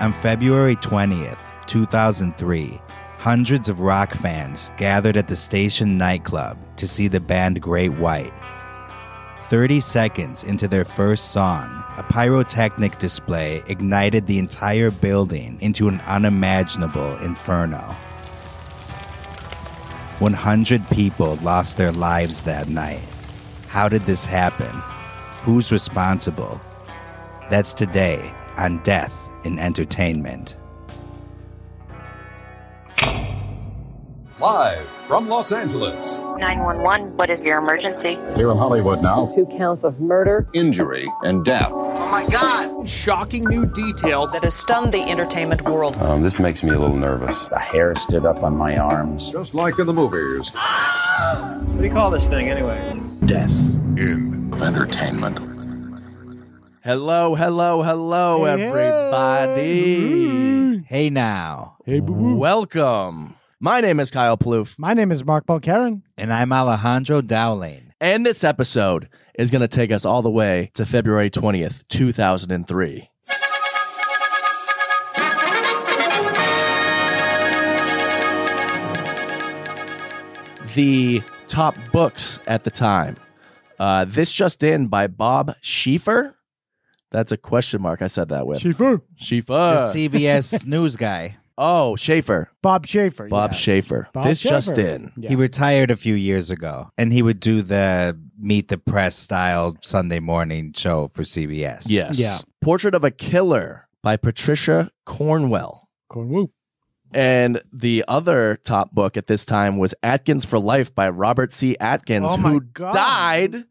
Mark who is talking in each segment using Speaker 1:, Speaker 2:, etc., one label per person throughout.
Speaker 1: On February 20th, 2003, hundreds of rock fans gathered at the station nightclub to see the band Great White. 30 seconds into their first song, a pyrotechnic display ignited the entire building into an unimaginable inferno. 100 people lost their lives that night. How did this happen? Who's responsible? That's today on Death in Entertainment.
Speaker 2: Live from Los Angeles,
Speaker 3: 911, what is your emergency?
Speaker 4: Here in Hollywood now,
Speaker 5: two counts of murder.
Speaker 4: injury and death.
Speaker 6: Shocking new details.
Speaker 7: that has stunned the entertainment world.
Speaker 8: Um, this makes me a little nervous.
Speaker 9: The hair stood up on my arms.
Speaker 2: just like in the movies.
Speaker 10: What do you call this thing anyway?
Speaker 9: Death.
Speaker 11: Hello, hello, hello, everybody.
Speaker 1: Hey now,
Speaker 12: Hey, boo boo.
Speaker 11: Welcome. My name is Kyle Plouffe,
Speaker 12: My name is Mark Balcarin.
Speaker 1: and I'm Alejandro Dowling.
Speaker 11: and this episode is going to take us all the way to February 20th, 2003. The top books at the time. Uh, this just in by Bob Schieffer. That's a question mark. I said that with
Speaker 12: Shifu.
Speaker 11: Schieffer.
Speaker 1: the CBS News guy.
Speaker 11: oh, Schaefer.
Speaker 12: Bob Schaefer.
Speaker 11: Bob
Speaker 12: yeah.
Speaker 11: Schaefer.
Speaker 12: Bob
Speaker 11: this
Speaker 12: Schaefer.
Speaker 11: just in.
Speaker 12: Yeah.
Speaker 1: He retired a few years ago, and he would do the Meet the Press style Sunday morning show for CBS.
Speaker 11: Yes.
Speaker 12: Yeah.
Speaker 11: Portrait of a Killer by Patricia Cornwell.
Speaker 12: Corn whoop.
Speaker 11: And the other top book at this time was Atkins for Life by Robert C. Atkins,
Speaker 12: Oh my
Speaker 11: who
Speaker 12: God.
Speaker 11: died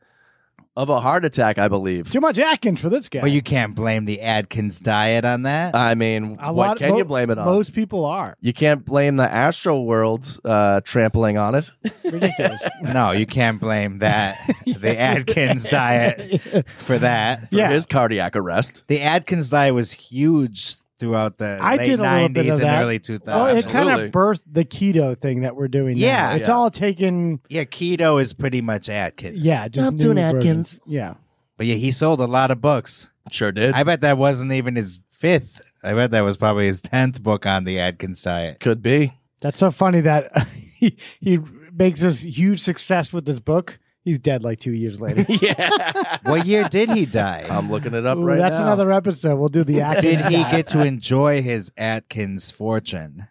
Speaker 11: of a heart attack, I believe.
Speaker 12: Too much Atkins for this guy.
Speaker 1: Well, you can't blame the Adkins diet on that.
Speaker 11: I mean,
Speaker 12: A
Speaker 11: what
Speaker 12: lot-
Speaker 11: can
Speaker 12: mo-
Speaker 11: you blame it on?
Speaker 12: Most people are.
Speaker 11: you can't blame the Astro World's uh, trampling on it.
Speaker 12: Ridiculous.
Speaker 1: no, you can't blame that the Adkins diet for that.
Speaker 11: for
Speaker 12: Yeah.
Speaker 11: his cardiac arrest.
Speaker 1: The Adkins diet was huge throughout the
Speaker 12: I
Speaker 1: late
Speaker 12: did a little
Speaker 1: 90s
Speaker 12: bit of
Speaker 1: and
Speaker 12: that.
Speaker 1: early 2000s.
Speaker 12: well, it kind
Speaker 11: Absolutely.
Speaker 12: of birthed the keto thing that we're doing. now.
Speaker 1: Yeah.
Speaker 12: It's
Speaker 11: Yeah.
Speaker 12: all taken.
Speaker 1: yeah, keto is pretty much Adkins.
Speaker 12: Yeah. Just
Speaker 11: Stop
Speaker 12: new
Speaker 11: doing
Speaker 12: versions.
Speaker 11: Atkins.
Speaker 12: Yeah.
Speaker 1: But yeah, he sold a lot of books.
Speaker 11: Sure did.
Speaker 1: I bet that wasn't even his fifth. I bet that was probably his 10th book on the Adkins diet.
Speaker 11: Could be.
Speaker 12: That's so funny that he, he makes this huge success with this book. He's dead like two years later.
Speaker 11: yeah.
Speaker 1: What year did he die?
Speaker 11: I'm looking it up
Speaker 12: Ooh,
Speaker 11: right
Speaker 12: that's
Speaker 11: now.
Speaker 12: another episode. We'll do the Atkins.
Speaker 1: did he
Speaker 12: diet.
Speaker 1: get to enjoy his Atkins fortune?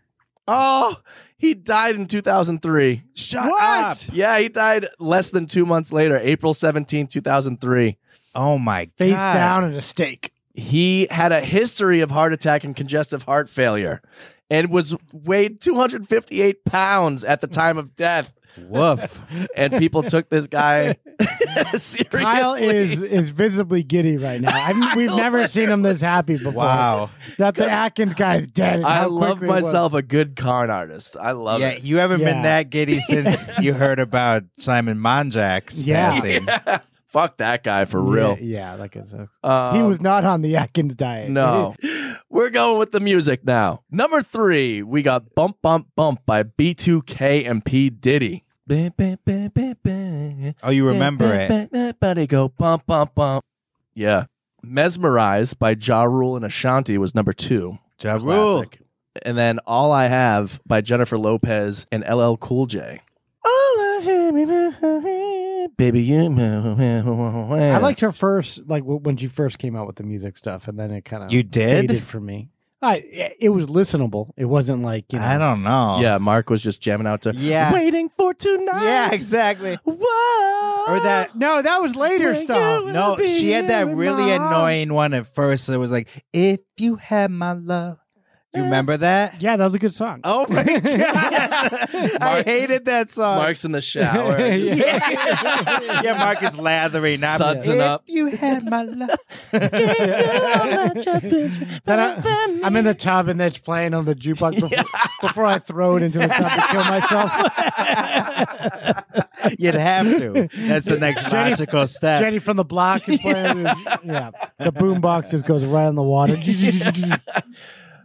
Speaker 11: Oh, he died in 2003.
Speaker 1: Shut
Speaker 12: What?
Speaker 1: up.
Speaker 11: Yeah, he died less than two months later, April 17, 2003.
Speaker 1: Oh my
Speaker 12: face
Speaker 1: God.
Speaker 12: down in a steak?
Speaker 11: He had a history of heart attack and congestive heart failure and was weighed 258 pounds at the time of death.
Speaker 1: Woof.
Speaker 11: And people took this guy seriously.
Speaker 12: Kyle is is visibly giddy right now. I mean, we've never seen him this happy before.
Speaker 1: Wow.
Speaker 12: That the Atkins guy is dead. and
Speaker 11: I
Speaker 12: how
Speaker 11: love
Speaker 12: quickly it was.
Speaker 11: myself a good con artist. I love
Speaker 1: yeah,
Speaker 11: it.
Speaker 1: you haven't been
Speaker 12: Yeah.
Speaker 1: that giddy since you heard about Simon Monjack's
Speaker 12: Yeah.
Speaker 1: passing.
Speaker 11: Fuck that guy for
Speaker 12: Yeah,
Speaker 11: real.
Speaker 12: Yeah, like it sucks.
Speaker 11: Um,
Speaker 12: he
Speaker 1: uh,
Speaker 12: was not on the Atkins diet.
Speaker 11: No. We're going with the music now. Number three, we got Bump Bump Bump by B2K and P. Diddy. Bam, bam, bam, bam, bam.
Speaker 1: Oh, you remember
Speaker 11: Bam,
Speaker 1: it.
Speaker 11: bam, bam, Everybody go bump bump bump. Yeah. Mesmerized by Ja Rule and Ashanti was number two.
Speaker 1: Ja Rule.
Speaker 11: Classic. And then All I Have by Jennifer Lopez and LL Cool J. All I have, baby, you know.
Speaker 12: I liked her first, like w- when she first came out with the music stuff, and then it kind of
Speaker 1: You did?
Speaker 12: faded for me. I it was listenable. It wasn't like you know.
Speaker 1: I don't know.
Speaker 11: Yeah, Mark was just jamming out to
Speaker 1: Yeah.
Speaker 11: Waiting for Tonight.
Speaker 1: Yeah, exactly.
Speaker 11: Whoa.
Speaker 1: Or that
Speaker 12: No, that was later
Speaker 11: Where
Speaker 12: stuff.
Speaker 11: you-
Speaker 1: No,
Speaker 11: Be
Speaker 1: she had that
Speaker 11: in
Speaker 1: really
Speaker 11: my arms.
Speaker 1: annoying one at first. It was like, if you had my love. You remember that?
Speaker 12: Eh. Yeah, that was a good song.
Speaker 1: Oh my
Speaker 12: God.
Speaker 1: I
Speaker 11: Mark-
Speaker 1: hated that song.
Speaker 11: Mark's in the shower. Just-
Speaker 1: yeah. yeah, Mark is lathering. Not
Speaker 11: Suds it
Speaker 1: if
Speaker 11: up.
Speaker 1: you had my love.
Speaker 12: Then I, I'm in the tub and it's playing on the jukebox before, before I throw it into the tub to kill myself.
Speaker 1: You'd have to. That's the next
Speaker 12: Jenny-
Speaker 1: logical step.
Speaker 12: Jenny from the block is playing. Yeah, the boombox just goes right on the water.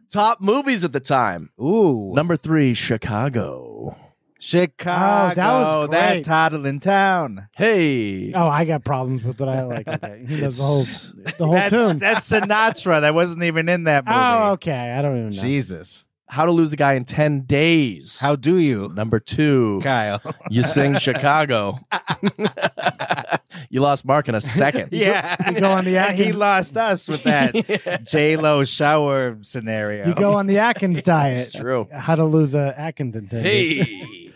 Speaker 11: Top movies at the time.
Speaker 1: Ooh.
Speaker 11: Number three, Chicago.
Speaker 1: Chicago,
Speaker 12: Oh,
Speaker 11: Oh,
Speaker 12: was
Speaker 1: that
Speaker 12: great.
Speaker 1: toddling town.
Speaker 11: Hey.
Speaker 12: Oh, I got problems with it. I like okay. He knows the whole
Speaker 11: It's-
Speaker 12: the whole
Speaker 1: that's,
Speaker 12: tune.
Speaker 1: that's Sinatra. That wasn't even in that movie.
Speaker 12: oh, okay. I don't even know.
Speaker 1: Jesus.
Speaker 11: How to Lose a Guy in 10 Days.
Speaker 1: How do you,
Speaker 11: Number two,
Speaker 1: Kyle?
Speaker 11: you sing Chicago. you lost Mark in a second.
Speaker 1: yeah.
Speaker 12: You Ah, go on the
Speaker 1: and he
Speaker 12: Atkins.
Speaker 1: lost us with that J Lo shower scenario.
Speaker 12: You go on the Atkins diet.
Speaker 11: It's true.
Speaker 12: How to lose a Atkins intended.
Speaker 11: Hey.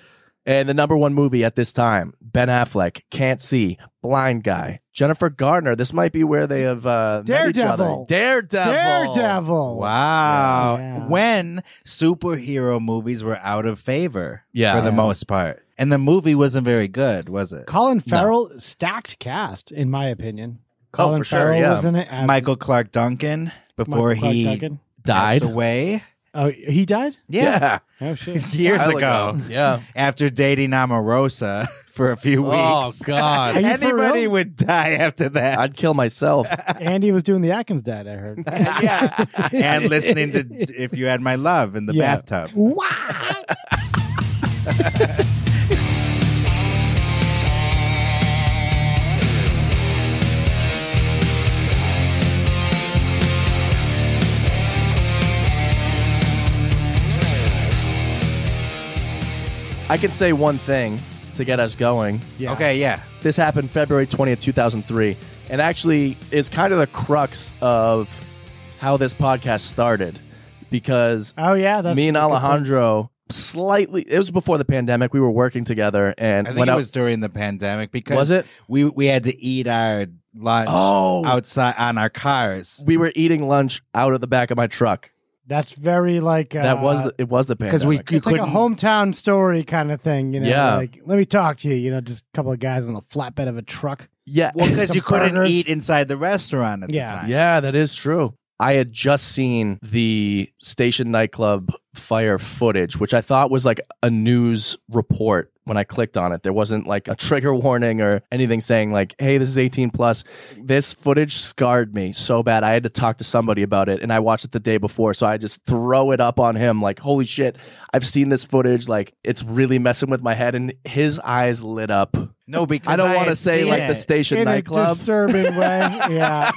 Speaker 11: and the number one movie at this time Ben Affleck, Can't See, Blind Guy, Jennifer Gardner. This might be where they have uh, met each other.
Speaker 12: Daredevil.
Speaker 11: Daredevil.
Speaker 12: Daredevil.
Speaker 1: Wow.
Speaker 12: Yeah.
Speaker 1: When superhero movies were out of favor
Speaker 11: Yeah.
Speaker 1: for the
Speaker 11: Yeah.
Speaker 1: most part. And the movie wasn't very good, was it?
Speaker 12: Colin Farrell stacked cast, in my
Speaker 1: Oh,
Speaker 12: opinion. Colin
Speaker 11: Oh, for sure,
Speaker 12: Farrell
Speaker 11: yeah.
Speaker 12: was in it. as
Speaker 1: Michael Clark Duncan before
Speaker 12: Michael Clark
Speaker 1: he
Speaker 12: Duncan.
Speaker 1: passed
Speaker 11: Died.
Speaker 1: away.
Speaker 12: Oh, he died.
Speaker 1: Yeah.
Speaker 12: Oh shit.
Speaker 1: Years
Speaker 11: While
Speaker 1: ago.
Speaker 11: Yeah.
Speaker 1: After dating Omarosa for a few weeks.
Speaker 11: Oh, God.
Speaker 12: Are you for
Speaker 1: Anybody
Speaker 12: real?
Speaker 1: would die after that.
Speaker 11: I'd kill myself.
Speaker 12: Andy was doing the Atkins diet. I heard.
Speaker 1: yeah. And listening to If You Had My Love in the
Speaker 12: Yeah.
Speaker 1: bathtub.
Speaker 12: wow.
Speaker 11: I can say one thing to get us going.
Speaker 12: Yeah.
Speaker 1: Okay, yeah.
Speaker 11: This happened February 20th, 2003, and actually is kind of the crux of how this podcast started because
Speaker 12: Oh yeah. That's
Speaker 11: me and
Speaker 12: a good point.
Speaker 11: Alejandro slightly it was before the pandemic we were working together and
Speaker 1: I think
Speaker 11: when
Speaker 1: it
Speaker 11: I
Speaker 1: was during the pandemic because
Speaker 11: Was it?
Speaker 1: we we had to eat our lunch
Speaker 11: Oh.
Speaker 1: outside on our cars.
Speaker 11: we were eating lunch out of the back of my truck.
Speaker 12: That's very like uh,
Speaker 11: that was the, it was the
Speaker 1: Because we
Speaker 11: pandemic.
Speaker 1: you
Speaker 12: it's like a
Speaker 1: couldn't
Speaker 12: hometown story kind of thing, you know.
Speaker 11: Yeah.
Speaker 12: Like, let me talk to you. You know, just a couple of guys on a flatbed of a truck.
Speaker 11: yeah
Speaker 1: well because
Speaker 12: some
Speaker 1: you couldn't
Speaker 12: burgers.
Speaker 1: eat inside the restaurant at
Speaker 12: Yeah.
Speaker 1: the time.
Speaker 11: yeah that is true. I had just seen the station nightclub fire footage, which I thought was like a news report. When I clicked on it, there wasn't like a trigger warning or anything saying like, "Hey, this is 18 plus." This footage scarred me so bad. I had to talk to somebody about it, and I watched it the day before, so I just throw it up on him like, "Holy shit, I've seen this footage. Like, it's really messing with my head." And his eyes lit up.
Speaker 1: No, because
Speaker 11: I don't
Speaker 1: want to
Speaker 11: say like the station
Speaker 12: In a
Speaker 11: nightclub.
Speaker 12: disturbing way. Yeah.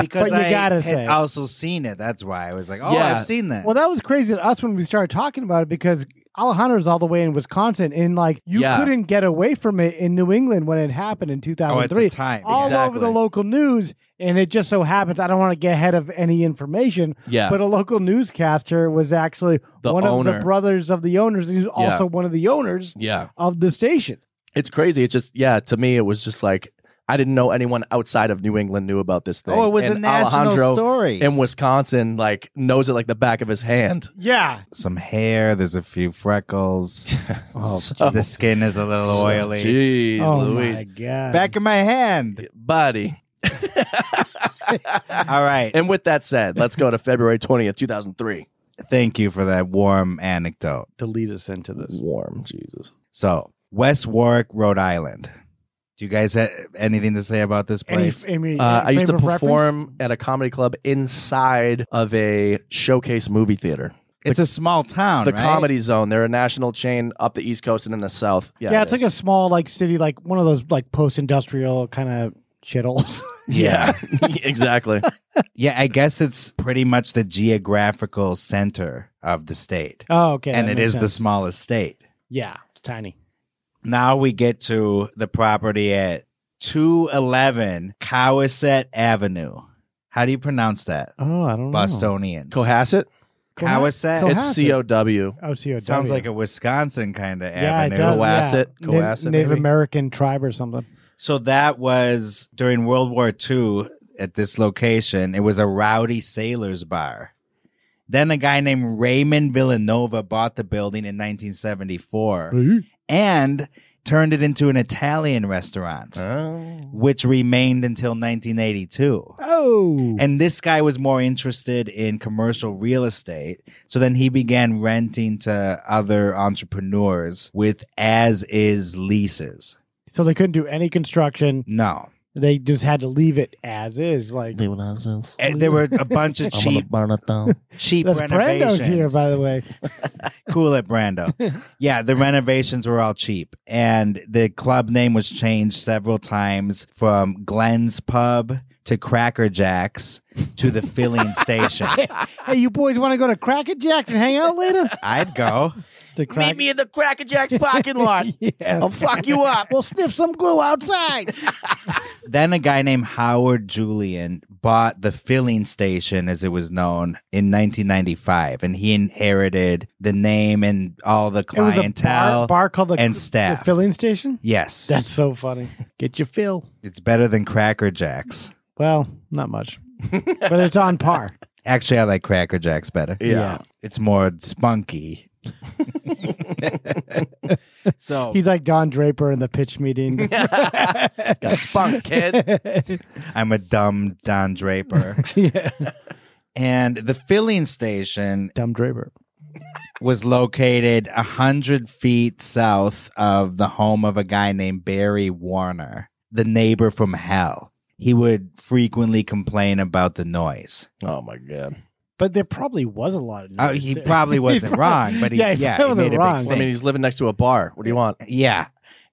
Speaker 1: because
Speaker 12: but you
Speaker 1: I
Speaker 12: gotta
Speaker 1: had
Speaker 12: say.
Speaker 1: also seen it. That's why I was like, oh,
Speaker 11: Yeah.
Speaker 1: I've seen that.
Speaker 12: Well, that was crazy to us when we started talking about it because Alejandro's all the way in Wisconsin, and like you
Speaker 11: Yeah.
Speaker 12: couldn't get away from it in New England when it happened in
Speaker 1: oh, at
Speaker 12: 2003.
Speaker 1: the time,
Speaker 12: all
Speaker 11: Exactly.
Speaker 12: over the local news, and it just so happens I don't want to get ahead of any information,
Speaker 11: Yeah,
Speaker 12: but a local newscaster was actually
Speaker 11: The
Speaker 12: one of
Speaker 11: owner.
Speaker 12: the brothers of the owners. He was
Speaker 11: Yeah.
Speaker 12: also one of the owners
Speaker 11: yeah.
Speaker 12: of the station.
Speaker 11: It's crazy. It's just yeah. To me, it was just like I didn't know anyone outside of New England knew about this thing.
Speaker 1: Oh, it was a
Speaker 11: And
Speaker 1: national
Speaker 11: Alejandro
Speaker 1: story.
Speaker 11: in Wisconsin, like knows it like the back of his hand.
Speaker 12: Yeah,
Speaker 1: Some hair. There's a few freckles.
Speaker 12: Oh,
Speaker 1: the skin is a little oily.
Speaker 11: Jeez,
Speaker 12: oh my
Speaker 11: Louise,
Speaker 12: god!
Speaker 1: Back of my hand.
Speaker 11: buddy.
Speaker 1: All right.
Speaker 11: And with that said, let's go to February twentieth, two thousand three.
Speaker 1: Thank you for that warm anecdote.
Speaker 12: to lead us into this.
Speaker 11: Warm, Jesus.
Speaker 1: So, West Warwick, Rhode Island. Do you guys have anything to say about this
Speaker 12: Any,
Speaker 1: place?
Speaker 12: f- any,
Speaker 11: Uh,
Speaker 12: any
Speaker 11: I used to
Speaker 12: frame of reference?
Speaker 11: perform at a comedy club inside of a showcase movie theater.
Speaker 1: it's a small town.
Speaker 11: The
Speaker 1: right?
Speaker 11: Comedy Zone. They're a national chain up the East Coast and in the South. Yeah,
Speaker 12: Yeah, it's like a small like city, like one of those like post-industrial kind of shitholes.
Speaker 11: yeah, exactly.
Speaker 1: Yeah, I guess it's pretty much the geographical center of the state,
Speaker 12: oh, okay.
Speaker 1: and
Speaker 12: that
Speaker 1: it
Speaker 12: makes
Speaker 1: is the
Speaker 12: sense.
Speaker 1: smallest state.
Speaker 12: yeah, it's tiny.
Speaker 1: Now we get to the property at 211 Cowisette Avenue. How do you pronounce that?
Speaker 12: Oh, I don't know.
Speaker 1: Bostonians.
Speaker 11: Cohasset.
Speaker 1: Cohasset?
Speaker 12: Cohasset.
Speaker 11: It's C O W.
Speaker 12: Oh, COW.
Speaker 1: Sounds like a Wisconsin kind of
Speaker 12: yeah, it
Speaker 1: avenue.
Speaker 12: does, yeah.
Speaker 11: Cohasset,
Speaker 12: Na-
Speaker 11: Cohasset,
Speaker 12: Native
Speaker 11: maybe?
Speaker 12: American tribe or something.
Speaker 1: So that was during World War II at this location. It was a rowdy sailors bar. Then a guy named Raymond Villanova bought the building in 1974 and turned it into an Italian restaurant,
Speaker 11: Oh.
Speaker 1: which remained until 1982.
Speaker 12: Oh,
Speaker 1: And this guy was more interested in commercial real estate. So then he began renting to other entrepreneurs with as is leases.
Speaker 12: so they couldn't do any construction.
Speaker 1: No.
Speaker 12: They just had to leave it as is. Like
Speaker 11: Leave it as is.
Speaker 1: And Eh, there were a bunch of
Speaker 11: I'm gonna
Speaker 1: cheap,
Speaker 11: burn it down.
Speaker 1: cheap
Speaker 12: that's
Speaker 1: renovations.
Speaker 12: Brando's here, by the way.
Speaker 1: cool it, Brando. yeah, the renovations were all cheap, and the club name was changed several times from Glenn's Pub to Cracker Jacks to the filling station.
Speaker 12: Hey, you boys want to go to Cracker Jacks and hang out later?
Speaker 1: I'd go.
Speaker 12: To
Speaker 11: Meet me in the Cracker Jack's parking lot.
Speaker 12: Yeah.
Speaker 11: I'll fuck you up.
Speaker 12: We'll sniff some glue outside.
Speaker 1: Then a guy named Howard Julian bought the filling station, as it was known, in 1995, and he inherited the name and all the
Speaker 12: it was a
Speaker 1: clientele.
Speaker 12: bar, bar called the,
Speaker 1: and
Speaker 12: the
Speaker 1: staff.
Speaker 12: filling station.
Speaker 1: yes,
Speaker 12: That's so funny. Get your fill.
Speaker 1: it's better than Cracker Jacks.
Speaker 12: Well, not much, but it's on par.
Speaker 1: Actually, I like Cracker Jacks better.
Speaker 11: Yeah.
Speaker 1: It's more spunky. so
Speaker 12: He's like Don Draper in the pitch meeting.
Speaker 11: Got spunk, kid.
Speaker 1: I'm a dumb Don Draper.
Speaker 12: yeah.
Speaker 1: and the filling station
Speaker 12: Dumb Draper.
Speaker 1: was located 100 feet south of the home of a guy named Barry Warner, the neighbor from hell. He would frequently complain about the noise.
Speaker 11: Oh my god.
Speaker 12: But there probably was a lot of.
Speaker 1: Oh,
Speaker 12: noise,
Speaker 1: he
Speaker 12: too.
Speaker 1: probably wasn't
Speaker 12: prob-
Speaker 1: wrong, but he, yeah, he,
Speaker 12: probably wasn't
Speaker 1: made a
Speaker 12: wrong.
Speaker 1: big
Speaker 11: I mean,
Speaker 1: stink.
Speaker 11: he's living next to a bar. What do you want?
Speaker 1: Yeah.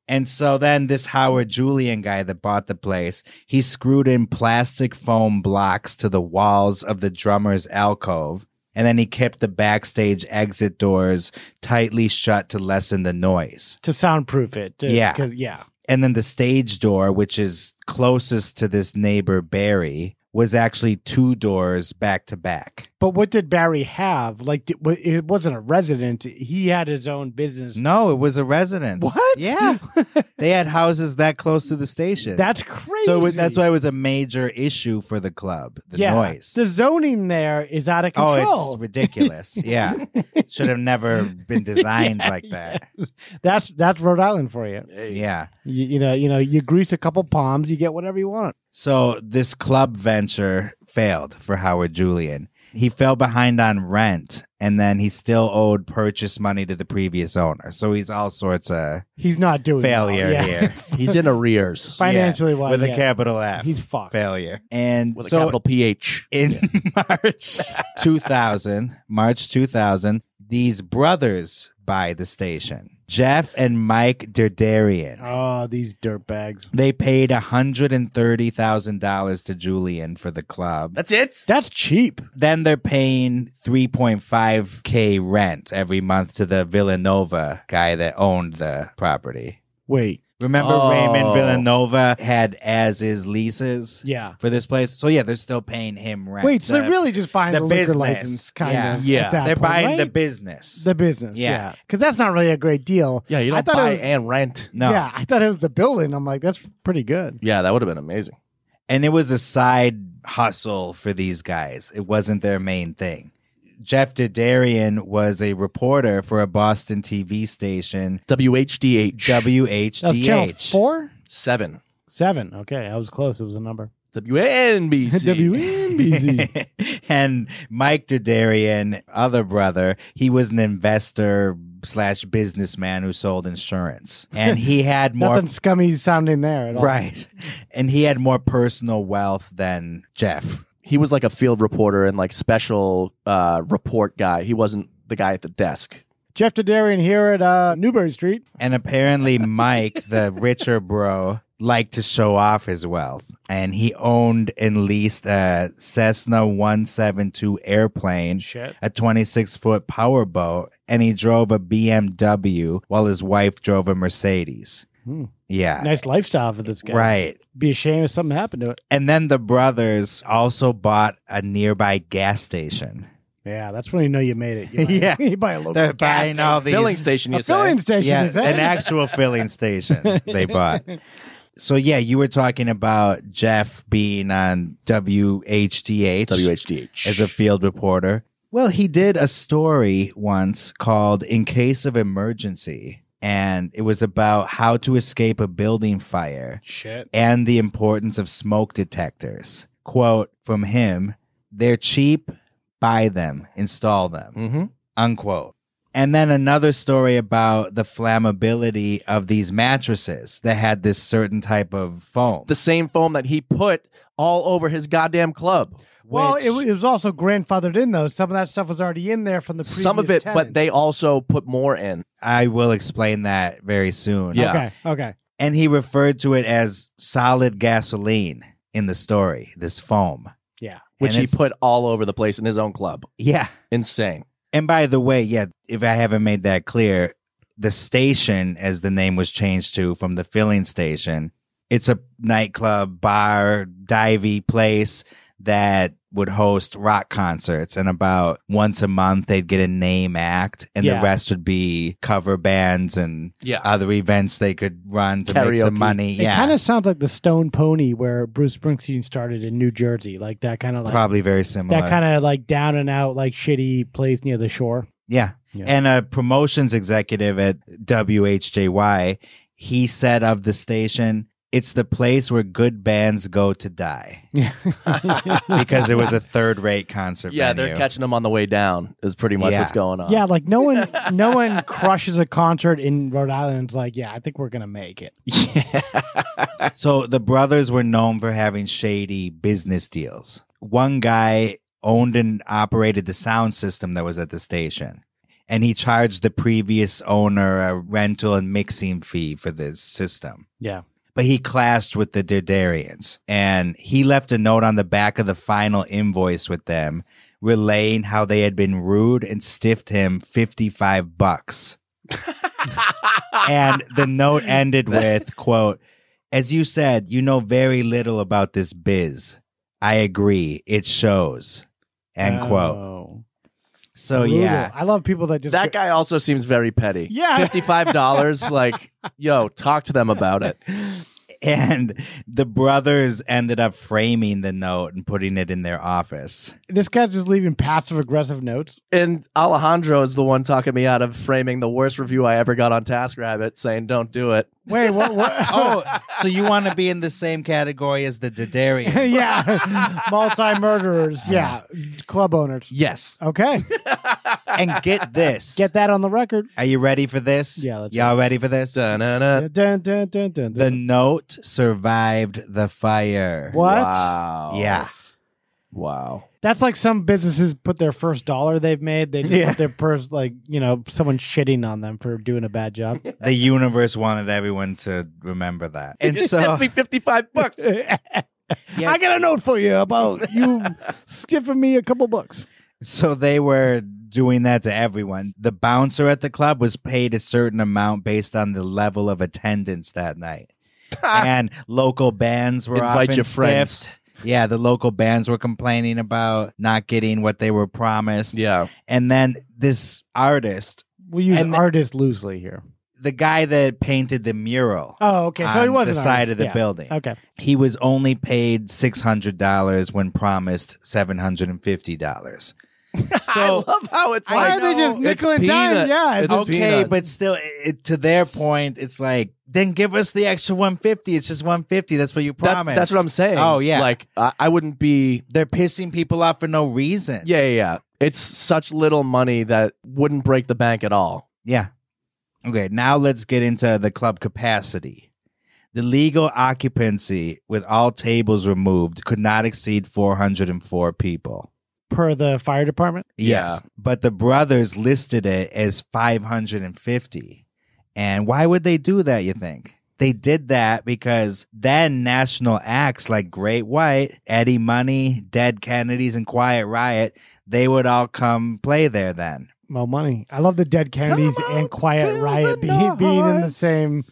Speaker 1: And so then this Howard Julian guy that bought the place, he screwed in plastic foam blocks to the walls of the drummer's alcove. And then he kept the backstage exit doors tightly shut to lessen the noise.
Speaker 12: to soundproof it. to-
Speaker 1: Yeah.
Speaker 12: 'cause- yeah.
Speaker 1: And then the stage door, which is closest to this neighbor, Barry, was actually two doors back to back.
Speaker 12: But what did Barry have? Like, did- wa- it wasn't a resident. He had his own business.
Speaker 1: No, it was a residence.
Speaker 12: What?
Speaker 1: Yeah. they had houses that close to the station.
Speaker 12: That's crazy.
Speaker 1: So it was- that's why it was a major issue for the club, the
Speaker 12: yeah.
Speaker 1: noise.
Speaker 12: The zoning there is out of control.
Speaker 1: Oh, it's ridiculous. yeah. Should have never been designed like that.
Speaker 12: Yes. That's that's Rhode Island for you.
Speaker 1: Yeah.
Speaker 12: you. You know, you know, you grease a couple palms, you get whatever you want.
Speaker 1: So this club venture failed for Howard Julian. He fell behind on rent and then he still owed purchase money to the previous owner. So he's all sorts of
Speaker 12: He's not doing well.
Speaker 1: failure
Speaker 12: Yeah.
Speaker 1: here.
Speaker 11: He's in arrears
Speaker 12: Financially wise,
Speaker 1: With a
Speaker 12: yeah.
Speaker 1: capital F.
Speaker 12: He's fucked.
Speaker 1: Failure. And
Speaker 11: with a
Speaker 1: so
Speaker 11: capital PH.
Speaker 1: in March 2000, March 2000, these brothers buy the station. Jeff and Mike Derdarian.
Speaker 12: Oh, these dirtbags.
Speaker 1: They paid $130,000 to Julian for the club.
Speaker 11: That's it.
Speaker 12: That's cheap.
Speaker 1: then they're paying 3.5k rent every month to the Villanova guy that owned the property.
Speaker 12: Wait.
Speaker 1: Remember
Speaker 11: Oh.
Speaker 1: Raymond Villanova had as is leases
Speaker 12: Yeah.
Speaker 1: for this place? So yeah, they're still paying him rent.
Speaker 12: Wait, so
Speaker 1: The-
Speaker 12: they're really just buying
Speaker 1: the
Speaker 12: the, liquor
Speaker 1: business.
Speaker 12: license, kind
Speaker 1: Yeah.
Speaker 12: of.
Speaker 11: Yeah.
Speaker 12: at that
Speaker 1: they're
Speaker 12: point,
Speaker 1: buying the
Speaker 12: right?
Speaker 1: business.
Speaker 12: the business.
Speaker 1: Yeah.
Speaker 12: Yeah, because that's not really a great deal.
Speaker 11: Yeah, you
Speaker 12: I
Speaker 11: don't
Speaker 12: thought it
Speaker 11: buy
Speaker 12: was-
Speaker 11: and rent.
Speaker 1: no.
Speaker 12: Yeah, I thought it was the building. I'm like, that's pretty good.
Speaker 11: Yeah, that would have been amazing.
Speaker 1: And it was a side hustle for these guys. It wasn't their main thing. Jeff Dedarian was a reporter for a Boston TV station,
Speaker 11: WHDH
Speaker 12: That was channel
Speaker 1: WHDH.
Speaker 12: four,
Speaker 11: seven
Speaker 12: seven. Okay, I was close. It was a number.
Speaker 11: WNBC.
Speaker 12: WNBC.
Speaker 1: and Mike Dedarian, other brother, he was an investor slash businessman who sold insurance. And he had more
Speaker 12: Nothing scummy sounding there at all.
Speaker 1: Right. And he had more personal wealth than Jeff.
Speaker 11: He was like a field reporter and like special uh, report guy. He wasn't the guy at the desk.
Speaker 12: Jeff Tadarian here at uh, Newberry Street.
Speaker 1: And apparently, Mike, the richer bro, liked to show off his wealth. And he owned and leased a Cessna 172 airplane,
Speaker 12: Shit.
Speaker 1: a 26 foot powerboat, and he drove a BMW while his wife drove a Mercedes.
Speaker 12: Hmm.
Speaker 1: Yeah.
Speaker 12: Nice lifestyle for this guy.
Speaker 1: Uh, Right.
Speaker 12: Be ashamed if something happened to it.
Speaker 1: And then the brothers also bought a nearby gas station.
Speaker 12: Yeah, that's when you know you made it. You buy-
Speaker 1: Yeah.
Speaker 12: you buy a local
Speaker 1: They're
Speaker 12: gas
Speaker 1: buying
Speaker 12: station.
Speaker 1: all these
Speaker 11: Filling station, you
Speaker 12: a filling
Speaker 11: say.
Speaker 12: station.
Speaker 1: yeah,
Speaker 12: is that?
Speaker 1: an actual filling station they bought. So yeah, you were talking about Jeff being on WHDH
Speaker 11: WHDH.
Speaker 1: as a field reporter. Well, he did a story once called "In Case of Emergency," and it was about how to escape a building fire
Speaker 12: Shit.
Speaker 1: and the importance of smoke detectors. Quote from him: "They're cheap. Buy them. Install them."
Speaker 11: mm-hmm.
Speaker 1: unquote. And then another story about the flammability of these mattresses that had this certain type of foam.
Speaker 11: The same foam that he put all over his goddamn club.
Speaker 12: Well,
Speaker 1: which-
Speaker 12: it, wa- it was also grandfathered in though. Some of that stuff was already in there from the previous
Speaker 11: Some of it,
Speaker 12: tenant.
Speaker 11: but they also put more in.
Speaker 1: I will explain that very soon.
Speaker 11: Yeah.
Speaker 12: Okay, okay.
Speaker 1: And he referred to it as solid gasoline in the story, this foam.
Speaker 12: Yeah.
Speaker 11: which
Speaker 1: And
Speaker 11: he
Speaker 1: it's-
Speaker 11: put all over the place in his own club.
Speaker 1: Yeah.
Speaker 11: Insane.
Speaker 1: And by the way, yeah, if I haven't made that clear, the station, as the name was changed to from the filling station, it's a nightclub, bar, divey place that would host rock concerts. And about once a month, they'd get a name act, and
Speaker 12: Yeah.
Speaker 1: the rest would be cover bands and
Speaker 11: Yeah.
Speaker 1: other events they could run to make
Speaker 11: Karaoke.
Speaker 1: some money.
Speaker 12: It
Speaker 1: yeah.
Speaker 12: kind of sounds like the Stone Pony where Bruce Springsteen started in New Jersey, like that kind of like
Speaker 1: Probably very similar.
Speaker 12: that kind of like down and out, like shitty place near the shore.
Speaker 1: Yeah.
Speaker 12: Yeah.
Speaker 1: And a promotions executive at WHJY, he said of the station, it's the place where good bands go to die because it was a third rate concert.
Speaker 11: yeah,
Speaker 1: venue.
Speaker 11: they're catching him on the way down is pretty much
Speaker 1: Yeah.
Speaker 11: what's going on.
Speaker 12: Yeah, like no one, no one crushes a concert in Rhode Island. and is like, yeah, I think we're gonna make it.
Speaker 1: So the brothers were known for having shady business deals. One guy owned and operated the sound system that was at the station. And he charged the previous owner a rental and mixing fee for this system.
Speaker 12: Yeah.
Speaker 1: But he clashed with the Dardarians. And he left a note on the back of the final invoice with them, relaying how they had been rude and stiffed him 55 bucks and the note ended with quote as you said you know very little about this biz i agree it shows end quote
Speaker 12: Oh.
Speaker 1: so
Speaker 12: Brutal.
Speaker 1: yeah
Speaker 12: I love people that just
Speaker 11: That guy also seems very petty.
Speaker 12: Yeah.
Speaker 11: Fifty-five dollars. like, yo, talk to them about it.
Speaker 1: and the brothers ended up framing the note and putting it in their office
Speaker 12: This guy's just leaving passive aggressive notes.
Speaker 11: And Alejandro is the one talking me out of framing the worst review I ever got on TaskRabbit, saying don't do it.
Speaker 12: Wait, what? what?
Speaker 1: oh so you want to be in the same category as the Dadarian.
Speaker 12: yeah, multi murderers. Yeah, club owners.
Speaker 11: Yes.
Speaker 12: Okay,
Speaker 1: and get this
Speaker 12: get that on the record.
Speaker 1: are you ready for this
Speaker 12: Yeah, let's
Speaker 1: y'all ready for this
Speaker 11: Da-na-na.
Speaker 12: Dun, dun, dun, dun,
Speaker 1: the
Speaker 12: dun.
Speaker 1: note survived the fire
Speaker 12: what?
Speaker 11: Wow.
Speaker 1: yeah
Speaker 11: Wow.
Speaker 12: That's like some businesses put their first dollar they've made. They just
Speaker 1: Yeah.
Speaker 12: put their purse, like you know, someone shitting on them for doing a bad job.
Speaker 1: the universe wanted everyone to remember that. And so,
Speaker 11: me fifty-five bucks.
Speaker 1: yeah,
Speaker 12: I got a note for you about you stiffing me a couple bucks.
Speaker 1: so they were doing that to everyone. The bouncer at the club was paid a certain amount based on the level of attendance that night. and local bands were
Speaker 11: Invite
Speaker 1: often
Speaker 11: your friends.
Speaker 1: stiffed. Yeah, the local bands were complaining about not getting what they were promised.
Speaker 11: yeah.
Speaker 1: And then this artist,
Speaker 12: We use
Speaker 1: And-
Speaker 12: artist loosely here.
Speaker 1: the guy that painted the mural
Speaker 12: Oh, okay. So
Speaker 1: on
Speaker 12: he was
Speaker 1: the
Speaker 12: an
Speaker 1: side
Speaker 12: artist.
Speaker 1: of the
Speaker 12: Yeah.
Speaker 1: building.
Speaker 12: Okay.
Speaker 1: he was only paid six hundred dollars when promised seven hundred and fifty dollars. So
Speaker 11: I love how it's
Speaker 12: Why
Speaker 11: like
Speaker 12: are they just
Speaker 11: it's
Speaker 12: nickel and dime?
Speaker 11: peanuts.
Speaker 12: Yeah, it's
Speaker 11: It's
Speaker 1: okay,
Speaker 11: peanuts.
Speaker 1: but still, i- it, to their point, it's like then give us the extra one fifty. It's just one fifty. That's what you
Speaker 11: That-
Speaker 1: promised.
Speaker 11: that's what I'm saying.
Speaker 1: Oh, yeah.
Speaker 11: like I, I wouldn't be.
Speaker 1: They're pissing people off for no reason.
Speaker 11: Yeah, yeah, yeah. It's such little money that wouldn't break the bank at all.
Speaker 1: Yeah. Okay, now let's get into the club capacity. The legal occupancy with all tables removed could not exceed 404 people.
Speaker 12: Per the fire department.
Speaker 1: Yes. But the brothers listed it as 550. And why would they do that, you think? They did that because then national acts like Great White, Eddie Money, Dead Kennedys, and Quiet Riot, they would all come play there then.
Speaker 12: Mo money. I love the Dead Kennedys
Speaker 11: Come
Speaker 12: and
Speaker 11: on,
Speaker 12: Quiet
Speaker 11: fill
Speaker 12: Riot
Speaker 11: the
Speaker 12: being, being in the
Speaker 11: noise.
Speaker 12: same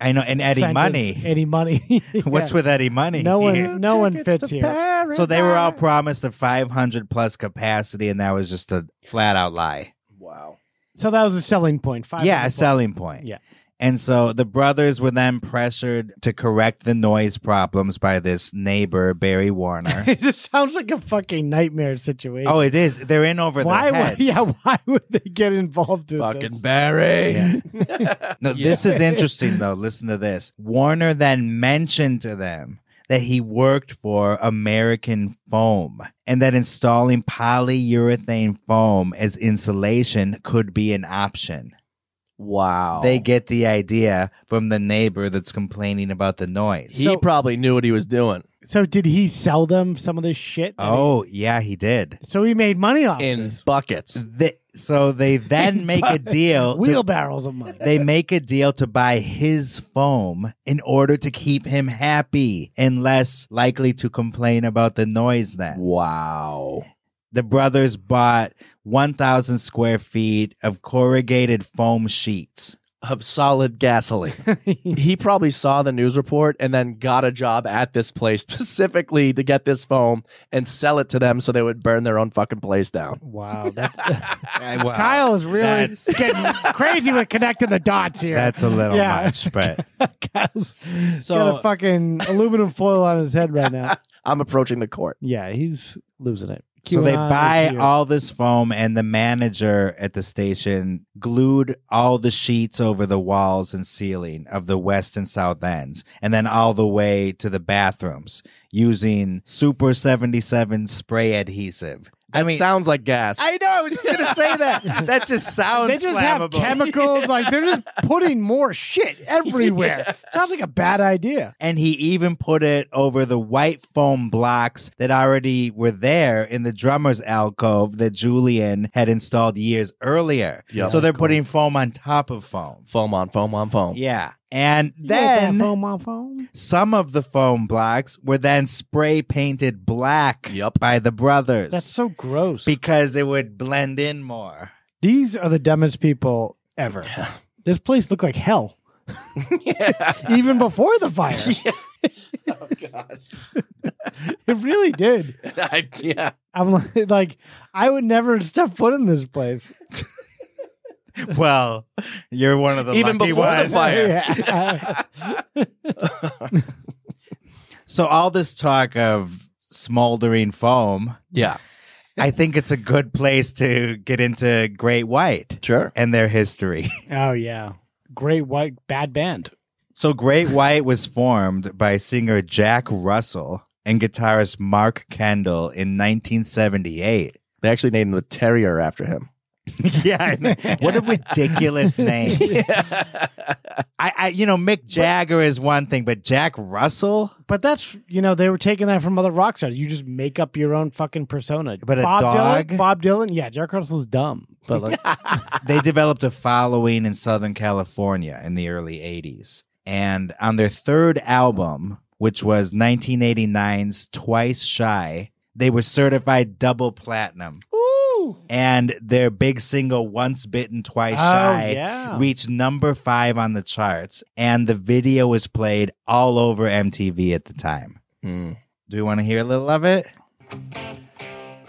Speaker 1: I know, and Eddie
Speaker 12: sentence.
Speaker 1: Money.
Speaker 12: Eddie Money.
Speaker 1: What's
Speaker 12: Yeah.
Speaker 1: with Eddie Money?
Speaker 12: No one-
Speaker 1: dude?
Speaker 12: no one fits here.
Speaker 1: So they were all promised a 500 plus capacity, and that was just a flat out lie.
Speaker 11: Wow.
Speaker 12: So that was a selling point. Five
Speaker 1: Yeah, a
Speaker 12: hundred
Speaker 1: selling point.
Speaker 12: Yeah.
Speaker 1: And so the brothers were then pressured to correct the noise problems by this neighbor, Barry Warner.
Speaker 12: points. this sounds like a fucking nightmare situation.
Speaker 1: oh, it is. They're in over
Speaker 12: why?
Speaker 1: their
Speaker 12: Would,
Speaker 1: heads.
Speaker 12: yeah, why would they get involved in
Speaker 11: Fucking
Speaker 12: this?
Speaker 11: Barry.
Speaker 1: Yeah. No, this is interesting, though. Listen to this. Warner then mentioned to them that he worked for American Foam and that installing polyurethane foam as insulation could be an option.
Speaker 11: Wow.
Speaker 1: They get the idea from the neighbor that's complaining about the noise.
Speaker 11: he
Speaker 12: So-
Speaker 11: probably knew what he was doing.
Speaker 12: So did he sell them some of this shit? that he-
Speaker 1: oh, yeah, he did.
Speaker 12: so he made money off
Speaker 11: in
Speaker 12: this.
Speaker 11: buckets.
Speaker 1: Th- so they then make a deal. to-
Speaker 12: Wheelbarrows of money.
Speaker 1: they make a deal to buy his foam in order to keep him happy and less likely to complain about the noise then.
Speaker 11: Wow.
Speaker 1: The brothers bought 1,000 square feet of corrugated foam sheets.
Speaker 11: Of solid gasoline. he probably saw the news report and then got a job at this place specifically to get this foam and sell it to them so they would burn their own fucking place down.
Speaker 12: wow. That, Kyle is really getting crazy with connecting the dots here.
Speaker 1: That's a little
Speaker 12: Yeah.
Speaker 1: much, but
Speaker 12: Kyle's
Speaker 1: So-
Speaker 12: got a fucking aluminum foil on his head right now.
Speaker 11: I'm approaching the court.
Speaker 12: Yeah, he's losing it.
Speaker 1: So they
Speaker 12: QAnon is
Speaker 1: buy
Speaker 12: here.
Speaker 1: all this foam, and the manager at the station glued all the sheets over the walls and ceiling of the west and south ends, and then all the way to the bathrooms using Super 77 spray adhesive.
Speaker 11: That sounds like gas.
Speaker 1: I know, I was just going to say that. That just sounds
Speaker 12: They just
Speaker 1: flammable.
Speaker 12: have chemicals. Like they're just putting more shit everywhere. Sounds like a bad idea.
Speaker 1: and he even put it over the white foam blocks that already were there in the drummer's alcove that Julian had installed years earlier.
Speaker 11: Yep.
Speaker 1: So they're putting foam on top of foam.
Speaker 11: foam on, foam on, foam.
Speaker 1: Yeah. And
Speaker 12: You like that
Speaker 1: then
Speaker 12: foam on foam.
Speaker 1: some of the foam blocks were then spray painted black
Speaker 11: Yep.
Speaker 1: by the brothers
Speaker 12: That's so gross.
Speaker 1: because it would blend in more.
Speaker 12: These are the dumbest people ever. This place looked like hell. Even before the fire.
Speaker 11: Oh,
Speaker 12: It really did.
Speaker 11: I- yeah.
Speaker 12: I'm like, like, I would never step foot in this place.
Speaker 1: Well, you're one of the
Speaker 11: Even
Speaker 1: lucky
Speaker 11: before the
Speaker 1: ones.
Speaker 11: fire.
Speaker 12: Yeah.
Speaker 1: So all this talk of smoldering foam,
Speaker 11: Yeah.
Speaker 1: I think it's a good place to get into Great White
Speaker 11: Sure.
Speaker 1: and their history.
Speaker 12: oh yeah. Great white bad band.
Speaker 1: So Great White was formed by singer Jack Russell and guitarist Mark Kendall in 1978.
Speaker 11: They actually named the terrier after him.
Speaker 1: yeah, I know. what a ridiculous name. I, I, you know, Mick Jagger is one thing, but Jack Russell,
Speaker 12: But that's you know they were taking that from other rock stars. You just make up your own fucking persona.
Speaker 1: But a
Speaker 12: Bob
Speaker 1: dog?
Speaker 12: Dylan, Bob Dylan, yeah, Jack Russell's dumb. But like,
Speaker 1: they developed a following in Southern California in the early 80s. And on their third album, which was 1989's Twice Shy, they were certified double platinum. And their big single, Once Bitten, Twice
Speaker 12: Oh,
Speaker 1: Shy,
Speaker 12: yeah.
Speaker 1: reached number five on the charts. And the video was played all over MTV at the time.
Speaker 11: Mm.
Speaker 1: Do we want to hear a little of it?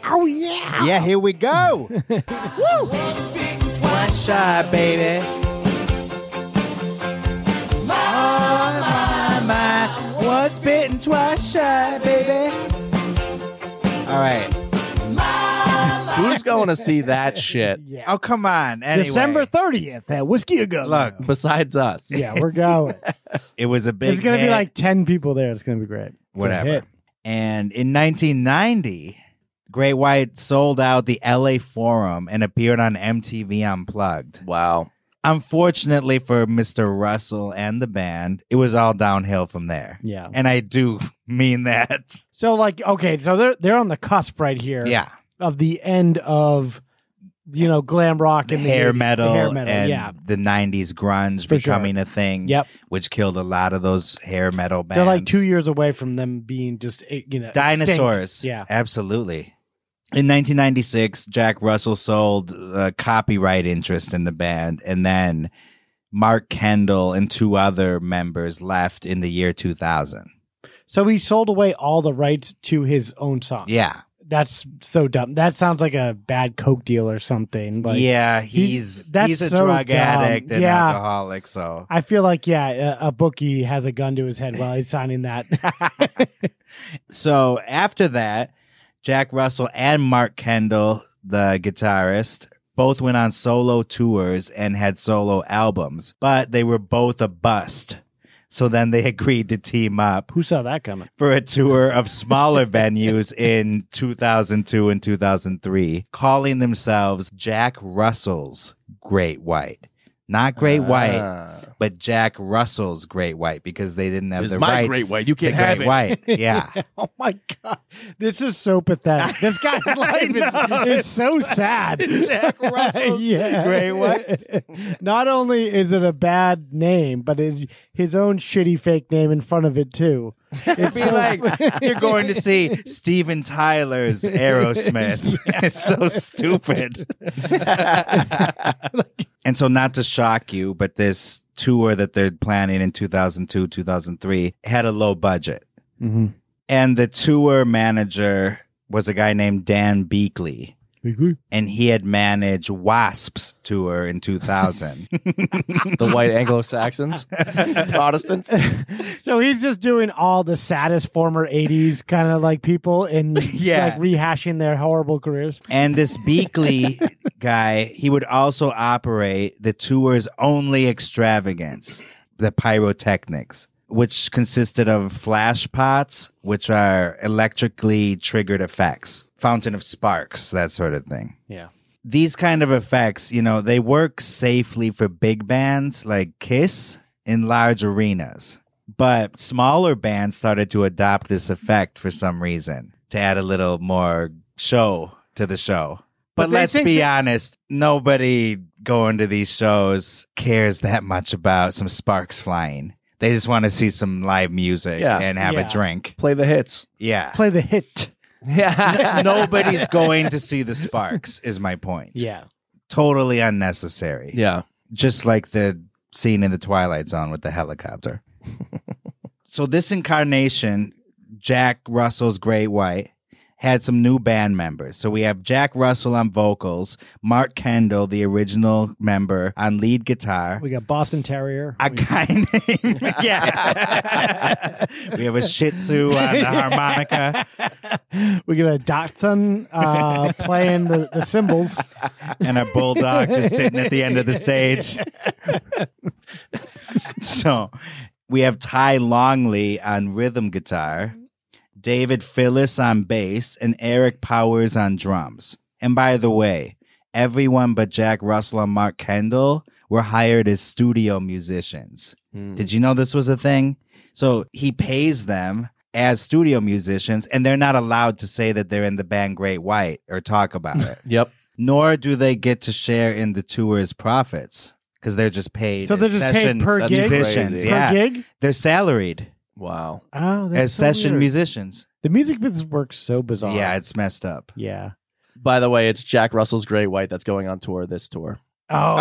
Speaker 12: oh yeah,
Speaker 1: Yeah, here we go. Woo!
Speaker 11: Oh,
Speaker 1: One shot, baby. My, my, my. Once bitten, twice shy, baby. All right.
Speaker 11: Who's going to see that shit
Speaker 12: yeah.
Speaker 1: Oh, come on. Anyway,
Speaker 12: December thirtieth at Whiskey A Go.
Speaker 1: Look,
Speaker 11: besides us?
Speaker 12: yeah, we're going.
Speaker 1: it was a big.
Speaker 12: There's gonna be
Speaker 1: hit,
Speaker 12: like ten people there. It's gonna be great. It's a
Speaker 1: whatever.
Speaker 12: hit.
Speaker 1: And in 1990, Great White sold out the LA Forum and appeared on MTV Unplugged.
Speaker 11: Wow.
Speaker 1: Unfortunately for Mr. Russell and the band, it was all downhill from there.
Speaker 12: Yeah.
Speaker 1: And I do mean that.
Speaker 12: So like, okay, so they're they're on the cusp right here.
Speaker 1: Yeah.
Speaker 12: Of the end of, you know, glam rock
Speaker 1: The
Speaker 12: and the
Speaker 1: hair
Speaker 12: 80s, the
Speaker 1: metal,
Speaker 12: hair metal.
Speaker 1: and
Speaker 12: yeah.
Speaker 1: the 90s grunge
Speaker 12: For sure.
Speaker 1: becoming a thing,
Speaker 12: Yep.
Speaker 1: which killed a lot of those hair metal bands.
Speaker 12: They're like two years away from them being just eh, you know extinct.
Speaker 1: Dinosaurs.
Speaker 12: Yeah.
Speaker 1: Absolutely. In 1996, Jack Russell sold the copyright interest in the band, and then Mark Kendall and two other members left in the year 2000.
Speaker 12: So he sold away all the rights to his own song.
Speaker 1: Yeah.
Speaker 12: That's so dumb. That sounds like a bad coke deal or something. Like,
Speaker 1: yeah,
Speaker 12: he-
Speaker 1: he's
Speaker 12: that's
Speaker 1: he's a
Speaker 12: so
Speaker 1: drug
Speaker 12: dumb.
Speaker 1: addict and
Speaker 12: Yeah.
Speaker 1: alcoholic. So
Speaker 12: I feel like yeah, a, a bookie has a gun to his head while he's signing that.
Speaker 1: so after that, Jack Russell and Mark Kendall, the guitarist, both went on solo tours and had solo albums, but they were both a bust. So then they agreed to team up
Speaker 12: Who saw that coming?
Speaker 1: for a tour of smaller venues in 2002 and 2003, calling themselves Jack Russell's Great White. Not Great White,
Speaker 11: Ah.
Speaker 1: but Jack Russell's Great White because they didn't have
Speaker 11: It's
Speaker 1: the
Speaker 11: my
Speaker 1: rights
Speaker 11: Great White. You
Speaker 1: to
Speaker 11: can't have
Speaker 1: Great
Speaker 11: it.
Speaker 1: White. Yeah.
Speaker 12: oh my god, this is so pathetic. This guy's life
Speaker 1: know,
Speaker 12: is, is so sad.
Speaker 1: Jack Russell's
Speaker 12: yeah.
Speaker 1: Great White.
Speaker 12: Not only is it a bad name, but it's his own shitty fake name in front of it too. It's
Speaker 1: be
Speaker 12: so-
Speaker 1: like you're going to see Steven Tyler's Aerosmith. it's so stupid. and so not to shock you, but this tour that they're planning in 2002, 2003 had a low budget.
Speaker 12: Mhm.
Speaker 1: And the tour manager was a guy named Dan Beakley. And he had managed Wasp's tour in 2000.
Speaker 11: the white Anglo Saxons, Protestants.
Speaker 12: So he's just doing all the saddest former '80s kind of like people and
Speaker 1: Yeah.
Speaker 12: like rehashing their horrible careers.
Speaker 1: And this Beakley guy, he would also operate the tour's only extravagance, the pyrotechnics, which consisted of flash pots, which are electrically triggered effects, fountain of sparks, that sort of thing.
Speaker 12: Yeah.
Speaker 1: These kind of effects, you know, they work safely for big bands like Kiss in large arenas. But smaller bands started to adopt this effect for some reason to add a little more show to the show.
Speaker 12: But
Speaker 1: But,
Speaker 12: they
Speaker 1: let's
Speaker 12: think
Speaker 1: be
Speaker 12: that-
Speaker 1: honest, nobody going to these shows cares that much about some sparks flying. They just want to see some live music
Speaker 11: Yeah.
Speaker 1: and have
Speaker 12: Yeah.
Speaker 1: a drink.
Speaker 11: Play the hits.
Speaker 1: Yeah.
Speaker 12: Play the hit.
Speaker 11: Yeah.
Speaker 1: Nobody's going to see the sparks, is my point.
Speaker 12: Yeah.
Speaker 1: Totally unnecessary.
Speaker 11: Yeah.
Speaker 1: just like the scene in the Twilight Zone with the helicopter. so this incarnation, Jack Russell's Great White, had some new band members. So we have Jack Russell on vocals, Mark Kendall, the original member, on lead guitar.
Speaker 12: We got Boston Terrier.
Speaker 1: A guy named yeah. we have a Shih Tzu on the harmonica
Speaker 12: We got a Dotson uh, playing the, the cymbals.
Speaker 1: and a bulldog just sitting at the end of the stage. so we have Ty Longley on rhythm guitar, David Phyllis on bass, and Eric Powers on drums. And by the way, everyone but Jack Russell and Mark Kendall were hired as studio musicians.
Speaker 13: Hmm.
Speaker 1: Did you know this was a thing? So he pays them as studio musicians, and they're not allowed to say that they're in the band Great White or talk about it.
Speaker 11: Yep.
Speaker 1: Nor do they get to share in the tour's profits because they're just paid.
Speaker 12: So they're
Speaker 1: as
Speaker 12: just paid per
Speaker 11: That's gig? crazy.
Speaker 1: Musicians,
Speaker 11: Per
Speaker 1: yeah,
Speaker 12: Per gig?
Speaker 1: they're salaried
Speaker 11: Wow.
Speaker 12: Oh, that's
Speaker 1: as
Speaker 12: so
Speaker 1: session
Speaker 12: weird.
Speaker 1: musicians.
Speaker 12: The music business works so bizarre.
Speaker 1: Yeah, it's messed up.
Speaker 12: Yeah.
Speaker 11: By the way, it's Jack Russell's Great White that's going on tour this tour.
Speaker 14: Uh,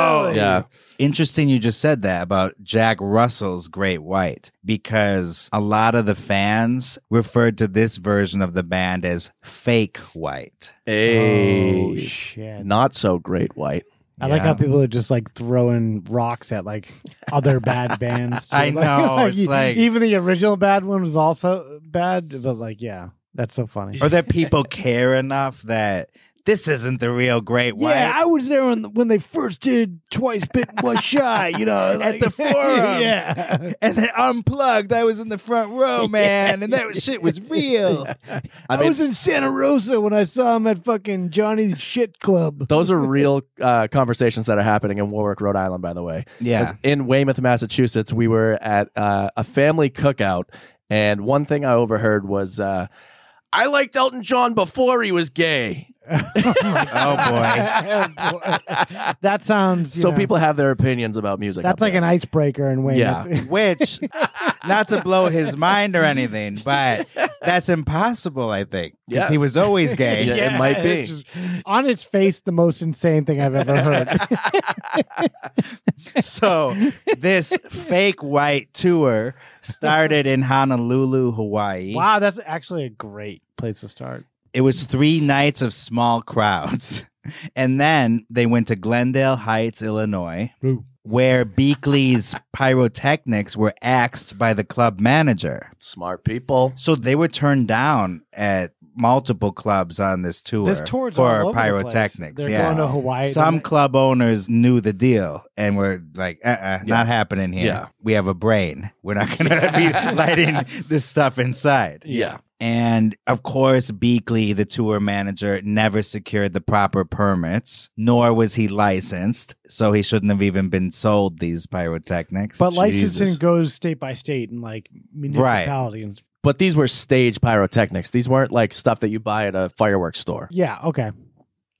Speaker 1: Oh,
Speaker 12: really?
Speaker 11: Yeah.
Speaker 1: Interesting you just said that about Jack Russell's Great White because a lot of the fans referred to this version of the band as fake white.
Speaker 12: Oh,
Speaker 11: Hey.
Speaker 12: shit.
Speaker 11: not so great white.
Speaker 12: I like how
Speaker 1: Yeah.
Speaker 12: people are just like throwing rocks at like other bad bands. too.
Speaker 1: I know, it's like-
Speaker 12: even the original bad one was also bad, but like, yeah, that's so funny.
Speaker 1: or that people care enough that this isn't the real Great White.
Speaker 12: Yeah, I was there when, when they first did Twice Bitten Was Shy, you know, like-
Speaker 1: the forum.
Speaker 12: yeah.
Speaker 1: and then unplugged. I was in the front row, man, and that shit was real.
Speaker 12: I,
Speaker 11: I mean,
Speaker 12: was in Santa Rosa when I saw him at fucking Johnny's Shit Club.
Speaker 11: those are real uh, conversations that are happening in Warwick, Rhode Island, by the way. 'Cause
Speaker 1: Yeah,
Speaker 11: In Weymouth, Massachusetts, we were at uh, a family cookout, and one thing I overheard was, uh, I liked Elton John before he was gay.
Speaker 1: Oh,
Speaker 12: boy, that sounds. you
Speaker 11: So
Speaker 12: know,
Speaker 11: people have their opinions about music.
Speaker 12: That's
Speaker 11: up
Speaker 12: like
Speaker 11: there.
Speaker 12: an icebreaker in Wayne.
Speaker 11: Yeah.
Speaker 12: That's-
Speaker 1: which not to blow his mind or anything, but that's impossible. I think because
Speaker 11: Yeah.
Speaker 1: he was always gay.
Speaker 11: Yeah, it might be.
Speaker 12: it's just- on its face, the most insane thing I've ever heard.
Speaker 1: So this fake white tour started in Honolulu, Hawaii.
Speaker 12: wow, that's actually a great place to start.
Speaker 1: It was three nights of small crowds. And then they went to Glendale Heights, Illinois, where Beakley's pyrotechnics were axed by the club manager.
Speaker 11: Smart people.
Speaker 1: So they were turned down at multiple clubs on this tour
Speaker 12: This tour's
Speaker 1: for
Speaker 12: all over the place.
Speaker 1: pyrotechnics.
Speaker 12: They're
Speaker 1: yeah.
Speaker 12: going to Hawaii.
Speaker 1: Some
Speaker 12: tonight.
Speaker 1: club owners knew the deal and were like, uh uh not happening here.
Speaker 11: Yeah.
Speaker 1: We have a brain. We're not going to be lighting this stuff inside.
Speaker 11: Yeah.
Speaker 1: And of course, Beakley, the tour manager, never secured the proper permits, nor was he licensed. So he shouldn't have even been sold these pyrotechnics.
Speaker 12: but licensing
Speaker 11: Jesus.
Speaker 12: goes state by state and like municipality. And,
Speaker 11: But these were stage pyrotechnics. These weren't like stuff that you buy at a fireworks store.
Speaker 12: yeah. Okay.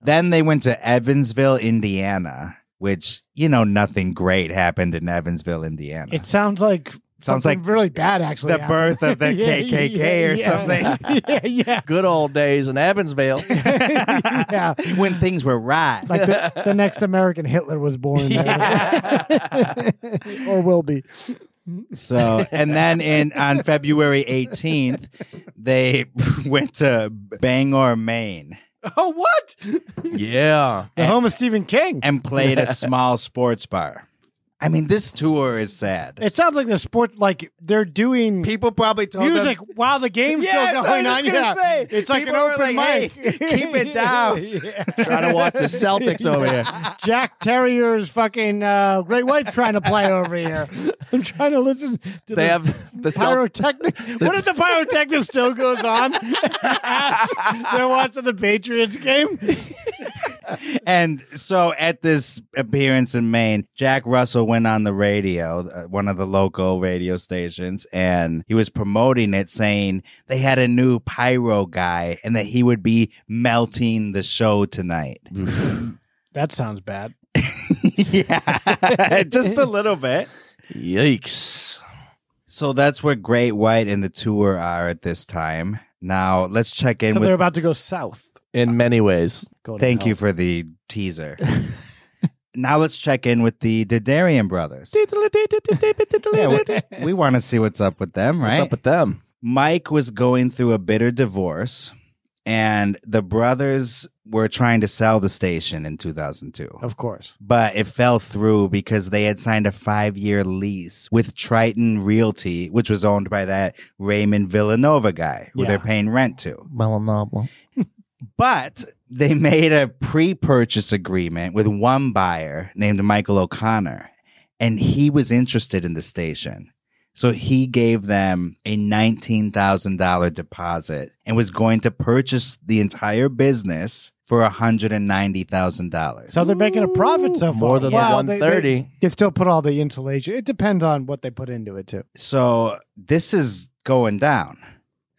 Speaker 1: Then they went to Evansville, Indiana, which, you know, nothing great happened in Evansville, Indiana.
Speaker 12: It sounds like
Speaker 1: Sounds
Speaker 12: something
Speaker 1: like
Speaker 12: really bad. Actually,
Speaker 1: the
Speaker 12: happened.
Speaker 1: birth of the KKK or something.
Speaker 12: yeah. Yeah.
Speaker 11: Good old days in Evansville.
Speaker 12: Yeah.
Speaker 1: When things were right.
Speaker 12: Like the, the next American Hitler was born there. or will be.
Speaker 1: So, and then in on February 18th, they went to Bangor, Maine,
Speaker 6: Oh, what?
Speaker 11: yeah.
Speaker 12: The home of Stephen King.
Speaker 1: and played a small sports bar. I mean, this tour is sad.
Speaker 12: It sounds like the sport, like they're doing
Speaker 1: People probably told them-
Speaker 12: music while the game's
Speaker 1: Yes, I
Speaker 12: still
Speaker 1: was
Speaker 12: going
Speaker 1: just
Speaker 12: on.
Speaker 1: gonna
Speaker 12: Yeah.
Speaker 1: say,
Speaker 12: it's like an
Speaker 1: people were
Speaker 12: open
Speaker 1: like,
Speaker 12: mic.
Speaker 1: "Hey, keep it down."
Speaker 11: Trying to watch the Celtics over here.
Speaker 12: Jack Terrier's fucking uh, Great White's trying to play over here. I'm trying to listen to
Speaker 11: They
Speaker 12: this
Speaker 11: have the Celt-
Speaker 12: pyrotechnic. what if the pyrotechnic still goes on? They're watching the Patriots game.
Speaker 1: and so at this appearance in Maine, Jack Russell went on the radio, uh, one of the local radio stations, and he was promoting it, saying they had a new pyro guy and that he would be melting the show tonight.
Speaker 12: That sounds bad.
Speaker 1: yeah, just a little bit.
Speaker 11: Yikes.
Speaker 1: So that's where Great White and the tour are at this time. Now let's check in
Speaker 12: So they're
Speaker 1: with.
Speaker 12: about to go south.
Speaker 11: In many ways.
Speaker 12: Go to
Speaker 1: Thank
Speaker 12: hell.
Speaker 1: you for the teaser. now let's check in with the Didarian brothers. Yeah, we we want to see what's up with them, right?
Speaker 11: What's up with them?
Speaker 1: Mike was going through a bitter divorce, and the brothers were trying to sell the station in 2002.
Speaker 12: Of course.
Speaker 1: But it fell through because they had signed a five year lease with Triton Realty, which was owned by that Raymond Villanova guy who
Speaker 12: Yeah.
Speaker 1: they're paying rent to.
Speaker 11: Melanoma.
Speaker 1: But they made a pre purchase agreement with one buyer named Michael O'Connor, and he was interested in the station. So he gave them a $19,000 deposit and was going to purchase the entire business for $190,000.
Speaker 12: So they're making a profit so far.
Speaker 11: More than
Speaker 12: Wow,
Speaker 11: the
Speaker 12: they- they-
Speaker 11: 130.
Speaker 12: You still put all the insulation. It depends on what they put into it too.
Speaker 1: So this is going down.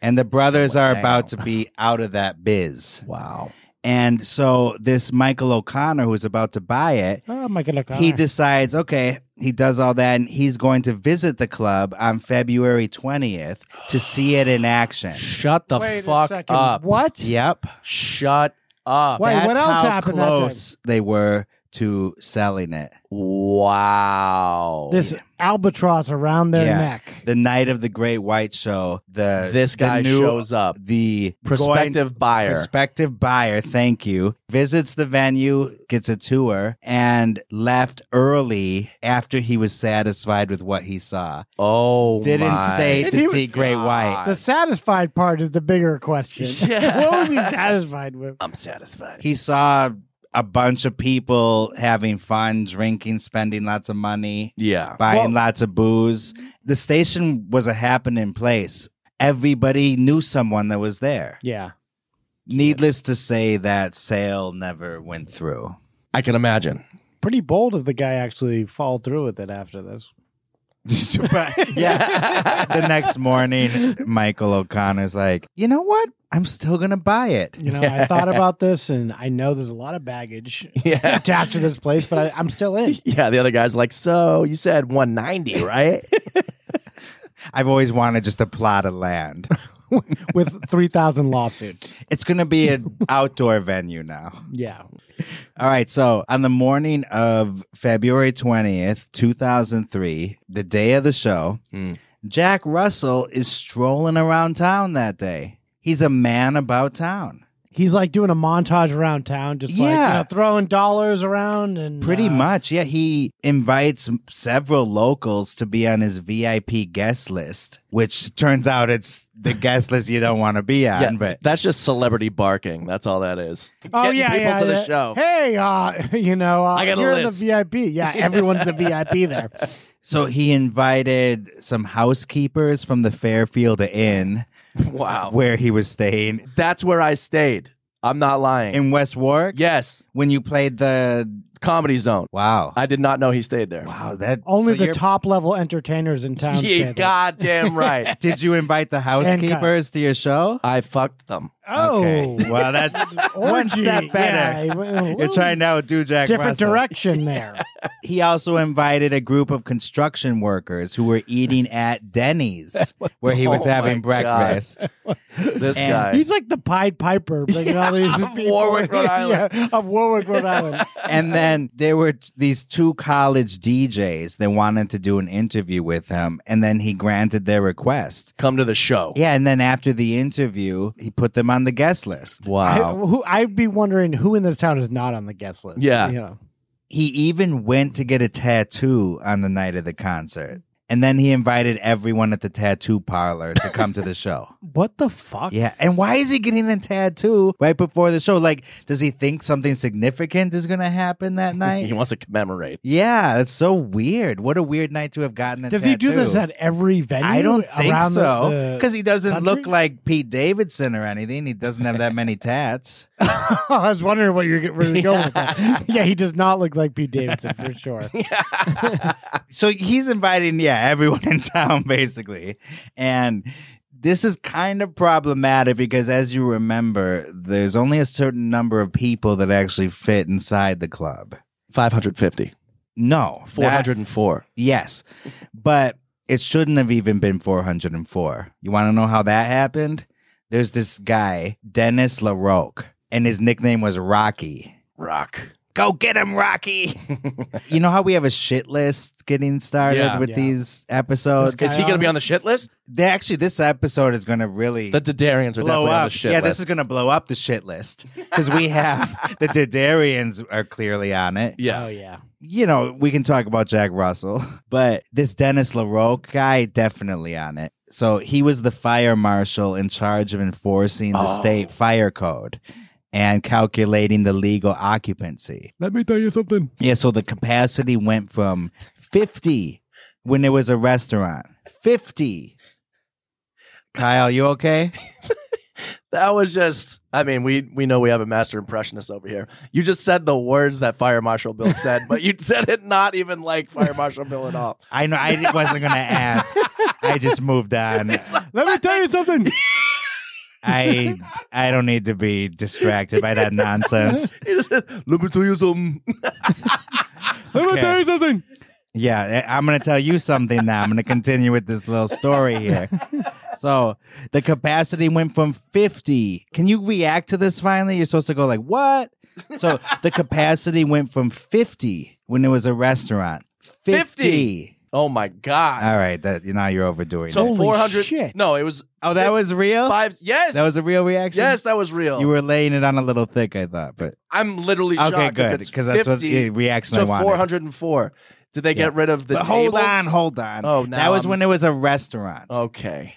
Speaker 1: And the brothers
Speaker 11: going
Speaker 1: are
Speaker 11: down.
Speaker 1: about to be out of that biz.
Speaker 11: Wow.
Speaker 1: And so this Michael O'Connor who's about to buy it
Speaker 12: Oh my god!
Speaker 1: he decides, okay, he does all that, and he's going to visit the club on February 20th to see it in action.
Speaker 11: Shut the
Speaker 12: Wait a
Speaker 11: fuck
Speaker 12: second.
Speaker 11: up.
Speaker 12: What?
Speaker 1: Yep.
Speaker 11: Shut up.
Speaker 12: Wait, what
Speaker 1: That's
Speaker 12: else
Speaker 1: how
Speaker 12: happened that
Speaker 1: close they were to selling it.
Speaker 11: Wow.
Speaker 12: This albatross around their
Speaker 1: Yeah.
Speaker 12: neck.
Speaker 1: The night of the Great White Show, the
Speaker 11: This
Speaker 1: the
Speaker 11: guy
Speaker 1: new-
Speaker 11: shows up.
Speaker 1: The
Speaker 11: Prospective
Speaker 1: going-
Speaker 11: buyer.
Speaker 1: prospective buyer, thank you, visits the venue, gets a tour, and left early after he was satisfied with what he saw.
Speaker 11: oh,
Speaker 1: Didn't
Speaker 11: my
Speaker 1: stay to
Speaker 12: He-
Speaker 1: see Great White.
Speaker 12: The satisfied part is the bigger question.
Speaker 11: Yeah.
Speaker 12: what was he satisfied with?
Speaker 11: I'm satisfied.
Speaker 1: he saw a bunch of people having fun, drinking, spending lots of money,
Speaker 11: Yeah.
Speaker 1: buying lots of booze. The station was a happening place. Everybody knew someone that was there.
Speaker 12: Yeah.
Speaker 1: Needless to say, that sale never went through.
Speaker 11: I can imagine.
Speaker 12: Pretty bold of the guy actually fall through with it after this.
Speaker 1: but yeah, the next morning, Michael O'Connor's like, you know what? I'm still going to buy it.
Speaker 12: You know, I thought about this and I know there's a lot of baggage
Speaker 11: Yeah.
Speaker 12: attached to this place, but I, I'm still in.
Speaker 11: Yeah, the other guy's like, so you said 190, right?
Speaker 1: I've always wanted just a plot of land.
Speaker 12: With 3,000 lawsuits.
Speaker 1: It's going to be an outdoor venue now.
Speaker 12: Yeah.
Speaker 1: All right. So on the morning of February 20th, 2003, the day of the show,
Speaker 11: Hmm.
Speaker 1: Jack Russell is strolling around town that day. He's a man about town.
Speaker 12: He's like doing a montage around town, just like you
Speaker 1: Yeah.
Speaker 12: know, throwing dollars around and
Speaker 1: Pretty
Speaker 12: uh,
Speaker 1: much, yeah. He invites m- several locals to be on his VIP guest list, which turns out it's the guest list you don't want to be on.
Speaker 11: Yeah,
Speaker 1: but
Speaker 11: that's just celebrity barking. That's all that is.
Speaker 12: Oh
Speaker 11: Getting
Speaker 12: yeah,
Speaker 11: people
Speaker 12: yeah,
Speaker 11: to the
Speaker 12: yeah.
Speaker 11: show.
Speaker 12: Hey, uh, you know, uh,
Speaker 11: I got a
Speaker 12: you're
Speaker 11: list.
Speaker 12: in the VIP. Yeah, everyone's a VIP there.
Speaker 1: so he invited some housekeepers from the Fairfield Inn
Speaker 11: Wow,
Speaker 1: where he was staying
Speaker 11: that's where I stayed. I'm not lying.
Speaker 1: in West Warwick.
Speaker 11: yes,
Speaker 1: when you played the
Speaker 11: Comedy Zone.
Speaker 1: wow,
Speaker 11: I did not know he stayed there.
Speaker 1: wow, that
Speaker 12: Only
Speaker 1: so
Speaker 12: the
Speaker 1: you're-
Speaker 12: top level entertainers in town. stay
Speaker 11: Yeah,
Speaker 12: there.
Speaker 11: goddamn right.
Speaker 1: Did you invite the
Speaker 12: uh,
Speaker 1: housekeepers to your show?
Speaker 11: I fucked them.
Speaker 12: Oh,
Speaker 1: Okay. Well, that's one
Speaker 12: Orgy.
Speaker 1: step better.
Speaker 12: Yeah, well,
Speaker 1: You're trying to outdo Jack
Speaker 12: different
Speaker 1: Russell.
Speaker 12: direction there.
Speaker 1: He also invited a group of construction workers who were eating at Denny's where he was
Speaker 11: Oh
Speaker 1: having
Speaker 11: my God.
Speaker 1: breakfast.
Speaker 11: This
Speaker 1: And
Speaker 11: guy.
Speaker 12: He's like the Pied Piper, bringing all these
Speaker 11: of
Speaker 12: people-
Speaker 11: Warwick, Rhode Island.
Speaker 12: yeah, of Warwick, Rhode Island.
Speaker 1: And then there were t- these two college DJs that wanted to do an interview with him, and then he granted their request.
Speaker 11: Come to the show.
Speaker 1: Yeah, and then after the interview, he put them on the guest list.
Speaker 12: I,
Speaker 11: Wow.
Speaker 12: who, I'd be wondering who in this town is not on the guest list.
Speaker 11: Yeah.
Speaker 12: you know.
Speaker 1: He even went to get a tattoo on the night of the concert. And then he invited everyone at the tattoo parlor to come to the show.
Speaker 12: what the fuck?
Speaker 1: Yeah, and why is he getting a tattoo right before the show? Like, does he think something significant is going to happen that
Speaker 11: He
Speaker 1: night?
Speaker 11: wants to commemorate.
Speaker 1: yeah, that's so weird. What a weird night to have gotten a
Speaker 12: Does
Speaker 1: tattoo.
Speaker 12: he do this at every venue?
Speaker 1: I don't think
Speaker 12: around the-
Speaker 1: so
Speaker 12: the-
Speaker 1: because he doesn't look
Speaker 12: country?
Speaker 1: like Pete Davidson or anything. He doesn't have that many tats.
Speaker 12: I was wondering what you're get- where you're going with that. Yeah, he does not look like Pete Davidson for sure.
Speaker 1: so he's inviting yeah everyone in town basically and this is kind of problematic because as you remember there's only a certain number of people that actually fit inside the club
Speaker 11: 550.
Speaker 1: no that-
Speaker 11: 404.
Speaker 1: yes but it shouldn't have even been 404 you want to know how that happened there's this guy dennis laroque and his nickname was rocky
Speaker 11: Rock.
Speaker 1: go get him rocky you know how we have a shit list getting started
Speaker 11: Yeah.
Speaker 1: with
Speaker 12: Yeah.
Speaker 1: these episodes
Speaker 11: Is he going to be on the shit list?
Speaker 1: They actually, this episode is going to really
Speaker 11: The Dadarians are
Speaker 1: blow
Speaker 11: definitely on the
Speaker 1: up.
Speaker 11: shit
Speaker 1: yeah,
Speaker 11: list.
Speaker 1: this is going to blow up the shit list because we have the Dadarians are clearly on it.
Speaker 11: Yeah.
Speaker 12: Oh yeah.
Speaker 1: You know, we can talk about Jack Russell, but this Dennis LaRoque guy definitely on it. So he was the fire marshal in charge of enforcing the
Speaker 11: Oh.
Speaker 1: state fire code and calculating the legal occupancy.
Speaker 12: Let me tell you something.
Speaker 1: Yeah, so the capacity went from 50 when it was a restaurant. 50. Kyle, you okay?
Speaker 11: That was just. I mean, we we know we have a master impressionist over here. You just said the words that Fire Marshal Bill said, but you said it not even like Fire Marshal Bill at all.
Speaker 1: I know I wasn't going to ask. I just moved on.
Speaker 12: Let me tell you something.
Speaker 1: I I don't need to be distracted by that nonsense.
Speaker 11: He just said, Let me tell you something.
Speaker 12: Let me
Speaker 1: Okay.
Speaker 12: tell you something.
Speaker 1: Yeah, I- I'm going to tell you something now. I'm going to continue with this little story here. So, the capacity went from 50. Can you react to this finally? You're supposed to go like, "What?" So, the capacity went from 50 when it was a restaurant. 50.
Speaker 11: 50. Oh my god!
Speaker 1: All right, that now you're overdoing
Speaker 11: so
Speaker 1: it.
Speaker 12: Holy
Speaker 11: four hundred.
Speaker 12: shit.
Speaker 11: No, it was
Speaker 1: Oh, that was real?
Speaker 11: five. Yes,
Speaker 1: That was a real reaction?
Speaker 11: yes, that was real.
Speaker 1: You were laying it on a little thick, I thought, but
Speaker 11: I'm literally shocked.
Speaker 1: Okay,
Speaker 11: if
Speaker 1: good,
Speaker 11: it's
Speaker 1: 'cause that's what
Speaker 11: 50
Speaker 1: the reaction
Speaker 11: to
Speaker 1: I wanted.
Speaker 11: 404. Did they get rid of the
Speaker 1: But hold
Speaker 11: tables?
Speaker 1: on, hold on.
Speaker 11: Oh, now
Speaker 1: that was
Speaker 11: I'm-
Speaker 1: when it was a restaurant,
Speaker 11: Okay.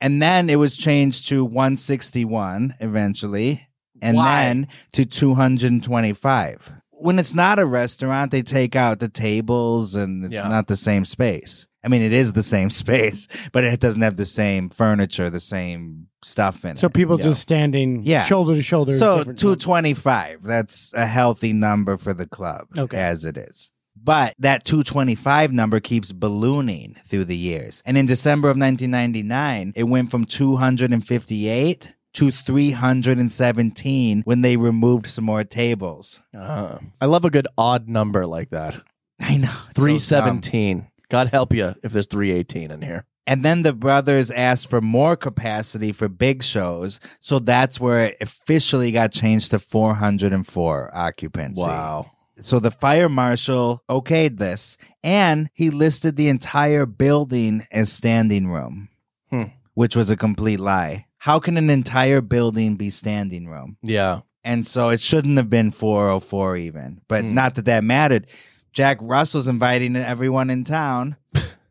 Speaker 1: and then it was changed to 161 eventually, and
Speaker 11: Why?
Speaker 1: then to 225. When it's not a restaurant, they take out the tables, and it's
Speaker 11: Yeah.
Speaker 1: not the same space. I mean, it is the same space, but it doesn't have the same furniture, the same stuff in
Speaker 12: So
Speaker 1: it.
Speaker 12: people
Speaker 11: Yeah.
Speaker 12: just standing
Speaker 1: Yeah.
Speaker 12: shoulder to shoulder. is
Speaker 1: So
Speaker 12: different.
Speaker 1: 225, that's a healthy number for the club
Speaker 12: Okay.
Speaker 1: as it is. But that 225 number keeps ballooning through the years. And in December of 1999, it went from 258 to 317 when they removed some more tables.
Speaker 11: Uh, I love a good odd number like that.
Speaker 1: I know. it's so
Speaker 11: Three
Speaker 1: dumb.
Speaker 11: seventeen. God help you if there's three eighteen in here.
Speaker 1: And then the brothers asked for more capacity for big shows. So that's where it officially got changed to 404 occupancy. So the fire marshal okayed this, and he listed the entire building as standing room,
Speaker 11: Hmm.
Speaker 1: which was a complete lie. how can an entire building be standing room?
Speaker 11: Yeah.
Speaker 1: And so it shouldn't have been 404 even, but
Speaker 11: Mm.
Speaker 1: not that that mattered. Jack Russell's inviting everyone in town.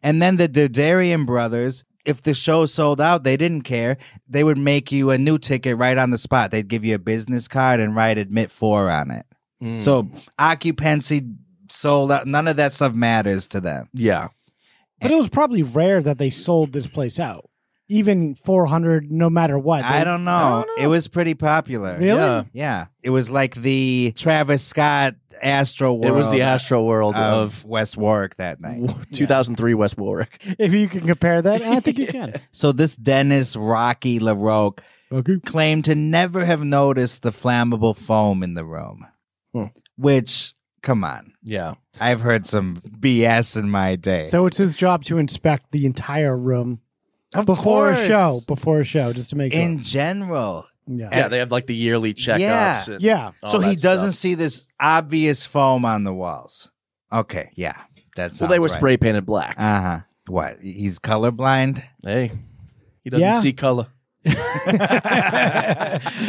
Speaker 1: and then the Dodarian brothers, if the show sold out, they didn't care. They would make you a new ticket right on the spot. They'd give you a business card and write admit four on it.
Speaker 12: Hmm.
Speaker 11: Mm.
Speaker 1: So occupancy sold out. None of that stuff matters to them.
Speaker 11: yeah.
Speaker 12: But it was probably rare that they sold this place out. Even 400, no matter what.
Speaker 1: I
Speaker 12: They-
Speaker 1: don't know.
Speaker 12: don't
Speaker 1: It was pretty popular.
Speaker 12: Really?
Speaker 11: Yeah.
Speaker 1: Yeah. It was like the Travis Scott Astro World.
Speaker 11: It was the Astro World
Speaker 1: of,
Speaker 11: of,
Speaker 1: West Warwick that night.
Speaker 11: 2003 West Warwick.
Speaker 12: If you can compare that, I think you can.
Speaker 1: So this Dennis Rocky LaRoque
Speaker 12: Okay.
Speaker 1: claimed to never have noticed the flammable foam in the room,
Speaker 11: Hmm.
Speaker 1: which, come on,
Speaker 11: Yeah.
Speaker 1: I've heard some BS in my day.
Speaker 12: So it's his job to inspect the entire room
Speaker 1: Of
Speaker 12: before
Speaker 1: course.
Speaker 12: a show, before a show, just to make sure.
Speaker 1: in general.
Speaker 12: yeah.
Speaker 11: Yeah. They have like the yearly checkups.
Speaker 1: Yeah.
Speaker 11: and
Speaker 12: Yeah.
Speaker 11: all
Speaker 1: so he
Speaker 11: that
Speaker 1: doesn't
Speaker 11: stuff.
Speaker 1: see this obvious foam on the walls. Okay, yeah, that's
Speaker 11: Well, they were spray painted black.
Speaker 1: Uh huh. What? He's colorblind.
Speaker 11: hey. He doesn't
Speaker 12: Yeah.
Speaker 11: see color.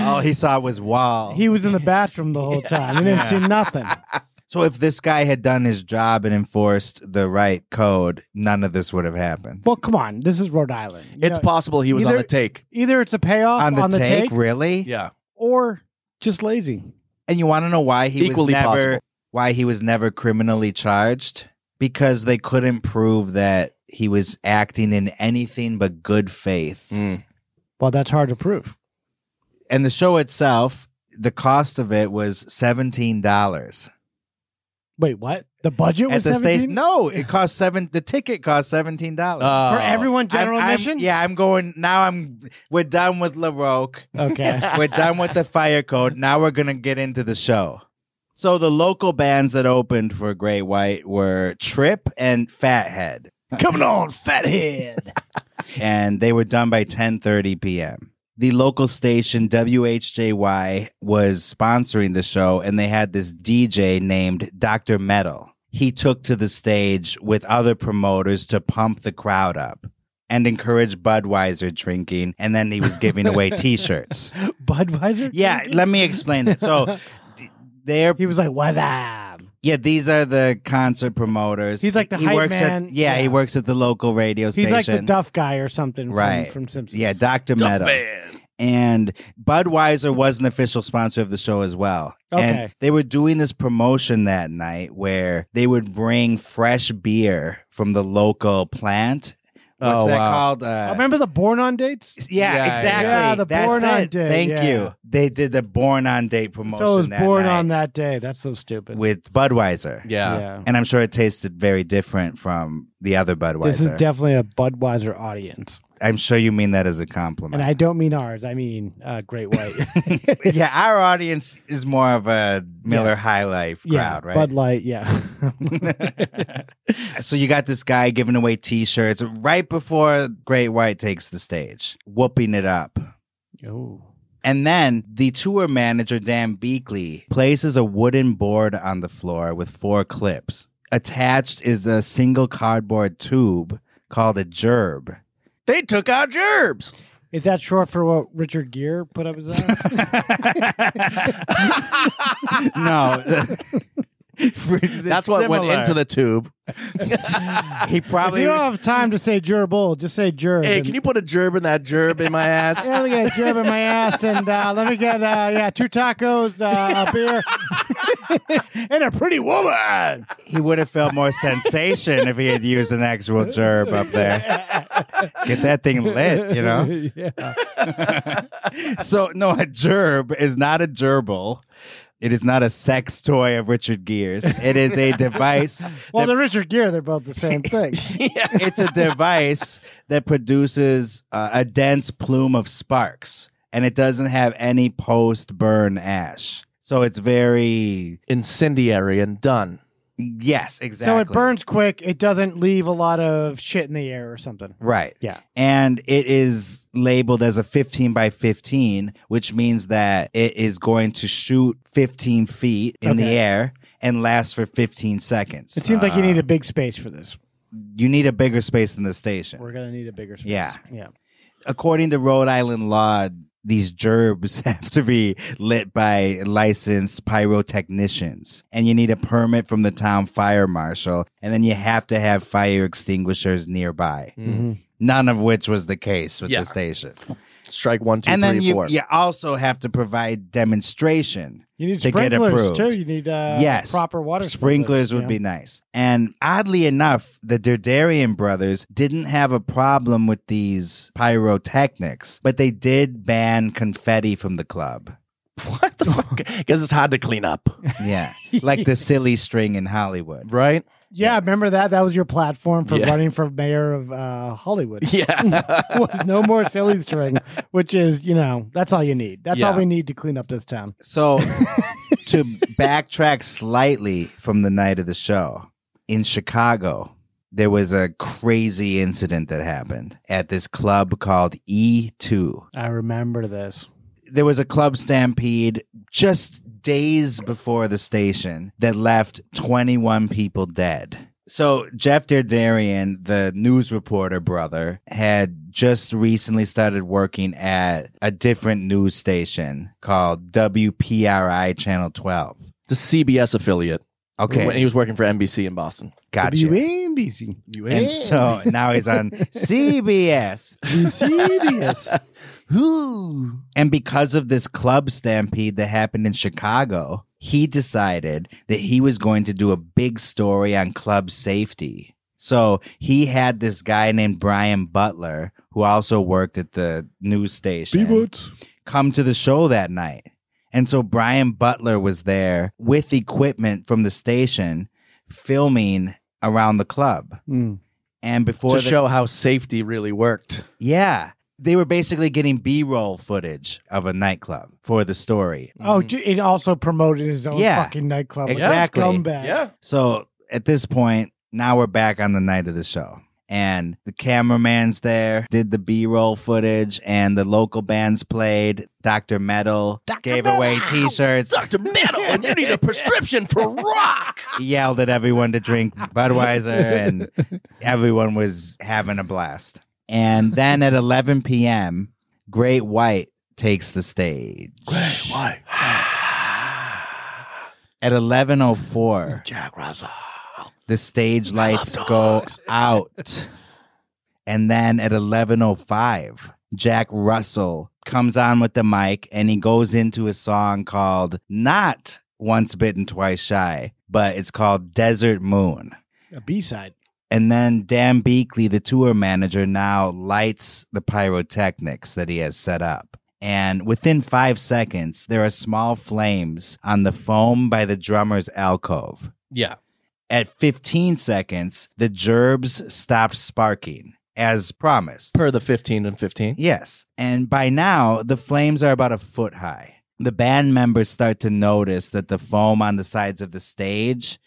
Speaker 1: All he saw was wall.
Speaker 12: He was in the bathroom the whole time. He didn't see nothing.
Speaker 1: So if this guy had done his job and enforced the right code, none of this would have happened.
Speaker 12: Well, come on. This is Rhode Island. You
Speaker 11: It's
Speaker 12: know,
Speaker 11: possible he was on
Speaker 12: either-
Speaker 11: the take.
Speaker 12: Either it's a payoff
Speaker 1: on the, take,
Speaker 12: take,
Speaker 1: really?
Speaker 11: Yeah.
Speaker 12: or just lazy.
Speaker 1: And you want to know why he
Speaker 11: Equally
Speaker 1: was never
Speaker 11: possible.
Speaker 1: why he was never criminally charged? Because they couldn't prove that he was acting in anything but good faith.
Speaker 11: Mm.
Speaker 12: Well, that's hard to prove.
Speaker 1: And the show itself, the cost of it was seventeen dollars
Speaker 12: Wait, what? The budget
Speaker 1: at
Speaker 12: was
Speaker 1: the
Speaker 12: 17?
Speaker 1: station. No, it cost seven. The ticket cost seventeen dollars.
Speaker 11: Uh,
Speaker 12: For everyone,
Speaker 1: I'm-
Speaker 12: general
Speaker 1: I'm-
Speaker 12: admission?
Speaker 1: yeah, I'm going now. I'm we're done with LaRoque.
Speaker 12: Okay.
Speaker 1: we're done with the fire code. Now we're gonna get into the show. So the local bands that opened for Great White were Trip and Fathead,
Speaker 12: Coming on, fathead.
Speaker 1: and they were done by 10:30 p.m. The local station WHJY was sponsoring the show, and they had this DJ named Dr. Metal. He took to the stage with other promoters to pump the crowd up and encourage Budweiser drinking, and then he was giving away T-shirts.
Speaker 12: Budweiser?
Speaker 1: Yeah,
Speaker 12: drinking?
Speaker 1: let me explain that. So d- they're
Speaker 12: he was like, "What up?"
Speaker 1: yeah, these are the concert promoters.
Speaker 12: He's like the
Speaker 1: he
Speaker 12: hype
Speaker 1: works
Speaker 12: man.
Speaker 1: At, yeah, he
Speaker 12: Yeah.
Speaker 1: works at the local radio
Speaker 12: He's
Speaker 1: station.
Speaker 12: like the Duff guy or something, from-
Speaker 1: Right.
Speaker 12: From, Simpsons.
Speaker 1: Yeah, Dr. Meadow. And Budweiser was an official sponsor of the show as well. And
Speaker 12: Okay.
Speaker 1: they were doing this promotion that night where they would bring fresh beer from the local plant. What's
Speaker 11: Oh,
Speaker 1: that
Speaker 11: wow.
Speaker 1: called?
Speaker 12: I
Speaker 1: Uh,
Speaker 12: remember the born on dates.
Speaker 1: yeah,
Speaker 11: Yeah,
Speaker 1: exactly.
Speaker 12: yeah. Yeah, the
Speaker 1: That's
Speaker 12: Born on
Speaker 1: it.
Speaker 12: Day,
Speaker 1: Thank
Speaker 12: yeah.
Speaker 1: you. They did the Born on Date promotion
Speaker 12: So it was
Speaker 1: that
Speaker 12: born
Speaker 1: night
Speaker 12: on that day. That's so stupid.
Speaker 1: with Budweiser.
Speaker 11: Yeah.
Speaker 1: And I'm sure it tasted very different from the other Budweiser.
Speaker 12: This is definitely a Budweiser audience,
Speaker 1: I'm sure you mean that as a
Speaker 12: and
Speaker 1: compliment.
Speaker 12: I don't mean ours. I mean uh, Great White.
Speaker 1: yeah, our audience is more of a Miller High Life
Speaker 12: yeah,
Speaker 1: crowd,
Speaker 12: Bud Light. Yeah,
Speaker 1: right? so you got this guy giving away T-shirts right before Great White takes the stage, whooping it up.
Speaker 12: oh,
Speaker 1: And then the tour manager, Dan Beakley, places a wooden board on the floor with four clips. Attached is a single cardboard tube called a gerb.
Speaker 11: They took out gerbs.
Speaker 12: is that short for what Richard Gere put up his ass?
Speaker 1: no.
Speaker 11: That's what went into the tube.
Speaker 1: He
Speaker 12: if you
Speaker 1: probably.
Speaker 12: don't have time to say gerbil, just say gerb.
Speaker 11: Hey,
Speaker 12: and-
Speaker 11: can you put a gerb in that gerb in my ass?
Speaker 12: yeah, let me get a gerb in my ass, and uh, let me get uh, yeah two tacos, uh, a beer, and a pretty woman.
Speaker 1: He would have felt more sensation if he had used an actual gerb up there. Get that thing lit, you know?
Speaker 12: yeah.
Speaker 1: so no, a gerb is not a gerbil. It is not a sex toy of Richard Gere's. It is a device.
Speaker 12: Well,
Speaker 1: that-
Speaker 12: the Richard Gere, they're both the same thing.
Speaker 1: it's a device that produces uh, a dense plume of sparks, and it doesn't have any post-burn ash. So it's very
Speaker 11: Incendiary and done.
Speaker 1: yes, exactly.
Speaker 12: So it burns quick. It doesn't leave a lot of shit in the air or something.
Speaker 1: Right.
Speaker 12: Yeah.
Speaker 1: And it is labeled as a 15 by 15, which means that it is going to shoot 15 feet in the
Speaker 12: Okay.
Speaker 1: air and last for 15 seconds.
Speaker 12: It seems like you need a big space for this.
Speaker 1: you need a bigger space than the station.
Speaker 12: We're gonna need a bigger space.
Speaker 1: Yeah.
Speaker 12: yeah.
Speaker 1: according to Rhode Island law, these gerbs have to be lit by licensed pyrotechnicians. And you need a permit from the town fire marshal. And then you have to have fire extinguishers nearby. None of which was the case with
Speaker 11: Mm-hmm. Yeah.
Speaker 1: the station.
Speaker 11: Strike one, two,
Speaker 1: and then
Speaker 11: three,
Speaker 1: you,
Speaker 11: four.
Speaker 1: you also have to provide demonstration.
Speaker 12: You need
Speaker 1: to get
Speaker 12: sprinklers
Speaker 1: approved.
Speaker 12: too. You need uh,
Speaker 1: yes,
Speaker 12: proper water
Speaker 1: sprinklers, would
Speaker 12: yeah.
Speaker 1: be nice. And oddly enough, the Derdarian brothers didn't have a problem with these pyrotechnics, but they did ban confetti from the club.
Speaker 11: what the fuck? Guess it's hard to clean up,
Speaker 1: Yeah, like the silly string in Hollywood.
Speaker 11: right?
Speaker 12: Yeah, remember that? That was your platform for
Speaker 11: Yeah.
Speaker 12: running for mayor of uh, Hollywood.
Speaker 11: Yeah.
Speaker 12: was no more silly string, which is, you know, that's all you need. That's all
Speaker 11: Yeah.
Speaker 12: we need to clean up this town.
Speaker 1: So, to backtrack slightly from the night of the show in Chicago, there was a crazy incident that happened at this club called E E2.
Speaker 12: I remember this.
Speaker 1: there was a club stampede just days before the station that left 21 people dead. So Jeff Derdarian, the news reporter brother, had just recently started working at a different news station called WPRI Channel 12.
Speaker 11: the CBS affiliate. When
Speaker 1: Okay,
Speaker 11: he was working for NBC in Boston.
Speaker 1: gotcha.
Speaker 12: WNBC.
Speaker 1: And so now he's on CBS.
Speaker 12: CBS.
Speaker 1: Who? And because of this club stampede that happened in Chicago, he decided that he was going to do a big story on club safety. So he had this guy named Brian Butler, who also worked at the news station, come to the show that night. And so Brian Butler was there with equipment from the station filming around the club.
Speaker 12: Mm.
Speaker 1: And before
Speaker 11: to
Speaker 1: Hmm. the,
Speaker 11: show how safety really worked.
Speaker 1: yeah. They were basically getting B roll footage of a nightclub for the story.
Speaker 12: Oh, dude, it also promoted his own
Speaker 1: Mm-hmm. Yeah.
Speaker 12: fucking nightclub.
Speaker 1: Exactly.
Speaker 12: Scumbag.
Speaker 11: Yeah.
Speaker 1: So at this point, now we're back on the night of the show. And the cameraman's there, did the B roll footage, and the local bands played. Dr. Metal gave away t shirts,
Speaker 11: Dr. Metal, and oh, you need a prescription for rock.
Speaker 1: yelled at everyone to drink Budweiser, and everyone was having a blast. And then at 11 p.m., Great White takes the stage.
Speaker 11: Why?
Speaker 1: At 11:04,
Speaker 11: Jack Russell.
Speaker 1: the stage lights go out. And then at 11:05, Jack Russell comes on with the mic and he goes into a song called not Once Bitten Twice Shy, but it's called Desert Moon.
Speaker 12: A B side.
Speaker 1: And then Dan Beakley, the tour manager, now lights the pyrotechnics that he has set up. And within five seconds, there are small flames on the foam by the drummer's alcove.
Speaker 11: Yeah.
Speaker 1: At 15 seconds, the gerbs stopped sparking, as promised.
Speaker 11: Per the 15 and 15.
Speaker 1: Yes. And by now, the flames are about a foot high. The band members start to notice that the foam on the sides of the stage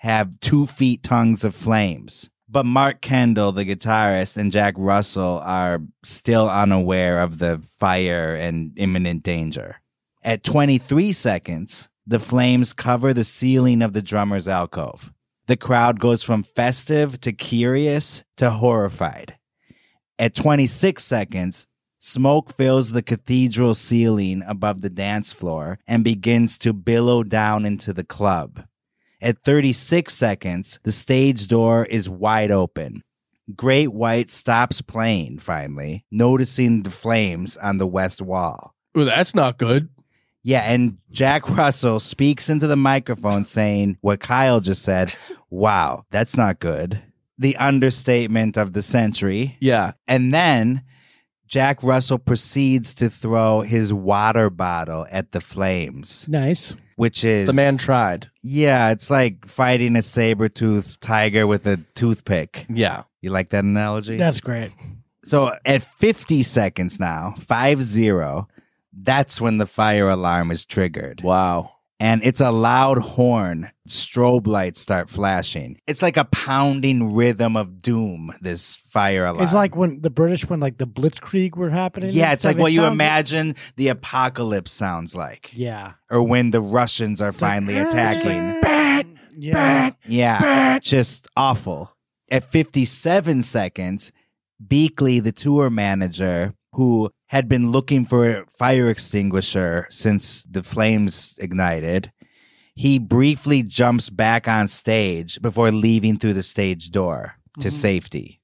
Speaker 1: have two feet tongues of flames. But Mark Kendall, the guitarist, and Jack Russell are still unaware of the fire and imminent danger. At 23 seconds, the flames cover the ceiling of the drummer's alcove. The crowd goes from festive to curious to horrified. At 26 seconds, smoke fills the cathedral ceiling above the dance floor and begins to billow down into the club. At 36 seconds, the stage door is wide open. Great White stops playing finally, noticing the flames on the west wall.
Speaker 11: Well, that's not good.
Speaker 1: Yeah, and Jack Russell speaks into the microphone saying what Kyle just said Wow, that's not good. The understatement of the century.
Speaker 11: Yeah.
Speaker 1: And then Jack Russell proceeds to throw his water bottle at the flames,
Speaker 12: Nice.
Speaker 1: which is
Speaker 11: The man tried.
Speaker 1: Yeah, it's like fighting a saber toothed tiger with a toothpick.
Speaker 11: Yeah.
Speaker 1: You like that analogy?
Speaker 12: That's great.
Speaker 1: so at 50 seconds now, 5 0, that's when the fire alarm is triggered.
Speaker 11: Wow.
Speaker 1: And it's a loud horn. Strobe lights start flashing. It's like a pounding rhythm of doom, this fire alarm.
Speaker 12: It's like when the British, when like the Blitzkrieg were happening.
Speaker 1: Yeah,
Speaker 12: and
Speaker 1: it's
Speaker 12: stuff.
Speaker 1: like
Speaker 12: It
Speaker 1: what you
Speaker 12: sounds-
Speaker 1: imagine the apocalypse sounds like,
Speaker 12: Yeah.
Speaker 1: or when the Russians are finally attacking.
Speaker 12: Yeah.
Speaker 1: Yeah, just awful. At 57 seconds, Beakley, the tour manager, who had been looking for a fire extinguisher since the flames ignited. He briefly jumps back on stage before leaving through the stage door to safety.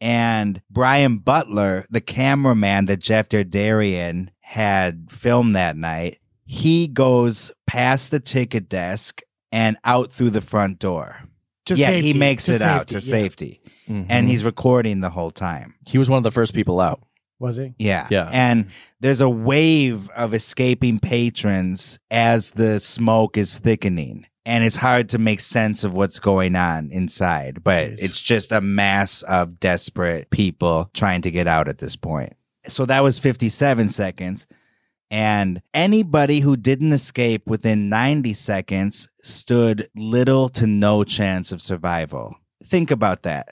Speaker 1: And Brian Butler, the cameraman that Jeff Derdarian had filmed that night, he goes past the ticket desk and out through the front door.
Speaker 12: To
Speaker 1: yeah, he
Speaker 12: safety,
Speaker 1: makes
Speaker 12: to
Speaker 1: it out to
Speaker 12: safety, yeah.
Speaker 1: safety.
Speaker 11: Mhm.
Speaker 1: And he's recording the whole time.
Speaker 11: he was one of the first people out.
Speaker 12: Was he?
Speaker 1: Yeah.
Speaker 11: Yeah.
Speaker 1: And there's a wave of escaping patrons as the smoke is thickening. And it's hard to make sense of what's going on inside, but it's just a mass of desperate people trying to get out at this point. So that was 57 seconds. And anybody who didn't escape within 90 seconds stood little to no chance of survival. Think about that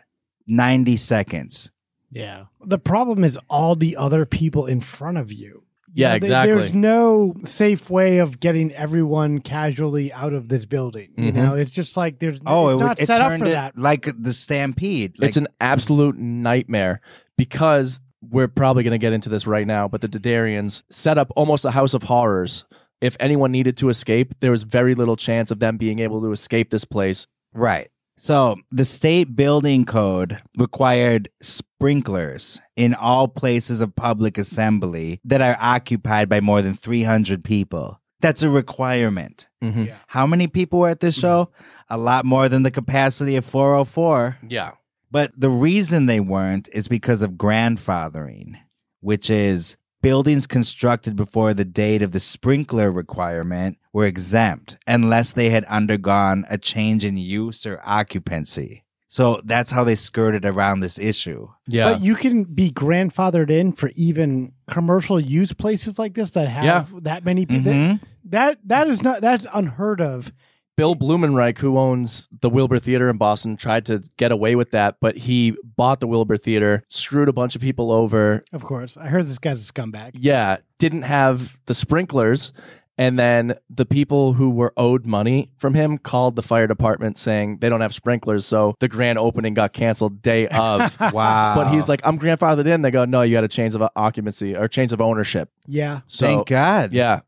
Speaker 1: 90 seconds.
Speaker 12: Yeah. The problem is all the other people in front of you.
Speaker 11: Yeah,
Speaker 12: You know, there-
Speaker 11: exactly.
Speaker 12: There's no safe way of getting everyone casually out of this building. You
Speaker 11: Mhm.
Speaker 12: know, it's just like there's
Speaker 1: Mm-hmm. Oh,
Speaker 12: it's
Speaker 1: it,
Speaker 12: not
Speaker 1: would- it
Speaker 12: set up
Speaker 1: turned
Speaker 12: for
Speaker 1: it
Speaker 12: that.
Speaker 1: like the stampede. Like,
Speaker 11: it's an absolute nightmare because we're probably going to get into this right now, but the Dadarians set up almost a house of horrors. If anyone needed to escape, there was very little chance of them being able to escape this place.
Speaker 1: right. So the state building code required sprinklers in all places of public assembly that are occupied by more than 300 people. That's a requirement.
Speaker 11: Mm-hmm.
Speaker 12: Yeah.
Speaker 1: How many people were at this show? A lot more than the capacity of 404.
Speaker 11: Yeah.
Speaker 1: But the reason they weren't is because of grandfathering, which is buildings constructed before the date of the sprinkler requirement were exempt unless they had undergone a change in use or occupancy. So that's how they skirted around this issue.
Speaker 11: Yeah.
Speaker 12: But you can be grandfathered in for even commercial use places like this that have
Speaker 11: Yeah.
Speaker 12: that many people.
Speaker 1: Mhm.
Speaker 12: That that is not that's unheard of.
Speaker 11: Bill Blumenreich, who owns the Wilbur Theater in Boston, tried to get away with that, but he bought the Wilbur Theater, screwed a bunch of people over.
Speaker 12: Of course, I heard this guy's a scumbag.
Speaker 11: Yeah, didn't have the sprinklers. And then the people who were owed money from him called the fire department saying they don't have sprinklers. So the grand opening got canceled day of.
Speaker 1: Wow.
Speaker 11: But he's like, I'm grandfathered in. They go, no, you had a change of occupancy or change of ownership.
Speaker 12: Yeah,
Speaker 11: So,
Speaker 1: Thank God.
Speaker 11: Yeah.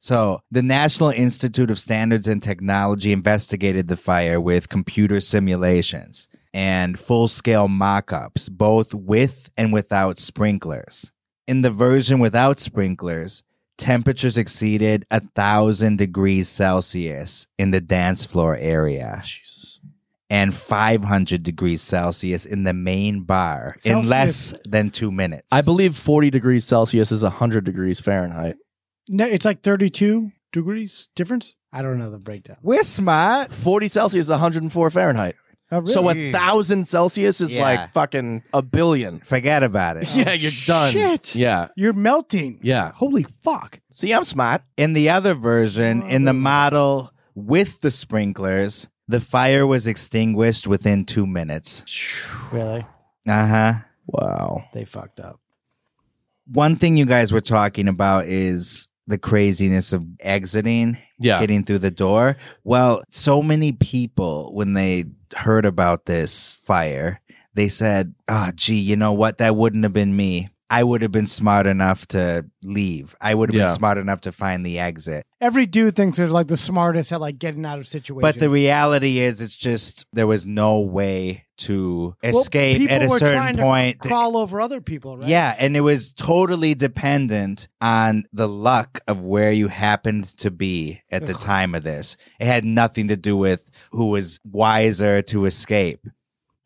Speaker 1: So, the National Institute of Standards and Technology investigated the fire with computer simulations and full scale mock ups, both with and without sprinklers. In the version without sprinklers, temperatures exceeded 1,000 degrees Celsius in the dance floor area and 500 degrees Celsius in the main bar in
Speaker 12: Celsius.
Speaker 1: less than two minutes.
Speaker 11: I believe 40 degrees Celsius is 100 degrees Fahrenheit.
Speaker 12: no, it's like thirty-two degrees difference. I don't know the breakdown.
Speaker 1: We're smart.
Speaker 11: 40 Celsius is 104 Fahrenheit.
Speaker 12: Oh, really?
Speaker 11: So a thousand Celsius is
Speaker 1: Yeah.
Speaker 11: like fucking a billion.
Speaker 1: Forget about it.
Speaker 11: yeah, you're done.
Speaker 12: shit.
Speaker 11: Yeah,
Speaker 12: You're melting.
Speaker 11: yeah.
Speaker 12: Holy fuck.
Speaker 11: See, I'm smart.
Speaker 1: In the other version, in the model with the sprinklers, the fire was extinguished within two minutes.
Speaker 12: Really?
Speaker 1: Uh huh.
Speaker 11: Wow.
Speaker 12: They fucked up.
Speaker 1: One thing you guys were talking about is the craziness of exiting,
Speaker 11: Yeah.
Speaker 1: getting through the door. Well, so many people, when they heard about this fire, they said, Oh, gee, you know what? That wouldn't have been me. I would have been smart enough to leave. I would have
Speaker 11: Yeah.
Speaker 1: been smart enough to find the exit.
Speaker 12: Every dude thinks they're like the smartest at like getting out of situations.
Speaker 1: But the reality is, it's just there was no way to
Speaker 12: Well,
Speaker 1: escape
Speaker 12: people
Speaker 1: at a
Speaker 12: were
Speaker 1: certain
Speaker 12: trying to
Speaker 1: point.
Speaker 12: crawl over other people, right?
Speaker 1: Yeah, and it was totally dependent on the luck of where you happened to be at the time of this. It had nothing to do with who was wiser to escape.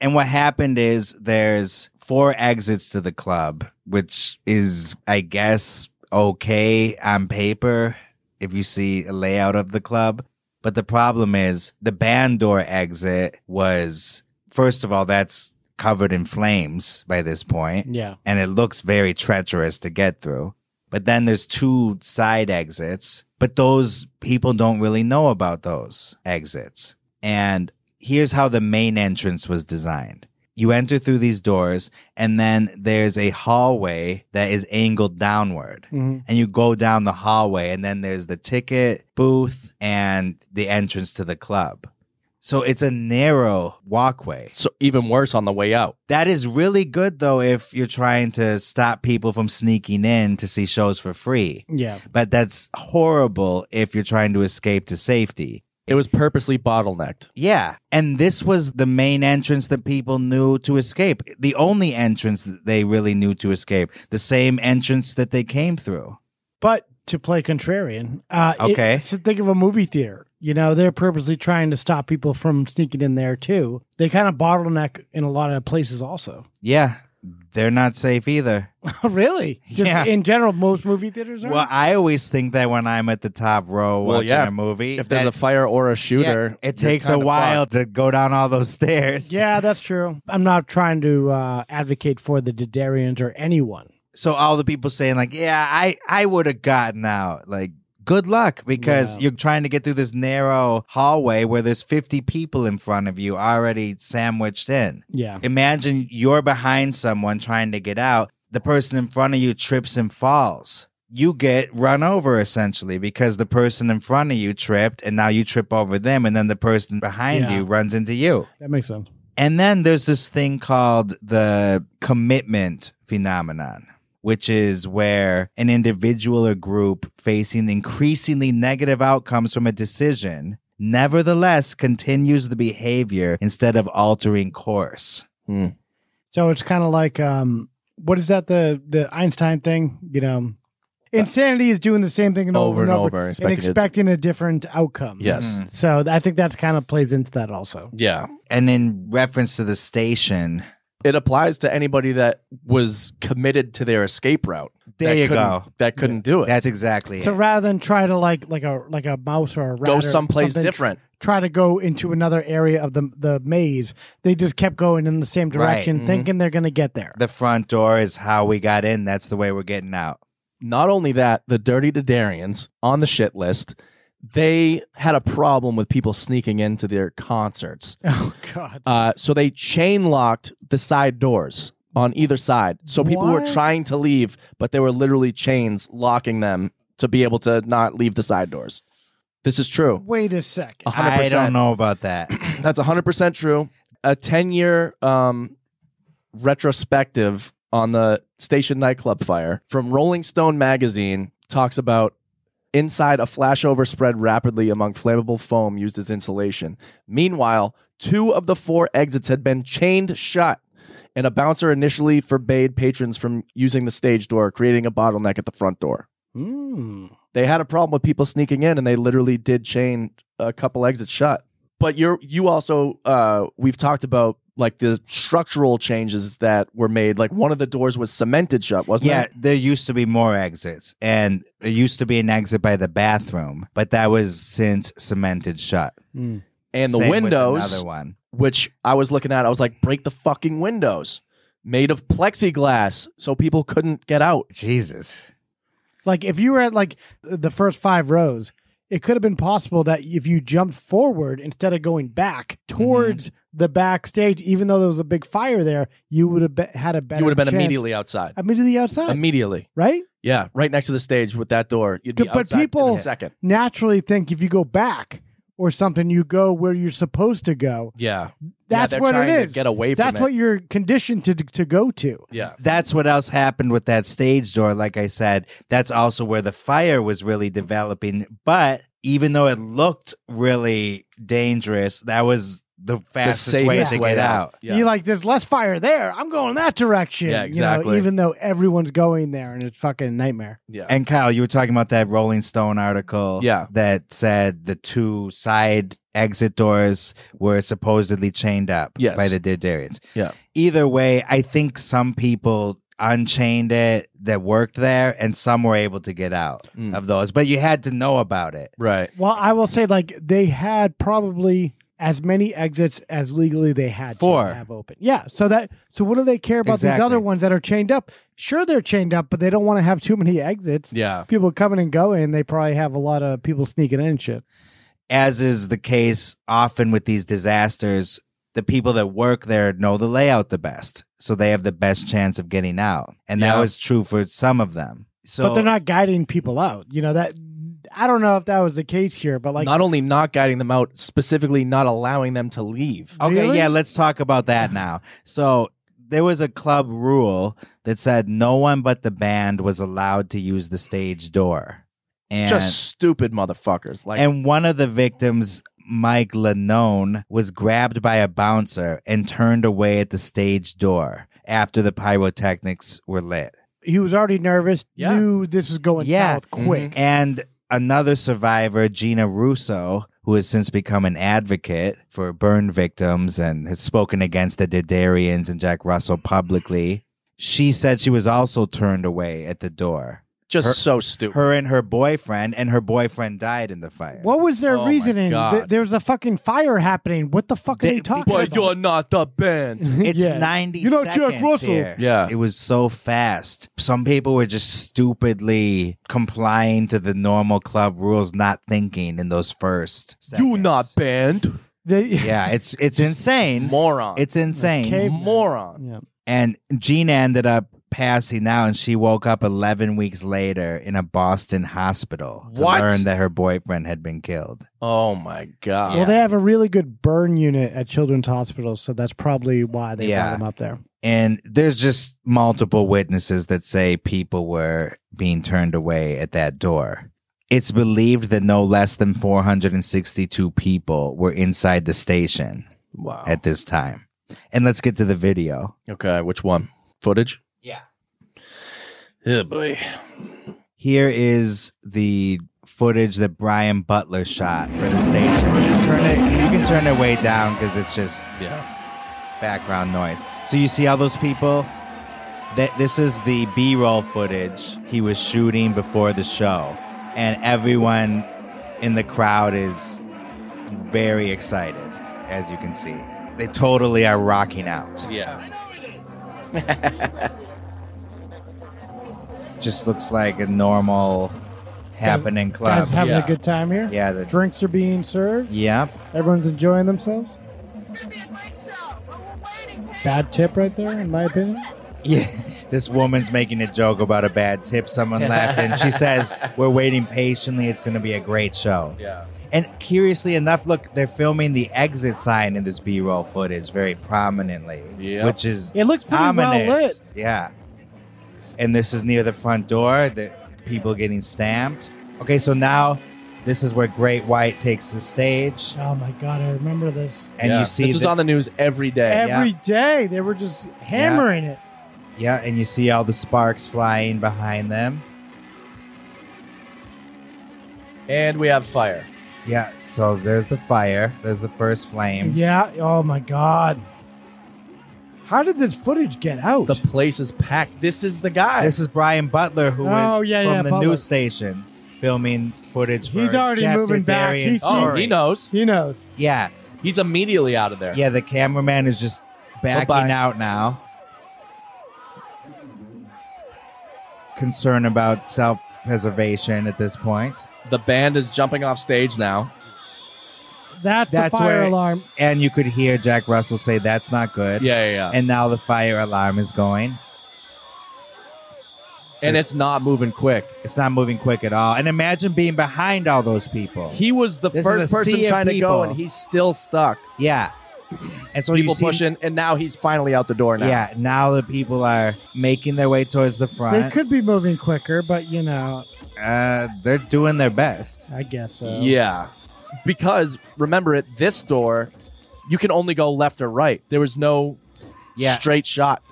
Speaker 1: And what happened is there's four exits to the club, which is, I guess, okay on paper if you see a layout of the club. But the problem is the band door exit was, first of all, that's covered in flames by this point
Speaker 12: Yeah.
Speaker 1: and it looks very treacherous to get through. But then there's two side exits, but those people don't really know about those exits. And here's how the main entrance was designed. You enter through these doors, and then there's a hallway that is angled downward.
Speaker 12: Mhm.
Speaker 1: And you go down the hallway, and then there's the ticket booth and the entrance to the club. So it's a narrow walkway.
Speaker 11: So even worse on the way out.
Speaker 1: That is really good though if you're trying to stop people from sneaking in to see shows for free.
Speaker 12: Yeah.
Speaker 1: But that's horrible if you're trying to escape to safety.
Speaker 11: It was purposely bottlenecked.
Speaker 1: Yeah. And this was the main entrance that people knew to escape. The only entrance that they really knew to escape. The same entrance that they came through.
Speaker 12: But to play contrarian, uh, it-
Speaker 1: Okay.
Speaker 12: so think of a movie theater. You know, they're purposely trying to stop people from sneaking in there too. They kind of bottleneck in a lot of places also.
Speaker 1: Yeah. They're not safe either.
Speaker 12: really? Just
Speaker 1: Yeah.
Speaker 12: in general, most movie theaters are.
Speaker 1: Well, I always think that when I'm at the top row
Speaker 11: Well,
Speaker 1: watching
Speaker 11: yeah,
Speaker 1: a movie,
Speaker 11: If there's
Speaker 1: that-
Speaker 11: a fire or a shooter,
Speaker 1: Yeah, it
Speaker 11: you're
Speaker 1: takes a
Speaker 11: kinda
Speaker 1: while
Speaker 11: fucked.
Speaker 1: to go down all those stairs.
Speaker 12: yeah, that's true. I'm not trying to uh, advocate for the Didarians or anyone.
Speaker 1: So all the people saying like, "Yeah, I I would have gotten out." Like, good luck because
Speaker 12: Yeah.
Speaker 1: you're trying to get through this narrow hallway where there's 50 people in front of you already sandwiched in.
Speaker 12: Yeah.
Speaker 1: Imagine you're behind someone trying to get out. The person in front of you trips and falls. You get run over essentially because the person in front of you tripped and now you trip over them and then the person behind
Speaker 12: Yeah.
Speaker 1: you runs into you.
Speaker 12: That makes sense.
Speaker 1: And then there's this thing called the commitment phenomenon, which is where an individual or group facing increasingly negative outcomes from a decision nevertheless continues the behavior instead of altering course.
Speaker 12: So it's kind of like um, what is that the the Einstein thing? You know, insanity is doing the same thing over, and over,
Speaker 11: and
Speaker 12: and
Speaker 11: expecting it-
Speaker 12: expecting a different outcome.
Speaker 11: Yes.
Speaker 12: So I think that's kind of plays into that also.
Speaker 11: Yeah.
Speaker 1: And in reference to the station,
Speaker 11: It applies to anybody that was committed to their escape route.
Speaker 1: There
Speaker 11: that
Speaker 1: you
Speaker 11: couldn't-
Speaker 1: go.
Speaker 11: That couldn't do it.
Speaker 1: that's exactly
Speaker 12: So
Speaker 1: it.
Speaker 12: rather than try to like like a like a mouse or a rat
Speaker 11: Go
Speaker 12: or
Speaker 11: someplace
Speaker 12: something,
Speaker 11: different.
Speaker 12: Try to go into another area of the the maze. They just kept going in the same direction,
Speaker 11: Mhm.
Speaker 12: thinking they're going to get there.
Speaker 1: The front door is how we got in. That's the way we're getting out.
Speaker 11: Not only that, the Dirty Didarians on the shit list, they had a problem with people sneaking into their concerts.
Speaker 12: oh God!
Speaker 11: Uh, so they chain locked the side doors on either side. So people
Speaker 1: What?
Speaker 11: were trying to leave, but there were literally chains locking them to be able to not leave the side doors. This is true.
Speaker 12: Wait a second.
Speaker 11: Uh, 100%.
Speaker 1: I don't know about that.
Speaker 11: That's 100% true. A 10 year um, retrospective on the station nightclub fire from Rolling Stone magazine talks about inside a flashover spread rapidly among flammable foam used as insulation. Meanwhile, two of the four exits had been chained shut. And a bouncer initially forbade patrons from using the stage door, creating a bottleneck at the front door.
Speaker 12: Hmm.
Speaker 11: They had a problem with people sneaking in, and they literally did chain a couple exits shut. But you're you also uh, we've talked about like the structural changes that were made. Like one of the doors was cemented shut, wasn't
Speaker 1: Yeah,
Speaker 11: it?
Speaker 1: there used to be more exits, and there used to be an exit by the bathroom, but that was since cemented shut.
Speaker 12: Hmm.
Speaker 11: And the
Speaker 1: Same with
Speaker 11: windows,
Speaker 1: another one.
Speaker 11: which I was looking at, I was like, break the fucking windows, made of plexiglass, so people couldn't get out.
Speaker 1: Jesus,
Speaker 12: Like if you were at like the first five rows, it could have been possible that if you jumped forward instead of going back
Speaker 11: Mm-hmm.
Speaker 12: towards the backstage, even though there was a big fire there, you would have be- had a better.
Speaker 11: you would have been
Speaker 12: chance-
Speaker 11: immediately outside.
Speaker 12: immediately outside,
Speaker 11: Immediately,
Speaker 12: right?
Speaker 11: yeah, right next to the stage with that door, you'd be
Speaker 12: But
Speaker 11: outside in
Speaker 12: people-
Speaker 11: a second.
Speaker 12: Naturally, think if you go back or something, you go where you're supposed to go.
Speaker 11: Yeah,
Speaker 12: That's
Speaker 11: yeah, they're
Speaker 12: what it
Speaker 11: trying
Speaker 12: is.
Speaker 11: To get away from
Speaker 12: That's
Speaker 11: it.
Speaker 12: what you're conditioned to to go to.
Speaker 11: yeah.
Speaker 1: that's what else happened with that stage door. Like I said, that's also where the fire was really developing. But even though it looked really dangerous, that was the fastest way to
Speaker 11: safest way
Speaker 1: get out.
Speaker 11: out. Yeah.
Speaker 12: You're like, there's less fire there. I'm going that direction.
Speaker 11: Yeah,
Speaker 12: you know,
Speaker 11: exactly.
Speaker 12: even though everyone's going there, and it's fucking a nightmare.
Speaker 11: Yeah.
Speaker 1: And Kyle, you were talking about that Rolling Stone article
Speaker 11: Yeah.
Speaker 1: that said the two side exit doors were supposedly chained up
Speaker 11: Yes.
Speaker 1: by the Didarians.
Speaker 11: Yeah.
Speaker 1: Either way, I think some people unchained it that worked there and some were able to get out
Speaker 11: Mm.
Speaker 1: of those, but you had to know about it.
Speaker 11: right.
Speaker 12: Well, I will say, like they had probably as many exits as legally they had
Speaker 1: Four.
Speaker 12: to have open. Yeah. So that so what do they care about
Speaker 1: Exactly.
Speaker 12: these other ones that are chained up? Sure, they're chained up, but they don't want to have too many exits.
Speaker 11: Yeah.
Speaker 12: People coming and going, they probably have a lot of people sneaking in and shit.
Speaker 1: As is the case often with these disasters, the people that work there know the layout the best. So they have the best chance of getting out. And that
Speaker 11: Yeah.
Speaker 1: was true for some of them. So
Speaker 12: but they're not guiding people out. You know that I don't know if that was the case here, but like
Speaker 11: not only not guiding them out, specifically not allowing them to leave.
Speaker 1: Okay,
Speaker 12: Really?
Speaker 1: yeah, let's talk about that now. So there was a club rule that said no one but the band was allowed to use the stage door. And
Speaker 11: Just stupid motherfuckers. Like
Speaker 1: and one of the victims, Mike Lanone, was grabbed by a bouncer and turned away at the stage door after the pyrotechnics were lit.
Speaker 12: he was already nervous,
Speaker 11: Yeah. Mm-hmm.
Speaker 12: knew this was going
Speaker 1: Yeah.
Speaker 12: south quick.
Speaker 1: And another survivor, Gina Russo, who has since become an advocate for burn victims and has spoken against the Didarians and Jack Russell publicly, she said she was also turned away at the door.
Speaker 11: just
Speaker 1: her-
Speaker 11: so stupid.
Speaker 1: Her and her boyfriend, and her boyfriend died in the fire.
Speaker 12: What was their
Speaker 11: Oh my
Speaker 12: reasoning?
Speaker 11: God.
Speaker 12: Th- there was a fucking fire happening. What the fuck are
Speaker 1: They-
Speaker 12: they talking
Speaker 11: But
Speaker 12: about?
Speaker 11: you're not the band.
Speaker 1: It's
Speaker 12: Yeah.
Speaker 1: 90
Speaker 12: You know Jack
Speaker 1: seconds
Speaker 12: Russell.
Speaker 1: here.
Speaker 11: Yeah.
Speaker 1: It was so fast. Some people were just stupidly complying to the normal club rules, not thinking in those first seconds.
Speaker 11: You not band.
Speaker 12: They-
Speaker 1: Yeah, it's it's insane.
Speaker 11: Moron.
Speaker 1: It's insane.
Speaker 12: Okay.
Speaker 11: moron.
Speaker 12: Yeah.
Speaker 1: And Gina ended up passing out, and she woke up 11 weeks later in a Boston hospital to
Speaker 11: What?
Speaker 1: learn that her boyfriend had been killed.
Speaker 11: Oh my god.
Speaker 12: Well, they have a really good burn unit at children's hospitals, so that's probably why they
Speaker 1: Yeah.
Speaker 12: brought him up there.
Speaker 1: And there's just multiple witnesses that say people were being turned away at that door. It's believed that no less than 462 people were inside the station
Speaker 11: wow.
Speaker 1: at this time. And let's get to the video.
Speaker 11: okay, which one? Footage?
Speaker 1: Yeah.
Speaker 11: Yeah, boy.
Speaker 1: Here is the footage that Brian Butler shot for the station. Turn it. You can turn it way down because it's just
Speaker 11: Yeah.
Speaker 1: background noise. So you see all those people. That this is the B-roll footage he was shooting before the show, and everyone in the crowd is very excited, as you can see. They totally are rocking out.
Speaker 11: Yeah.
Speaker 1: Just looks like a normal happening club.
Speaker 12: Guys having
Speaker 11: yeah.
Speaker 12: a good time here.
Speaker 1: Yeah, the
Speaker 12: Drinks are being served.
Speaker 1: Yep.
Speaker 12: Everyone's enjoying themselves. Bad tip right there, in my opinion.
Speaker 1: Yeah, this woman's making a joke about a bad tip someone left, and she says, "We're waiting patiently. It's going to be a great show."
Speaker 11: Yeah.
Speaker 1: And curiously enough, look, they're filming the exit sign in this B-roll footage very prominently,
Speaker 11: Yep.
Speaker 1: which is
Speaker 12: It looks pretty
Speaker 1: ominous.
Speaker 12: well lit.
Speaker 1: Yeah, and this is near the front door. That people getting stamped. Okay, so now this is where Great White takes the stage,
Speaker 12: Oh my god, I remember this.
Speaker 1: and
Speaker 11: Yeah.
Speaker 1: you see
Speaker 11: this is
Speaker 1: the-
Speaker 11: on the news every day.
Speaker 1: Yeah.
Speaker 12: Every day they were just hammering it.
Speaker 1: Yeah, and you see all the sparks flying behind them.
Speaker 11: And we have fire.
Speaker 1: Yeah, so there's the fire. There's the first flames.
Speaker 12: Yeah. Oh my god. How did this footage get out?
Speaker 11: The place is packed. This is the guy.
Speaker 1: This is Brian Butler, who is
Speaker 12: Oh, yeah,
Speaker 1: from
Speaker 12: yeah,
Speaker 1: the
Speaker 12: Butler.
Speaker 1: news station, filming footage for
Speaker 12: He's already
Speaker 1: Chapter
Speaker 12: moving back.
Speaker 1: Darian
Speaker 12: He's-
Speaker 11: oh,
Speaker 1: Story.
Speaker 11: he knows.
Speaker 12: he knows.
Speaker 1: Yeah,
Speaker 11: He's immediately out of there.
Speaker 1: yeah, the cameraman is just backing
Speaker 11: Bye-bye.
Speaker 1: out now. Concern about self preservation at this point.
Speaker 11: The band is jumping off stage now.
Speaker 12: That's,
Speaker 1: That's
Speaker 12: the fire
Speaker 1: where-
Speaker 12: alarm.
Speaker 1: And you could hear Jack Russell say, That's not good.
Speaker 11: Yeah, yeah, yeah. And,
Speaker 1: And now the fire alarm is going. just-
Speaker 11: it's not moving quick.
Speaker 1: It's not moving quick at all. And imagine being behind all those people.
Speaker 11: He was the
Speaker 1: This is
Speaker 11: first
Speaker 1: a
Speaker 11: person
Speaker 1: sea of
Speaker 11: trying to
Speaker 1: people.
Speaker 11: go, and he's still stuck.
Speaker 1: Yeah. And so
Speaker 11: People
Speaker 1: you see,
Speaker 11: pushing, and now he's finally out the door now.
Speaker 1: Yeah, now the people are making their way towards the
Speaker 12: They
Speaker 1: front.
Speaker 12: could be moving quicker, but you know,
Speaker 1: uh, they're doing their best.
Speaker 12: I guess so.
Speaker 11: Yeah. Because remember, at this door, you can only go left or right. There was no
Speaker 1: Yeah.
Speaker 11: straight shot.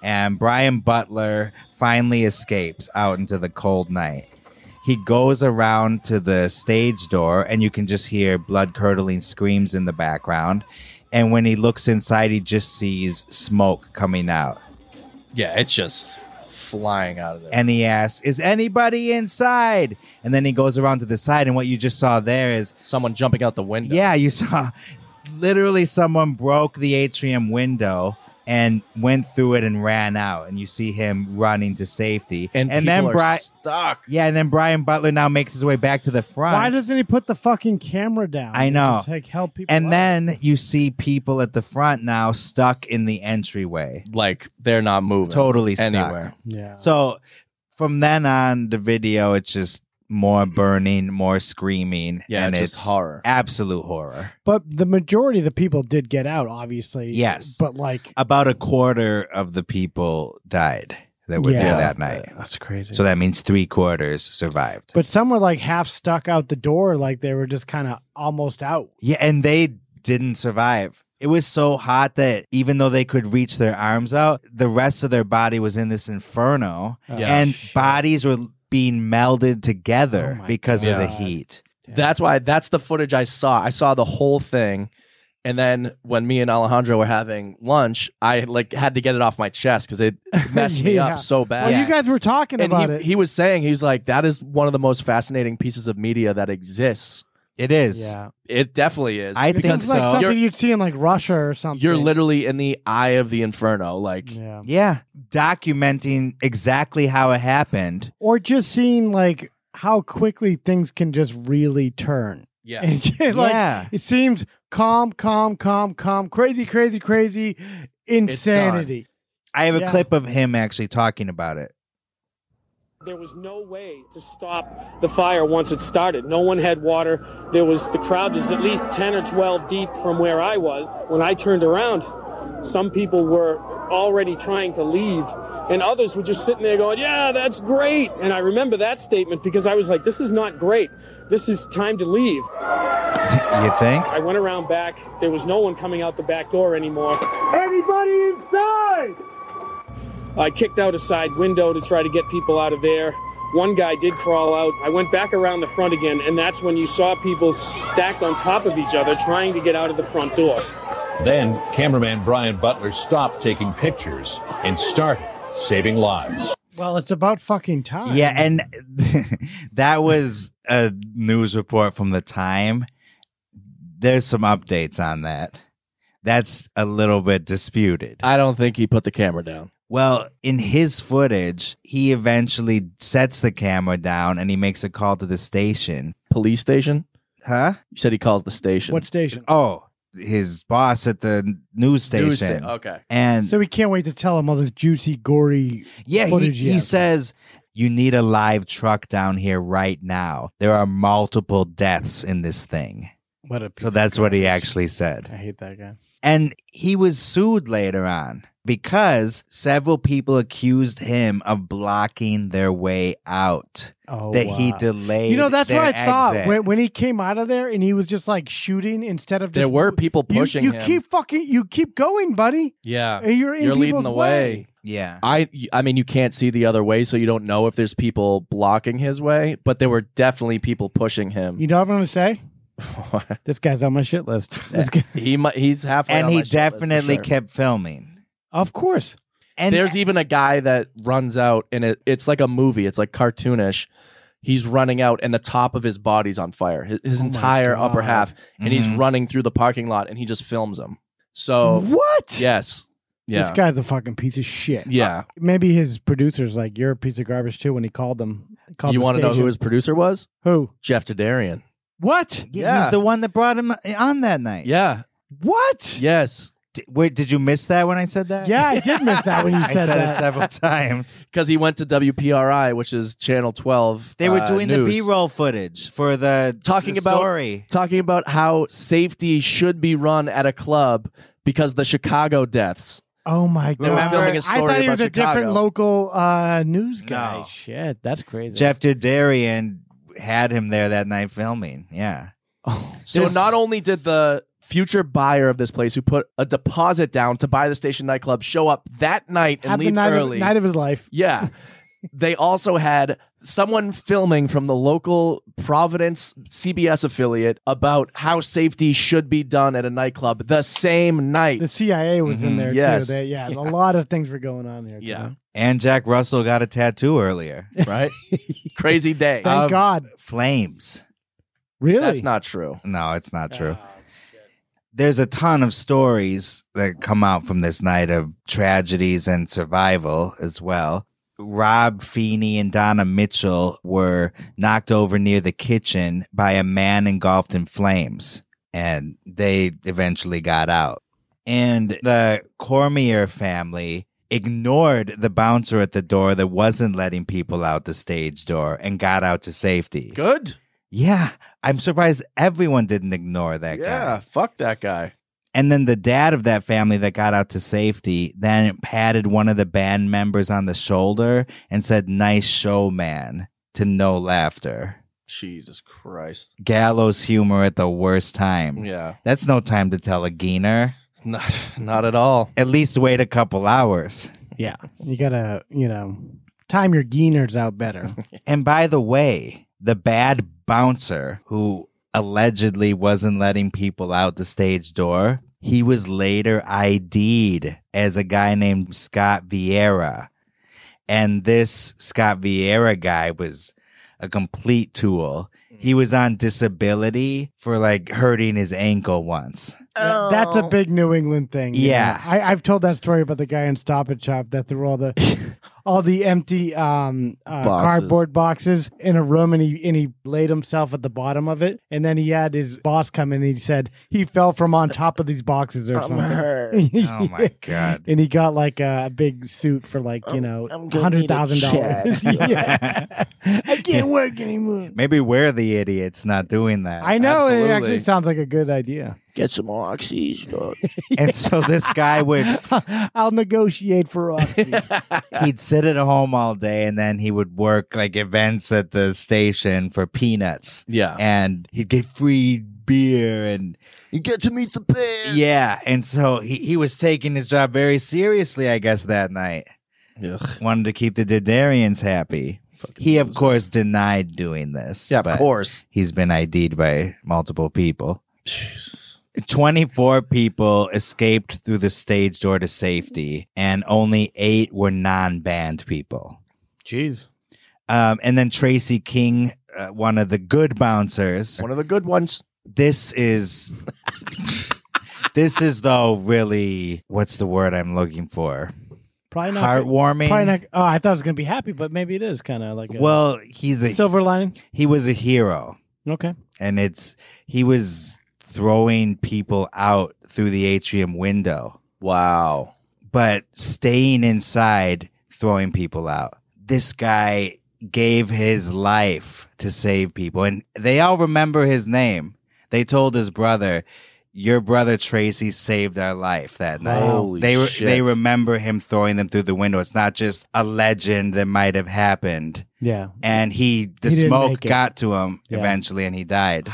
Speaker 1: And Brian Butler finally escapes out into the cold night. He goes around to the stage door, and you can just hear blood curdling screams in the background. And when he looks inside, he just sees smoke coming out.
Speaker 11: Yeah, it's just flying out of there.
Speaker 1: and he asks, "Is anybody inside?" And then he goes around to the side, and what you just saw there is,
Speaker 11: Someone jumping out the window.
Speaker 1: yeah, you saw literally someone broke the atrium window and went through it and ran out, and you see him running to safety,
Speaker 11: And,
Speaker 1: then
Speaker 11: people are
Speaker 1: Brian,
Speaker 11: stuck.
Speaker 1: yeah, and then Brian Butler now makes his way back to the front.
Speaker 12: Why doesn't he put the fucking camera down?
Speaker 1: I know.
Speaker 12: Just, like help people.
Speaker 1: and
Speaker 12: out.
Speaker 1: then you see people at the front now stuck in the entryway,
Speaker 11: Like they're not moving.
Speaker 1: totally stuck.
Speaker 11: anywhere.
Speaker 12: yeah.
Speaker 1: So from then on, the video it's just more burning, more screaming.
Speaker 11: Yeah,
Speaker 1: and
Speaker 11: just horror.
Speaker 1: Absolute horror.
Speaker 12: But the majority of the people did get out, obviously.
Speaker 1: Yes.
Speaker 12: But like,
Speaker 1: About a quarter of the people died that were there
Speaker 12: Yeah. Uh,
Speaker 1: that night.
Speaker 12: that's crazy.
Speaker 1: So that means three quarters survived.
Speaker 12: but some were like half stuck out the door, like they were just kind of almost out.
Speaker 1: Yeah, and they didn't survive. It was so hot that even though they could reach their arms out, the rest of their body was in this inferno,
Speaker 12: Oh,
Speaker 11: Yeah.
Speaker 1: and bodies were being melded together
Speaker 12: Oh my
Speaker 1: because of the
Speaker 11: God.
Speaker 1: heat.
Speaker 11: That's why that's the footage I saw. I saw the whole thing. And then when me and Alejandro were having lunch, I like had to get it off my chest because it messed me
Speaker 12: Yeah.
Speaker 11: up so bad.
Speaker 12: Well, you guys were talking
Speaker 11: and
Speaker 12: about
Speaker 11: he,
Speaker 12: it.
Speaker 11: he was saying he was like, that is one of the most fascinating pieces of media that exists.
Speaker 1: It is.
Speaker 12: yeah.
Speaker 11: It definitely is.
Speaker 1: I
Speaker 12: It
Speaker 1: think
Speaker 12: seems like
Speaker 1: so.
Speaker 12: something
Speaker 11: You're-
Speaker 12: you'd see in like Russia or something.
Speaker 11: You're literally in the eye of the inferno. Like,
Speaker 12: Yeah.
Speaker 1: Yeah, documenting exactly how it happened.
Speaker 12: Or just seeing like how quickly things can just really turn.
Speaker 11: yeah.
Speaker 12: And like,
Speaker 1: yeah,
Speaker 12: It seems calm, calm, calm, calm, crazy, crazy, crazy, insanity.
Speaker 1: I have a
Speaker 12: yeah.
Speaker 1: clip of him actually talking about it.
Speaker 5: There was no way to stop the fire once it started. No one had water. There was the crowd was at least 10 or 12 deep from where I was. When I turned around, some people were already trying to leave and others were just sitting there going, "Yeah, that's great." And I remember that statement because I was like, "This is not great. This is time to leave."
Speaker 1: You think?
Speaker 5: I went around back. There was no one coming out the back door anymore. I kicked out a side window to try to get people out of there. One guy did crawl out. I went back around the front again, and that's when you saw people stacked on top of each other trying to get out of the front door.
Speaker 2: Then, cameraman Brian Butler stopped taking pictures and started saving lives.
Speaker 12: Well, it's about fucking time.
Speaker 1: Yeah, and that was a news report from the time. There's some updates on that. That's a little bit disputed.
Speaker 11: I don't think he put the camera down.
Speaker 1: Well, in his footage, he eventually sets the camera down and he makes a call to the station.
Speaker 11: Police station?
Speaker 1: Huh?
Speaker 11: You said he calls the station.
Speaker 12: What station?
Speaker 1: Oh, his boss at the news station.
Speaker 11: News sta- okay.
Speaker 1: And
Speaker 12: So we can't wait to tell him all this juicy, gory.
Speaker 1: Yeah, he,
Speaker 12: footage
Speaker 1: he
Speaker 12: yet.
Speaker 1: says you need a live truck down here right now. There are multiple deaths in this thing.
Speaker 12: What a piece
Speaker 1: So
Speaker 12: of
Speaker 1: that's what he
Speaker 12: garbage.
Speaker 1: actually
Speaker 12: I
Speaker 1: said.
Speaker 12: hate that guy.
Speaker 1: And he was sued later on because several people accused him of blocking their way out.
Speaker 12: Oh,
Speaker 1: that he
Speaker 12: wow.
Speaker 1: delayed.
Speaker 12: You know, that's
Speaker 1: their
Speaker 12: what I thought
Speaker 1: exit.
Speaker 12: when, when he came out of there and he was just like shooting instead of just
Speaker 11: There were people
Speaker 12: You-
Speaker 11: pushing
Speaker 12: You,
Speaker 11: him.
Speaker 12: keep fucking. You keep going, buddy.
Speaker 11: yeah.
Speaker 12: And You're in
Speaker 11: You're leading
Speaker 12: people's
Speaker 11: the
Speaker 12: way.
Speaker 11: way.
Speaker 1: yeah.
Speaker 11: I I mean you can't see the other way so you don't know if there's people blocking his way, but there were definitely people pushing him.
Speaker 12: You know what I'm gonna say? This guy's on my shit list. This guy-
Speaker 11: he mu- he's halfway
Speaker 1: And
Speaker 11: on my
Speaker 1: he
Speaker 11: shit list for
Speaker 1: definitely
Speaker 11: sure.
Speaker 1: kept filming.
Speaker 12: of course.
Speaker 1: And
Speaker 11: There's even a guy that runs out and it, it's like a movie, it's like cartoonish. He's running out and the top of his body's on fire. His, his
Speaker 12: Oh my
Speaker 11: entire upper
Speaker 12: God.
Speaker 11: half and he's
Speaker 1: Mhm.
Speaker 11: running through the parking lot and he just films him. So,
Speaker 12: what?
Speaker 11: yes. Yeah.
Speaker 12: This guy's a fucking piece of shit.
Speaker 11: yeah.
Speaker 12: Maybe his producer's like, "You're a piece of garbage too." When he called them, called
Speaker 11: You
Speaker 12: the
Speaker 11: want to know who
Speaker 12: station.
Speaker 11: his producer was?
Speaker 12: who?
Speaker 11: Jeff Dadarian.
Speaker 12: What?
Speaker 1: yeah.
Speaker 11: Yeah.
Speaker 1: he's the one that brought him on that night.
Speaker 11: Yeah.
Speaker 12: What?
Speaker 11: Yes.
Speaker 1: D- wait, did you miss that when I said that?
Speaker 12: Yeah, I did miss that when you
Speaker 1: I
Speaker 12: said
Speaker 1: said it
Speaker 12: that.
Speaker 1: several times.
Speaker 11: because he went to WPRI, which is Channel 12.
Speaker 1: They were
Speaker 11: uh,
Speaker 1: doing the
Speaker 11: news,
Speaker 1: B-roll footage for the
Speaker 11: Talking
Speaker 1: the
Speaker 11: about-
Speaker 1: story.
Speaker 11: talking about how safety should be run at a club because the Chicago deaths.
Speaker 12: Oh my
Speaker 11: They were
Speaker 12: god!
Speaker 11: filming a
Speaker 12: I
Speaker 11: story
Speaker 12: thought he
Speaker 11: about
Speaker 12: was a different
Speaker 11: Chicago.
Speaker 12: local uh, news guy.
Speaker 1: No. Mm-hmm.
Speaker 12: Shit, that's crazy.
Speaker 1: Jeff Dudarian had him there that night filming. Yeah,
Speaker 12: Oh.
Speaker 11: So
Speaker 1: There's-
Speaker 11: not only did the future buyer of this place, who put a deposit down to buy the station nightclub, show up that night and
Speaker 12: Had the
Speaker 11: leave
Speaker 12: night
Speaker 11: early.
Speaker 12: Of, night of his life.
Speaker 11: yeah. They also had someone filming from the local Providence CBS affiliate about how safety should be done at a nightclb the same night. Mm-hmm.
Speaker 12: The CIA was in
Speaker 1: Mhm.
Speaker 12: there
Speaker 11: Yes.
Speaker 12: too. They, yeah,
Speaker 11: Yeah.
Speaker 12: a lot of things were going on there.
Speaker 11: Yeah.
Speaker 12: too.
Speaker 1: and Jack Russell got a tattoo earlier.
Speaker 11: right? Crazy day.
Speaker 12: Thank
Speaker 1: Of
Speaker 12: God.
Speaker 1: Flames.
Speaker 12: Really?
Speaker 11: That's not true.
Speaker 1: No, it's not true. There's a ton of stories that come out from this night of tragedies and survival as well. Rob Feeney and Donna Mitchell were knocked over near the kitchen by a man engulfed in flames, and they eventually got out. And the Cormier family ignored the bouncer at the door that wasn't letting people out the stage door and got out to safety.
Speaker 11: Good.
Speaker 1: Yeah, I'm surprised everyone didn't ignore that guy.
Speaker 11: Yeah, fuck that guy.
Speaker 1: And then the dad of that family that got out to safety then patted one of the band members on the shoulder and said, Nice show, man, to no laughter.
Speaker 11: Jesus Christ.
Speaker 1: Gallows humor at the worst time.
Speaker 11: Yeah.
Speaker 1: That's no time to tell a geener.
Speaker 11: Not, not at all.
Speaker 1: At least wait a couple hours.
Speaker 12: Yeah. You gotta, you know, time your geeners out better.
Speaker 1: And by the way, the bad bouncer who allegedly wasn't letting people out the stage door, he was later ID'd as a guy named Scott Vieira. And this Scott Vieira guy was a complete tool. He was on disability for like hurting his ankle once.
Speaker 12: That- That's a big New England thing. you
Speaker 1: Yeah.
Speaker 12: know. I, I've told that story about the guy in Stop and Shop that threw all the all the empty um, uh,
Speaker 11: Boxes.
Speaker 12: cardboard boxes in a room, and he and he laid himself at the bottom of it, and then he had his boss come in, and he said he fell from on top of these boxes or something.
Speaker 1: Oh my God.
Speaker 12: And he got like a, big suit for like you know hundred thousand dollars. I can't work anymore.
Speaker 1: Maybe we're the idiots not doing that.
Speaker 12: I know it
Speaker 11: Absolutely.
Speaker 12: actually sounds like a good idea.
Speaker 11: Get some oxys, dog.
Speaker 1: and so this guy would
Speaker 12: I'll negotiate for Roxy's.
Speaker 1: he'd sit at home all day and then he would work like events at the station for peanuts
Speaker 11: Yeah.
Speaker 1: and he'd get free beer and
Speaker 11: you get to meet the band.
Speaker 1: yeah and so he, he was taking his job very seriously i guess that night
Speaker 11: Ugh,
Speaker 1: wanted to keep the didarians happy
Speaker 11: fucking
Speaker 1: he of
Speaker 11: loser.
Speaker 1: course denied doing this
Speaker 11: Yeah, of
Speaker 1: but
Speaker 11: course.
Speaker 1: he's been id'd by multiple people 24 people escaped through the stage door to safety and only eight were non-band people
Speaker 11: Jeez.
Speaker 1: Um, and then Tracy King, uh, one of the good bouncers.
Speaker 11: One of the good ones.
Speaker 1: This is this is though really what's the word I'm looking for?
Speaker 12: probably not.
Speaker 1: Heartwarming.
Speaker 12: Probably not. Oh, I thought it was gonna be happy, but maybe it is kind of like a
Speaker 1: Well, he's a
Speaker 12: silver lining.
Speaker 1: he was a hero,
Speaker 12: Okay,
Speaker 1: and it's he was throwing people out through the atrium window,
Speaker 11: Wow.
Speaker 1: but staying inside, throwing people out. This guy gave his life to save people, and they all remember his name. They told his brother, "Your brother Tracy saved our life that night."
Speaker 11: Holy
Speaker 1: they re-
Speaker 11: shit.
Speaker 1: they remember him throwing them through the window. It's not just a legend that might have happened.
Speaker 12: yeah.
Speaker 1: And he, the
Speaker 12: He didn't
Speaker 1: smoke
Speaker 12: make it.
Speaker 1: got to him
Speaker 12: Yeah.
Speaker 1: eventually, and he died.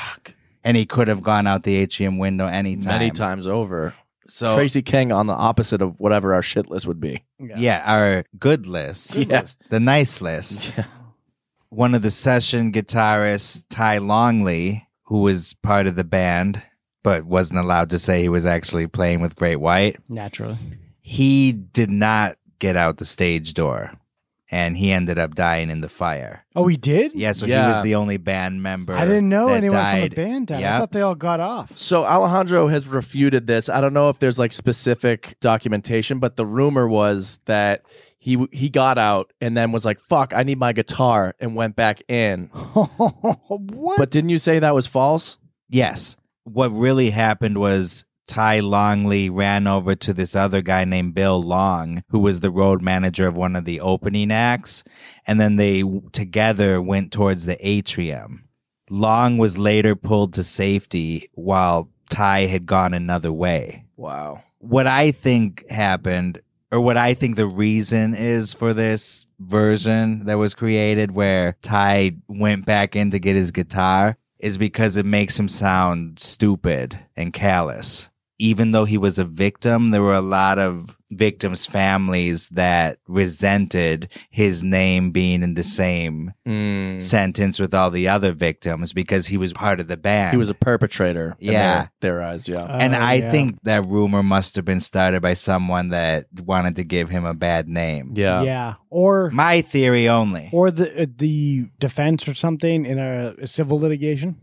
Speaker 1: And he could have gone out the atrium window anytime.
Speaker 11: Many times over.
Speaker 1: So
Speaker 11: Tracy King on the opposite of whatever our shit list would be.
Speaker 1: yeah, our good list,
Speaker 11: yeah.
Speaker 1: the nice list.
Speaker 11: yeah.
Speaker 1: one of the session guitarists, Ty Longley, who was part of the band but wasn't allowed to say he was actually playing with Great White,
Speaker 12: Naturally,
Speaker 1: he did not get out the stage door and he ended up dying in the fire.
Speaker 12: oh, he did.
Speaker 1: Yeah, so
Speaker 11: Yeah.
Speaker 1: he was the only band member.
Speaker 12: I didn't know
Speaker 1: that
Speaker 12: anyone
Speaker 1: died.
Speaker 12: from the band died. I
Speaker 1: Yep.
Speaker 12: thought they all got off.
Speaker 11: So Alejandro has refuted this. I don't know if there's like specific documentation, but the rumor was that he he got out and then was like, "Fuck, I need my guitar," and went back in.
Speaker 12: what?
Speaker 11: But didn't you say that was false?
Speaker 1: Yes. What really happened was Ty Longley ran over to this other guy named Bill Long, who was the road manager of one of the opening acts. And then they w- together went towards the atrium. Long was later pulled to safety while Ty had gone another way.
Speaker 11: Wow.
Speaker 1: What I think happened, or what I think the reason is for this version that was created where Ty went back in to get his guitar, is because it makes him sound stupid and callous. Even though he was a victim, there were a lot of victims' families that resented his name being in the same Hmm,
Speaker 11: Mm.
Speaker 1: sentence with all the other victims because he was part of the band.
Speaker 11: He was a perpetrator. in
Speaker 1: Yeah.
Speaker 11: their- their eyes. Yeah.
Speaker 1: and
Speaker 12: Oh,
Speaker 1: I
Speaker 12: yeah.
Speaker 1: think that rumor must have been started by someone that wanted to give him a bad name.
Speaker 11: yeah.
Speaker 12: yeah, or
Speaker 1: My theory only.
Speaker 12: or the uh, the defense or something in a, a civil litigation.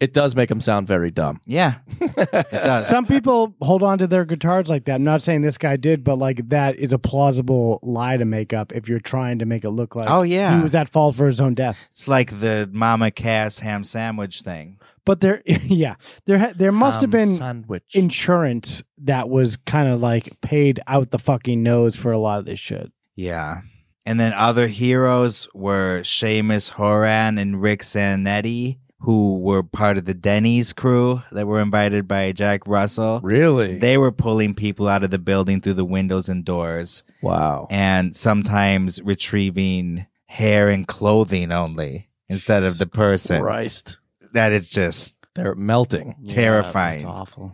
Speaker 11: It does make them sound very dumb.
Speaker 1: Yeah. It does.
Speaker 12: Some people hold on to their guitars like that. I'm not saying this guy did, but like that is a plausible lie to make up if you're trying to make it look like
Speaker 1: Oh, yeah.
Speaker 12: he was at fault for his own death.
Speaker 1: It's like the Mama Cass ham sandwich thing.
Speaker 12: But there, yeah, there ha- there must have
Speaker 11: Um,
Speaker 12: been
Speaker 11: sandwich.
Speaker 12: insurance that was kind of like paid out the fucking nose for a lot of this shit.
Speaker 1: Yeah. And then other heroes were Seamus Horan and Rick Zanetti, who were part of the Denny's crew that were invited by Jack Russell.
Speaker 11: really?
Speaker 1: They were pulling people out of the building through the windows and doors
Speaker 11: wow.
Speaker 1: and sometimes retrieving hair and clothing only instead of the person.
Speaker 11: Christ.
Speaker 1: That is just
Speaker 11: They're melting.
Speaker 1: terrifying.
Speaker 12: awful.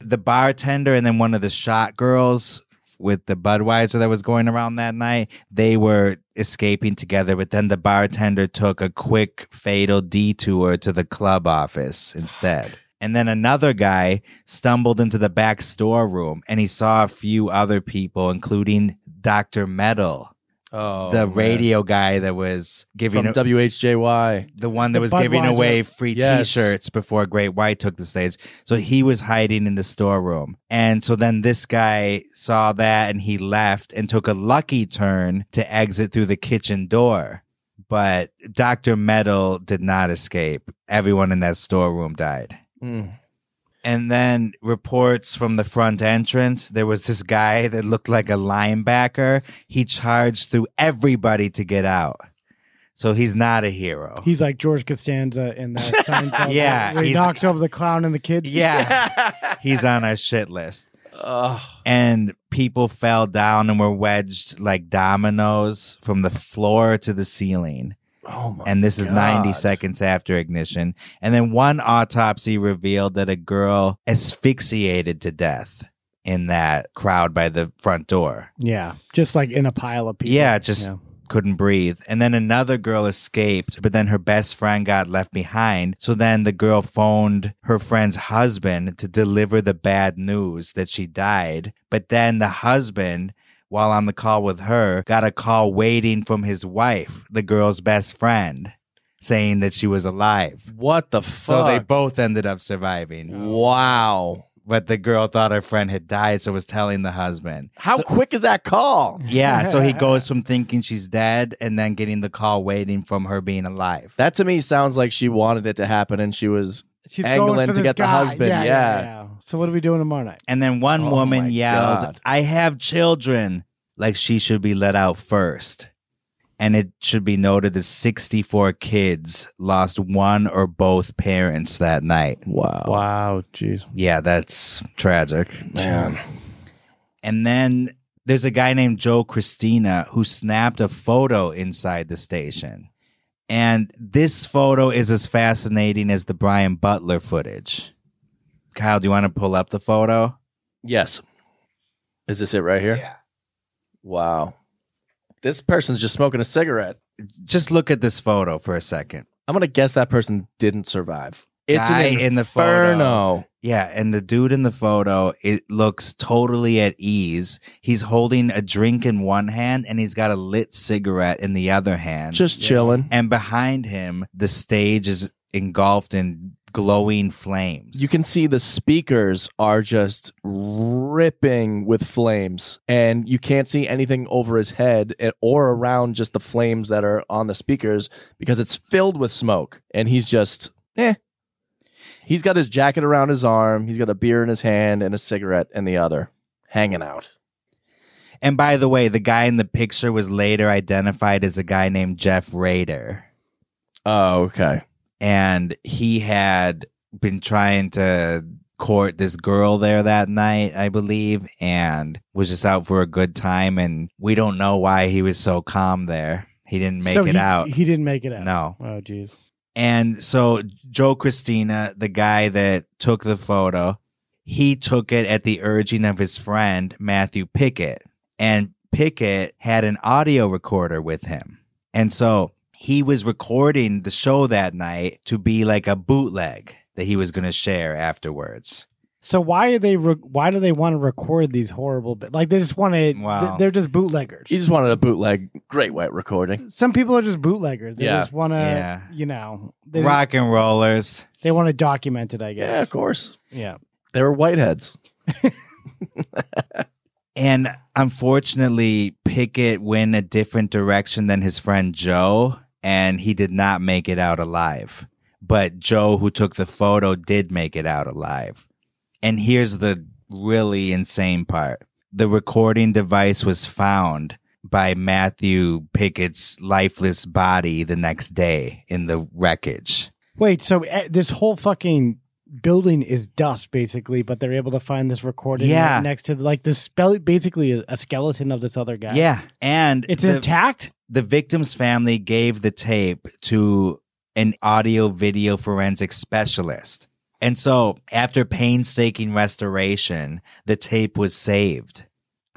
Speaker 1: the bartender and then one of the shot girls with the Budweiser that was going around that night, they were escaping together, but then the bartender took a quick fatal detour to the club office instead. And then another guy stumbled into the back storeroom and he saw a few other people, including Dr. Metal,
Speaker 11: Oh,
Speaker 1: the
Speaker 11: man.
Speaker 1: radio guy that was giving
Speaker 11: from
Speaker 1: a-
Speaker 11: WHJY.
Speaker 1: the one that
Speaker 12: The
Speaker 1: was giving
Speaker 12: Budweiser.
Speaker 1: away free
Speaker 11: Yes.
Speaker 1: t-shirts before Great White took the stage. So he was hiding in the storeroom. And so then this guy saw that and he left and took a lucky turn to exit through the kitchen door. But Dr. Metal did not escape. Everyone in that storeroom died.
Speaker 11: Mm.
Speaker 1: And then reports from the front entrance, there was this guy that looked like a linebacker. He charged through everybody to get out. So he's not a hero.
Speaker 12: He's like George Costanza in that Seinfeld.
Speaker 1: Yeah,
Speaker 12: where he
Speaker 1: he's-
Speaker 12: knocks over the clown and the kids.
Speaker 1: Yeah. He's on our shit list.
Speaker 11: Ugh.
Speaker 1: And people fell down and were wedged like dominoes from the floor to the ceiling.
Speaker 11: oh my.
Speaker 1: And this is
Speaker 11: God.
Speaker 1: 90 seconds after ignition. And then one autopsy revealed that a girl asphyxiated to death in that crowd by the front door.
Speaker 12: yeah, just like in a pile of people.
Speaker 1: Yeah, just
Speaker 12: Yeah.
Speaker 1: couldn't breathe. And then another girl escaped, but then her best friend got left behind. So then the girl phoned her friend's husband to deliver the bad news that she died. But then the husband, while on the call with her, got a call waiting from his wife, the girl's best friend, saying that she was alive.
Speaker 11: What the
Speaker 1: So
Speaker 11: fuck?
Speaker 1: they both ended up surviving.
Speaker 11: Wow.
Speaker 1: But the girl thought her friend had died, so was telling the husband.
Speaker 11: How quick is that call?
Speaker 1: Yeah, so he goes from thinking she's dead and then getting the call waiting from her being alive.
Speaker 11: That to me sounds like she wanted it to happen and she was
Speaker 12: She's
Speaker 11: angling
Speaker 12: going for
Speaker 11: to
Speaker 12: this
Speaker 11: get the
Speaker 12: guy.
Speaker 11: husband,
Speaker 12: Yeah,
Speaker 11: yeah.
Speaker 12: So what are we doing tomorrow night?
Speaker 1: and then one
Speaker 11: Oh my
Speaker 1: woman yelled,
Speaker 11: God.
Speaker 1: I have children. Like she should be let out first. And it should be noted that 64 kids lost one or both parents that night.
Speaker 11: wow.
Speaker 12: Wow, jeez.
Speaker 1: Yeah, that's tragic. Man. And then there's a guy named Joe Christina who snapped a photo inside the station. And this photo is as fascinating as the Brian Butler footage. Kyle, do you want to pull up the photo?
Speaker 11: Yes. Is this it right here? Yeah. Wow. This person's just smoking a cigarette.
Speaker 1: Just look at this photo for a second.
Speaker 11: I'm gonna guess that person didn't survive. It's
Speaker 1: Guy
Speaker 11: an
Speaker 1: in the photo.
Speaker 11: inferno.
Speaker 1: Yeah, and the dude in the photo, it looks totally at ease. He's holding a drink in one hand and he's got a lit cigarette in the other hand.
Speaker 11: Just chilling.
Speaker 1: And behind him, the stage is engulfed in glowing flames.
Speaker 11: You can see the speakers are just ripping with flames, and you can't see anything over his head eh, or around just the flames that are on the speakers because it's filled with smoke. And he's just, eh. He's got his jacket around his arm, he's got a beer in his hand, and a cigarette in the other, hanging out.
Speaker 1: and by the way, the guy in the picture was later identified as a guy named Jeff Rader.
Speaker 11: Oh, okay.
Speaker 1: And he had been trying to court this girl there that night, I believe, and was just out for a good time. And we don't know why he was so calm there. He didn't make
Speaker 12: So
Speaker 1: it
Speaker 12: he-
Speaker 1: out.
Speaker 12: He didn't make it out.
Speaker 1: No.
Speaker 12: Oh, jeez.
Speaker 1: And so Joe Christina, the guy that took the photo, he took it at the urging of his friend Matthew Pickett. And Pickett had an audio recorder with him. And so he was recording the show that night to be like a bootleg that he was going to share afterwards.
Speaker 12: So why are they? Re- why do they want to record these horrible? Bit? Like they just want to.
Speaker 11: Wow.
Speaker 12: They're just bootleggers.
Speaker 11: You just wanted a bootleg Great White recording.
Speaker 12: Some people are just bootleggers. They
Speaker 11: Yeah.
Speaker 12: just want to.
Speaker 1: Yeah.
Speaker 12: You know. They,
Speaker 1: Rock and rollers.
Speaker 12: They want to document it. I guess.
Speaker 11: Yeah, of course.
Speaker 12: Yeah.
Speaker 11: They were whiteheads.
Speaker 1: And unfortunately, Pickett went a different direction than his friend Joe, and he did not make it out alive. But Joe, who took the photo, did make it out alive. And here's the really insane part the recording device was found by Matthew Pickett's lifeless body the next day in the wreckage.
Speaker 12: Wait. So eh, this whole fucking building is dust basically, but they're able to find this recording.
Speaker 1: Yeah.
Speaker 12: right Next to like this spell, basically a, a skeleton of this other guy.
Speaker 1: Yeah. And
Speaker 12: It's
Speaker 1: the-
Speaker 12: intact.
Speaker 1: the victim's family gave the tape to an audio video forensic specialist. And so, after painstaking restoration, the tape was saved.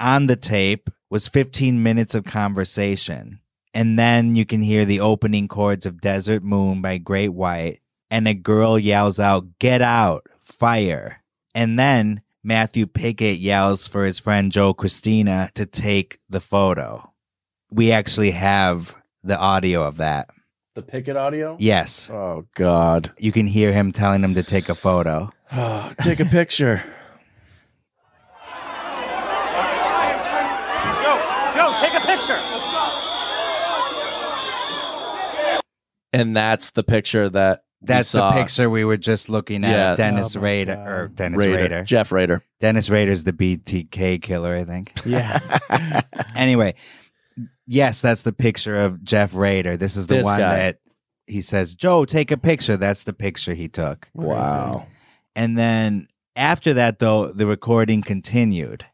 Speaker 1: On the tape was 15 minutes of conversation. And then you can hear the opening chords of Desert Moon by Great White. And a girl yells out, Get out, fire. And then Matthew Pickett yells for his friend Joe Christina to take the photo we actually have the audio of that.
Speaker 11: The picket audio?
Speaker 1: Yes.
Speaker 11: Oh God.
Speaker 1: You can hear him telling him to take a photo.
Speaker 11: Take a picture.
Speaker 6: Joe, take a picture.
Speaker 11: and that's the picture that we
Speaker 1: That's the
Speaker 11: saw.
Speaker 1: picture we were just looking at. of
Speaker 11: Yeah.
Speaker 1: Dennis
Speaker 12: Oh my
Speaker 1: Rader
Speaker 12: God.
Speaker 1: or Dennis
Speaker 11: Rader.
Speaker 1: Rader.
Speaker 11: Jeff Rader.
Speaker 1: Dennis Rader's the BTK killer, I think.
Speaker 12: Yeah.
Speaker 1: anyway, yes, that's the picture of Jeff Rader. This is the
Speaker 11: This
Speaker 1: one
Speaker 11: guy.
Speaker 1: that he says, "Joe, take a picture." That's the picture he took.
Speaker 11: Wow.
Speaker 1: And then after that, though, the recording continued.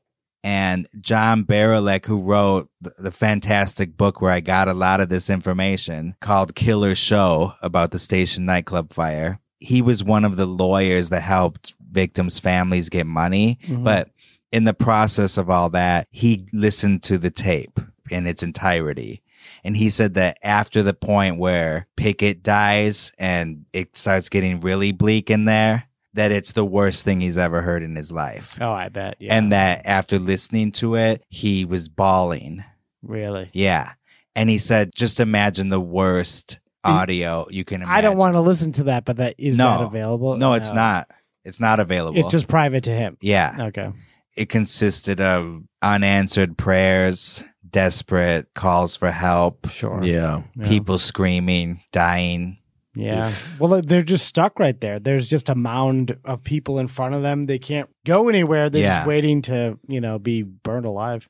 Speaker 1: And John Baralek, who wrote the, the fantastic book where I got a lot of this information called Killer Show about the station nightclub fire, he was one of the lawyers that helped victims' families get money.
Speaker 12: Mhm.
Speaker 1: But in the process of all that, he listened to the tape in its entirety. And he said that after the point where Pickett dies and it starts getting really bleak in there, that it's the worst thing he's ever heard in his life.
Speaker 12: Oh, I bet. Yeah.
Speaker 1: And that after listening to it, he was bawling.
Speaker 12: really.
Speaker 1: Yeah. And he said, just imagine the worst audio you can imagine.
Speaker 12: I don't want to listen to that, but that is
Speaker 1: No.
Speaker 12: that available?
Speaker 1: No, it's not. It's not available.
Speaker 12: It's just private to him.
Speaker 1: Yeah.
Speaker 12: Okay.
Speaker 1: It consisted of unanswered prayers, desperate calls for help,
Speaker 12: Sure.
Speaker 11: Yeah.
Speaker 1: people screaming, dying.
Speaker 12: Yeah. Well, they're just stuck right there. There's just a mound of people in front of them. They can't go anywhere. They're
Speaker 1: Yeah.
Speaker 12: just waiting to, you know, be burned alive.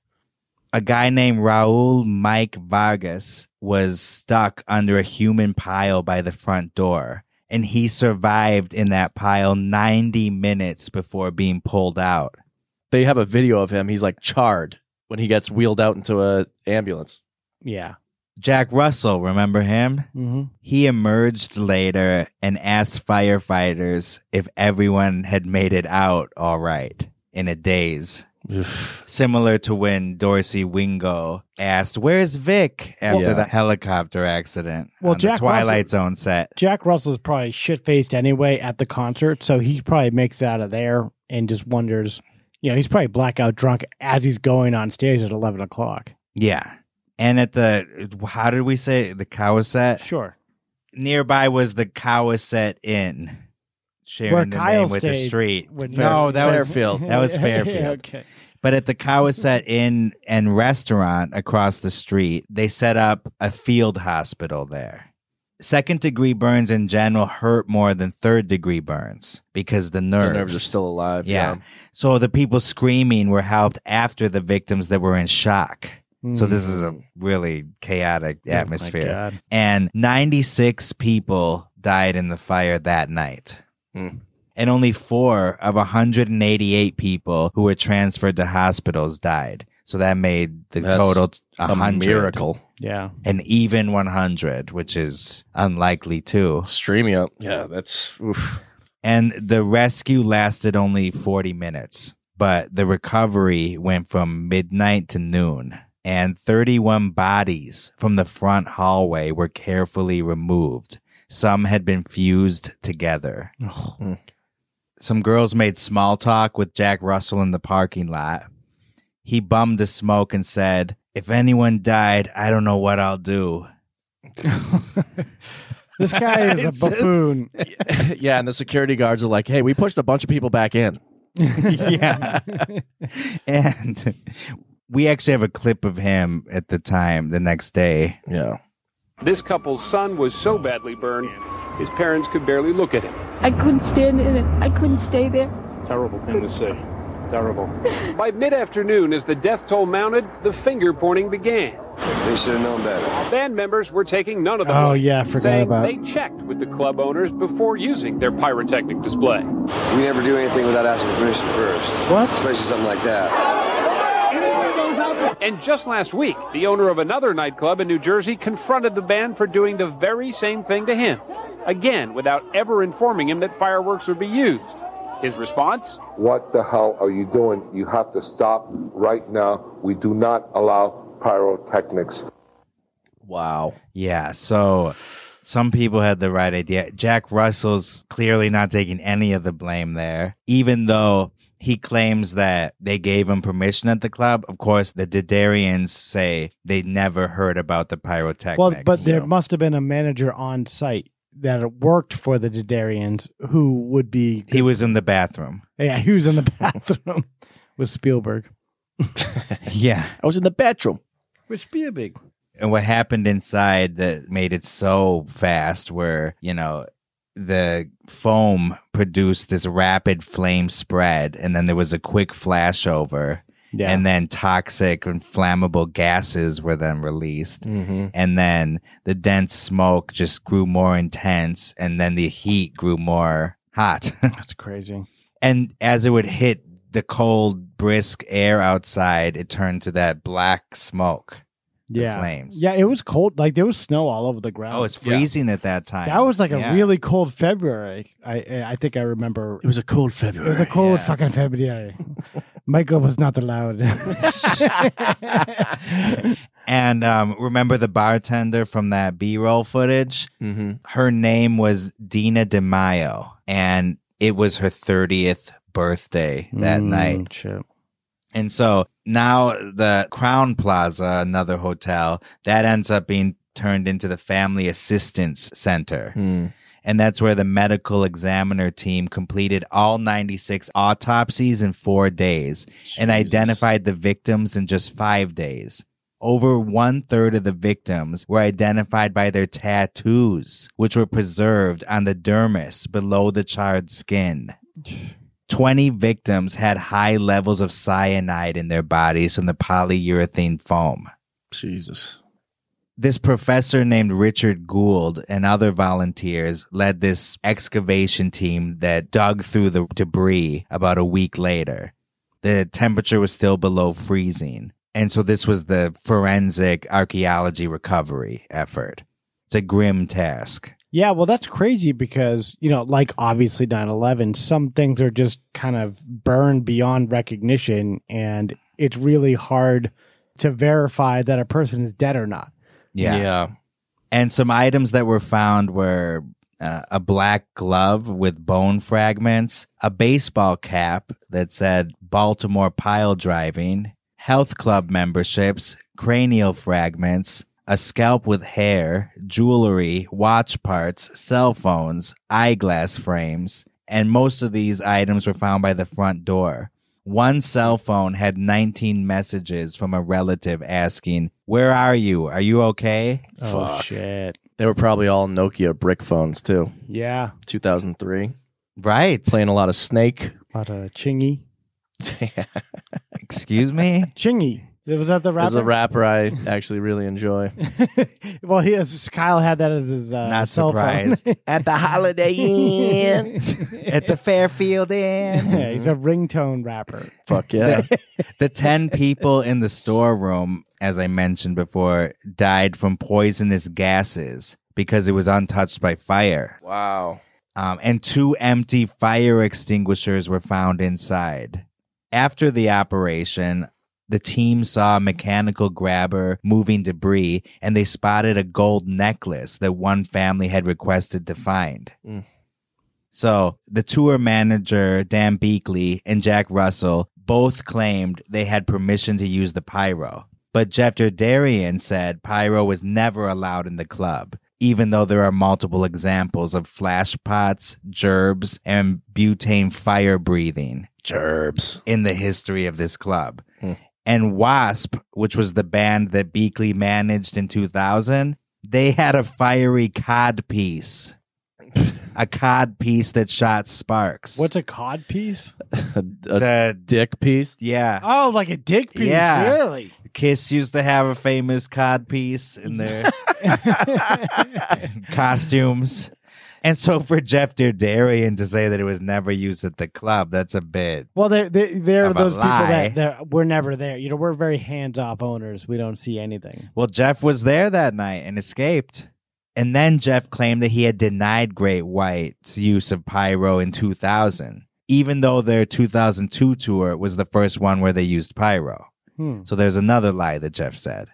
Speaker 1: a guy named Raul Mike Vargas was stuck under a human pile by the front door. And he survived in that pile 90 minutes before being pulled out.
Speaker 11: They have a video of him. He's like charred when he gets wheeled out into a ambulance.
Speaker 12: Yeah.
Speaker 1: Jack Russell, remember him?
Speaker 12: hmm
Speaker 1: He emerged later and asked firefighters if everyone had made it out all right in a daze. Similar to when Dorsey Wingo asked, Where's Vic? after
Speaker 11: Yeah.
Speaker 1: the helicopter accident
Speaker 12: Well,
Speaker 1: on the
Speaker 12: Jack
Speaker 1: Twilight Zone set.
Speaker 12: Jack Russell's probably shit faced anyway at the concert. So he probably makes it out of there and just wonders, you know, he's probably blackout drunk as he's going on stage at 11 o'clock.
Speaker 1: Yeah. And at the, how did we say it? the Cowset?
Speaker 12: Sure.
Speaker 1: Nearby was the Cowset Inn, sharing
Speaker 12: Where
Speaker 1: the
Speaker 12: Kyle
Speaker 1: name with the
Speaker 12: stayed
Speaker 1: street.
Speaker 12: when-
Speaker 1: no, that was
Speaker 11: Fairfield.
Speaker 1: That was
Speaker 12: Yeah,
Speaker 1: Fairfield.
Speaker 12: okay.
Speaker 1: But at the Cowset Inn and restaurant across the street, they set up a field hospital there. Second degree burns in general hurt more than third degree burns because the nerves.
Speaker 11: The nerves are still alive.
Speaker 1: yeah. So the people screaming were helped after the victims that were in shock. So this is
Speaker 11: Mm.
Speaker 1: a really chaotic
Speaker 12: Oh my
Speaker 1: atmosphere.
Speaker 12: God.
Speaker 1: and 96 people died in the fire that night.
Speaker 11: Hmm.
Speaker 1: And only four of 188 people who were transferred to hospitals died. So that made the
Speaker 11: That's
Speaker 1: total
Speaker 11: A
Speaker 1: 100.
Speaker 11: miracle.
Speaker 12: Yeah.
Speaker 1: An even 100, which is unlikely too.
Speaker 11: Streaming up. Yeah, that's oof.
Speaker 1: And the rescue lasted only 40 minutes, but the recovery went from midnight to noon. And 31 bodies from the front hallway were carefully removed. Some had been fused together. Some girls made small talk with Jack Russell in the parking lot. He bummed the smoke and said, If anyone died, I don't know what I'll do.
Speaker 12: This guy is a
Speaker 1: It's just-
Speaker 12: buffoon.
Speaker 11: yeah, and the security guards are like, "Hey, we pushed a bunch of people back in."
Speaker 1: yeah. and we actually have a clip of him at the time the next day.
Speaker 11: Yeah.
Speaker 15: This couple's son was so badly burned, his parents could barely look at him.
Speaker 16: I couldn't stand in it. I couldn't stay there.
Speaker 15: Terrible thing to see. Terrible. By mid afternoon, as the death toll mounted, the finger pointing began.
Speaker 8: They should have known better.
Speaker 15: Band members were taking none of the
Speaker 12: Oh,
Speaker 15: money,
Speaker 12: yeah, I forgot
Speaker 15: saying
Speaker 12: about-
Speaker 15: they checked with the club owners before using their pyrotechnic display.
Speaker 8: We never do anything without asking permission first. What? Especially something like that.
Speaker 15: And just last week, the owner of another nightclub in New Jersey confronted the band for doing the very same thing to him, again without ever informing him that fireworks would be used. His response?
Speaker 17: What the hell are you doing? You have to stop right now. We do not allow pyrotechnics.
Speaker 11: Wow.
Speaker 1: Yeah. So some people had the right idea. Jack Russell's clearly not taking any of the blame there, even though he claims that they gave him permission at the club. Of course, the Didarians say they never heard about the pyrotechnics.
Speaker 12: Well, but there must have been a manager on site that worked for the Didarians who would be.
Speaker 1: he was in the bathroom.
Speaker 12: Yeah, he was in the bathroom with Spielberg.
Speaker 1: Yeah.
Speaker 11: I was in the bedroom.
Speaker 12: With Spielberg.
Speaker 1: and what happened inside that made it so fast where you know the foam produced this rapid flame spread and then there was a quick flashover
Speaker 12: Yeah.
Speaker 1: and then toxic and flammable gases were then released
Speaker 12: Mm-hmm.
Speaker 11: Mhm.
Speaker 1: and then the dense smoke just grew more intense and then the heat grew more hot
Speaker 12: That's crazy.
Speaker 1: and as it would hit the cold brisk air outside it turned to that black smoke the
Speaker 12: Yeah.
Speaker 1: flames
Speaker 12: Yeah, it was cold. Like there was snow all over the ground.
Speaker 1: Oh, it's freezing at that time.
Speaker 12: That was like
Speaker 1: Oh, Yeah.
Speaker 12: a really cold February. I I think I remember. It
Speaker 11: was a cold
Speaker 12: It
Speaker 11: February.
Speaker 12: was a cold fucking February. Michael was not allowed.
Speaker 1: And um, remember the bartender from that B-roll footage?
Speaker 11: Mm-hmm.
Speaker 1: Her name was Dina DeMaio, and it was her 30th birthday that
Speaker 12: Mm,
Speaker 1: night. And so now the Crown Plaza, another hotel, that ends up being turned into the Family Assistance Center. And that's where the medical examiner team completed all 96 autopsies in four days and identified the victims in just five days. Over one third of the victims were identified by their tattoos, which were preserved on the dermis below the charred skin. 20 victims had high levels of cyanide in their bodies from the polyurethane foam.
Speaker 11: Jesus.
Speaker 1: This professor named Richard Gould and other volunteers led this excavation team that dug through the debris about a week later. The temperature was still below freezing. And so this was the forensic archaeology recovery effort. It's a grim task.
Speaker 12: Yeah, well, that's crazy because, you know, like obviously 9 11, some things are just kind of burned beyond recognition. And it's really hard to verify that a person is dead or not.
Speaker 1: Yeah. And some items that were found were uh, a black glove with bone fragments, a baseball cap that said Baltimore pile driving, health club memberships, cranial fragments, a scalp with hair, jewelry, watch parts, cell phones, eyeglass frames, and most of these items were found by the front door. One cell phone had 19 messages from a relative asking, Where are you? Are you okay?
Speaker 12: Oh, shit.
Speaker 11: They were probably all Nokia brick phones too.
Speaker 12: Yeah.
Speaker 11: 2003.
Speaker 1: Right.
Speaker 11: Playing a lot of Snake.
Speaker 12: A lot of Chingy.
Speaker 1: Excuse me?
Speaker 12: Chingy. Was that the
Speaker 11: As
Speaker 12: rapper?
Speaker 11: a rapper I actually really enjoy.
Speaker 12: well, he has, Kyle had that as his uh,
Speaker 11: Not
Speaker 12: cell phone.
Speaker 11: surprised.
Speaker 1: At the Holiday
Speaker 12: Inn.
Speaker 1: At the Fairfield Inn.
Speaker 12: yeah, he's a ringtone rapper.
Speaker 11: Fuck yeah.
Speaker 1: the 10 people in the storeroom, as I mentioned before, died from poisonous gases because it was untouched by fire.
Speaker 11: Wow.
Speaker 1: Um, and two empty fire extinguishers were found inside. After the operation, the team saw a mechanical grabber moving debris and they
Speaker 18: Mm.
Speaker 1: spotted a gold necklace that one family had requested to find. So the tour manager, Dan Beakley, and Jack Russell both claimed they had permission to use the pyro. But Jeff Derdarian said pyro was never allowed in the club, even though there are multiple examples of flash pots, gerbs, and butane fire breathing.
Speaker 11: Gerbs.
Speaker 1: In the history of this club. And Wasp, which was the band that Beakley managed in 2000, they had a fiery cod piece. A cod piece that shot sparks.
Speaker 12: What's a cod piece?
Speaker 11: a, dick piece?
Speaker 1: Yeah.
Speaker 12: Oh, like a dick piece.
Speaker 1: Yeah.
Speaker 12: Really?
Speaker 1: Kiss used to have a famous cod piece in their costumes. And so for Jeff Derdarian to say that it was never used at the club, that's a bit.
Speaker 12: Well, they're, they they're
Speaker 1: Of a
Speaker 12: those people
Speaker 1: lie.
Speaker 12: that that we're never there. You know, we're very hands off owners. We don't see anything.
Speaker 1: Well, Jeff was there that night and escaped. And then Jeff claimed that he had denied Great White's use of pyro in 2000, even though their 2002 tour was the first one where they used pyro.
Speaker 12: Hmm.
Speaker 1: So there's another lie that Jeff said.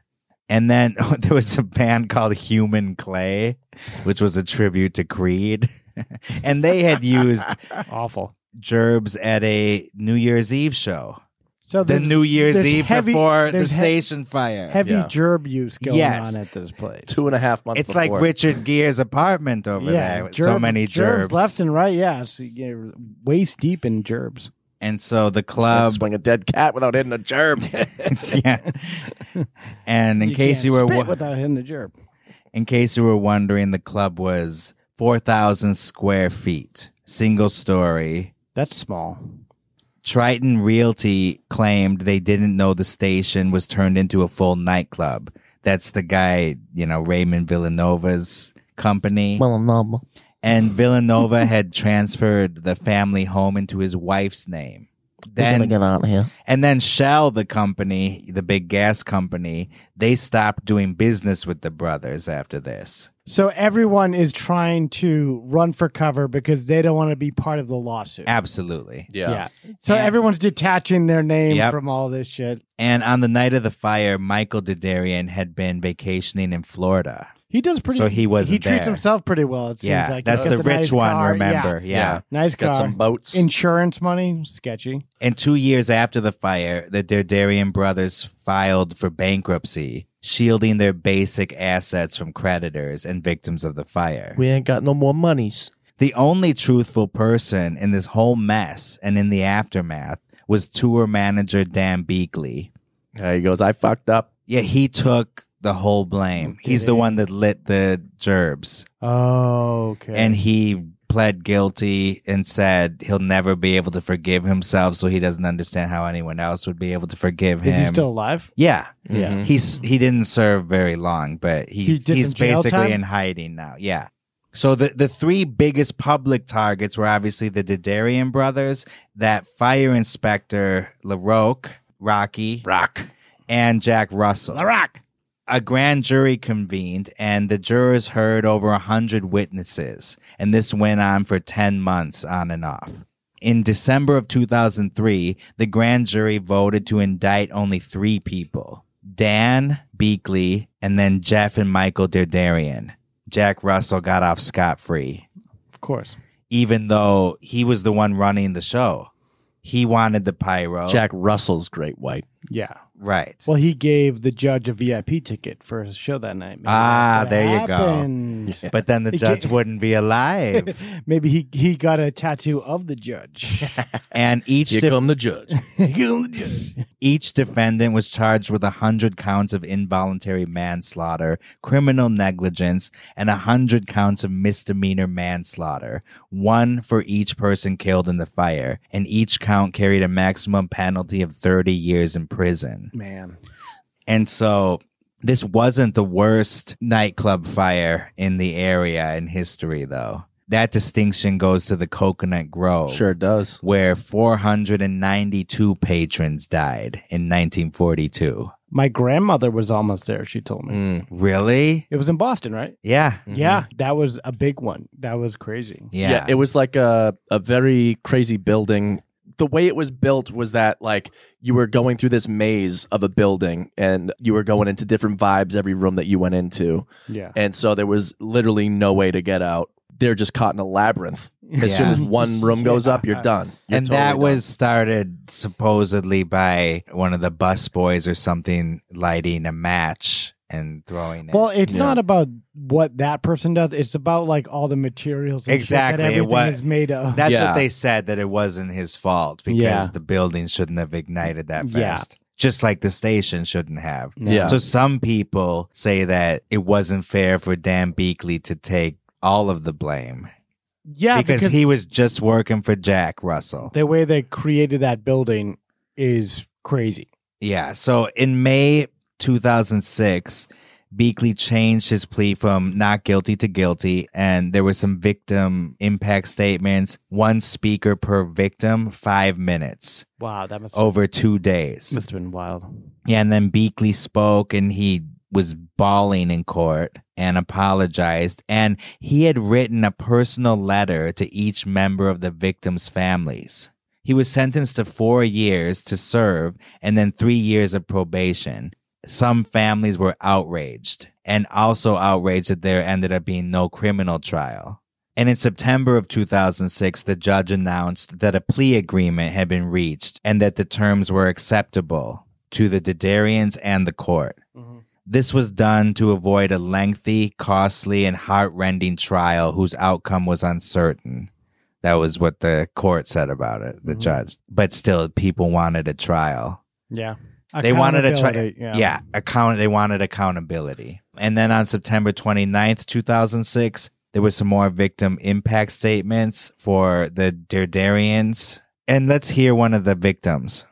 Speaker 1: And then there was a band called Human Clay, which was a tribute to Creed. and they had used
Speaker 12: awful
Speaker 1: gerbs at a New Year's Eve show.
Speaker 12: So
Speaker 1: the
Speaker 12: there's-
Speaker 1: New Year's
Speaker 12: there's
Speaker 1: Eve
Speaker 12: heavy-
Speaker 1: before the
Speaker 12: there's he-
Speaker 1: station fire.
Speaker 12: Heavy gerb use going
Speaker 1: Yes.
Speaker 12: on at this place.
Speaker 11: Two and a half months
Speaker 1: It's like
Speaker 11: before.
Speaker 1: Richard Gere's apartment over
Speaker 12: yeah,
Speaker 1: there with so
Speaker 12: gerb-
Speaker 1: many gerbs.
Speaker 12: left and right. Yeah, it's, you're waist deep in gerbs.
Speaker 1: And so the club
Speaker 11: swing a dead cat without hitting a gerb.
Speaker 1: yeah. And in
Speaker 12: You
Speaker 1: case
Speaker 12: can't
Speaker 1: you were
Speaker 12: spit
Speaker 1: wo-
Speaker 12: without hitting the gerb.
Speaker 1: in case you were wondering, the club was four thousand square feet, single story.
Speaker 12: That's small.
Speaker 1: Triton Realty claimed they didn't know the station was turned into a full nightclub. That's the guy, you know, Raymond Villanova's company.
Speaker 11: Villanova.
Speaker 1: And Villanova had transferred the family home into his wife's name. Then
Speaker 11: out here.
Speaker 1: And then Shell, the company, the big gas company, they stopped doing business with the brothers after this.
Speaker 12: So everyone is trying to run for cover because they don't want to be part of the lawsuit.
Speaker 1: Absolutely.
Speaker 12: So everyone's detaching their name
Speaker 1: Yep.
Speaker 12: from all this shit.
Speaker 1: And on the night of the fire, Michael Diderian had been vacationing in Florida.
Speaker 12: He does pretty.
Speaker 1: So he wasn't
Speaker 12: He treats
Speaker 1: there.
Speaker 12: himself pretty well. It seems
Speaker 1: Yeah,
Speaker 12: like
Speaker 1: that's
Speaker 12: He's got
Speaker 1: the rich
Speaker 12: nice
Speaker 1: one,
Speaker 12: car.
Speaker 1: remember.
Speaker 12: Yeah,
Speaker 1: Yeah.
Speaker 12: nice
Speaker 11: He's got
Speaker 12: car.
Speaker 11: some boats.
Speaker 12: Insurance money, sketchy.
Speaker 1: And two years after the fire, the Diderian brothers filed for bankruptcy, shielding their basic assets from creditors and victims of the fire.
Speaker 11: We ain't got no more monies.
Speaker 1: The only truthful person in this whole mess and in the aftermath was tour manager Dan Beakley.
Speaker 11: Yeah, he goes, I fucked up.
Speaker 1: Yeah, he took the whole blame. He's the one that lit the gerbs.
Speaker 12: Oh, okay.
Speaker 1: And he pled guilty and said he'll never be able to forgive himself, so he doesn't understand how anyone else would be able to forgive him.
Speaker 12: is he still alive?
Speaker 1: Yeah.
Speaker 12: Yeah. Mhm.
Speaker 1: He's he didn't serve very long, but he,
Speaker 12: He did
Speaker 1: he's
Speaker 12: some jail
Speaker 1: basically
Speaker 12: time?
Speaker 1: in hiding now. Yeah. So the, the three biggest public targets were obviously the Diderian brothers, that fire inspector LaRoque, Rocky,
Speaker 11: Rock,
Speaker 1: and Jack Russell.
Speaker 12: LaRoque.
Speaker 1: A grand jury convened, and the jurors heard over a hundred witnesses, and this went on for ten months on and off. In December of 2003, the grand jury voted to indict only three people Dan Beakley, and then Jeff and Michael Derdarian. Jack Russell got off scot free,
Speaker 12: Of course.
Speaker 1: even though he was the one running the show. He wanted the pyro.
Speaker 11: Jack Russell's great white.
Speaker 12: Yeah.
Speaker 1: Right.
Speaker 12: Well, he gave the judge a VIP ticket for his show that night. Maybe
Speaker 1: Ah,
Speaker 12: that's what
Speaker 1: there you
Speaker 12: happened.
Speaker 1: go. But then the
Speaker 12: He
Speaker 1: judge
Speaker 12: ga-
Speaker 1: wouldn't be alive.
Speaker 12: Maybe he, he got a tattoo of the judge.
Speaker 1: And each
Speaker 11: Here
Speaker 1: def-
Speaker 11: come the judge.
Speaker 1: each defendant was charged with 100 counts of involuntary manslaughter, criminal negligence, and 100 counts of misdemeanor manslaughter, one for each person killed in the fire, and each count carried a maximum penalty of 30 years in prison.
Speaker 12: Man.
Speaker 1: And so this wasn't the worst nightclub fire in the area in history, though. That distinction goes to the Coconut Grove.
Speaker 11: Sure does.
Speaker 1: Where 492 patrons died in 1942.
Speaker 12: My grandmother was almost there, she told me.
Speaker 11: Mm.
Speaker 1: Really?
Speaker 12: It was in Boston, right?
Speaker 1: Yeah.
Speaker 12: Yeah, that was a big one. That was crazy.
Speaker 1: Yeah.
Speaker 11: it was like a, a very crazy building. The way it was built was that like you were going through this maze of a building and you were going into different vibes every room that you went into.
Speaker 12: Yeah.
Speaker 11: And so there was literally no way to get out. They're just caught in a labyrinth As soon as one room goes up, you're done. You're
Speaker 1: and
Speaker 11: totally
Speaker 1: that
Speaker 11: done.
Speaker 1: was started supposedly by one of the bus boys or something lighting a match and throwing it.
Speaker 12: Well, it's not about what that person does. It's about like all the materials. And
Speaker 1: exactly.
Speaker 12: Shit that
Speaker 1: it
Speaker 12: everything
Speaker 1: was
Speaker 12: is made of.
Speaker 1: That's what they said that it wasn't his fault because
Speaker 12: Yeah.
Speaker 1: the building shouldn't have ignited that
Speaker 12: Yeah.
Speaker 1: fast. Just like the station shouldn't have.
Speaker 11: No. Yeah.
Speaker 1: So some people say that it wasn't fair for Dan Beakley to take all of the blame.
Speaker 12: Yeah,
Speaker 1: because,
Speaker 12: because-
Speaker 1: he was just working for Jack Russell.
Speaker 12: The way they created that building is crazy.
Speaker 1: Yeah. So in May 2006, Beakley changed his plea from not guilty to guilty, and there were some victim impact statements one speaker per victim, five minutes
Speaker 12: Wow, that must
Speaker 1: over two days.
Speaker 12: must have been wild.
Speaker 1: Yeah, and then Beakley spoke and he was bawling in court and apologized. And he had written a personal letter to each member of the victims' families. He was sentenced to four years to serve and then three years of probation. Some families were outraged and also outraged that there ended up being no criminal trial. And in September of 2006, the judge announced that a plea agreement had been reached and that the terms were acceptable to the Didarians and the court. This was done to avoid a lengthy, costly, and heartrending trial whose outcome was uncertain. That was what the court said about it, the judge. But still, people wanted a trial
Speaker 12: Yeah.
Speaker 1: they wanted a trial.
Speaker 12: Accountability,
Speaker 1: Yeah. account. They wanted accountability. And then on September 29th, 2006, there was some more victim impact statements for the Dardarians. And let's hear one of the victims.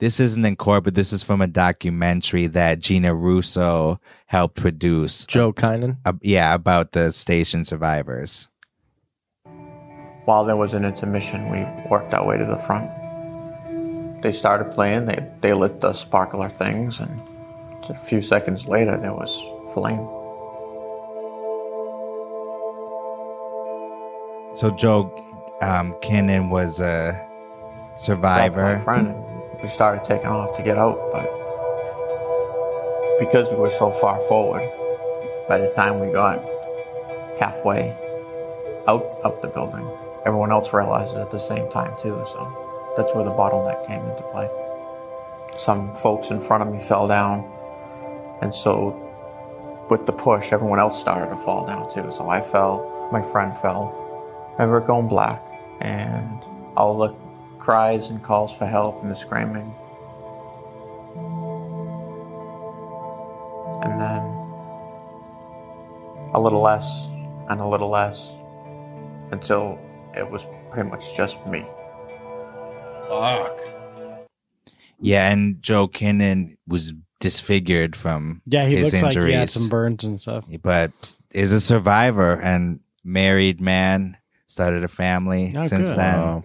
Speaker 1: This isn't in court, but this is from a documentary that Gina Russo helped produce.
Speaker 11: Joe Kynan?
Speaker 1: Uh, yeah, about the station survivors.
Speaker 19: While there was an intermission, we worked our way to the front. They started playing, they, they lit the sparkler things, and a few seconds later, there was flame.
Speaker 1: So Joe um, Kinnan was a survivor.
Speaker 19: My friend, we started taking off to get out, but because we were so far forward, by the time we got halfway out of the building, everyone else realized it at the same time too. So that's where the bottleneck came into play. Some folks in front of me fell down, and so with the push, everyone else started to fall down too. So I fell, my friend fell. I remember it going black, and all the cries and calls for help and the screaming. And then a little less and a little less until it was pretty much just me. Fuck.
Speaker 1: Yeah, and Joe Kinnan was disfigured from
Speaker 12: Yeah, he
Speaker 1: his
Speaker 12: looks
Speaker 1: injuries.
Speaker 12: like he had some burns and stuff.
Speaker 1: but is a survivor and married man. Started a family
Speaker 12: Oh,
Speaker 1: since
Speaker 12: good.
Speaker 1: then.
Speaker 12: Wow.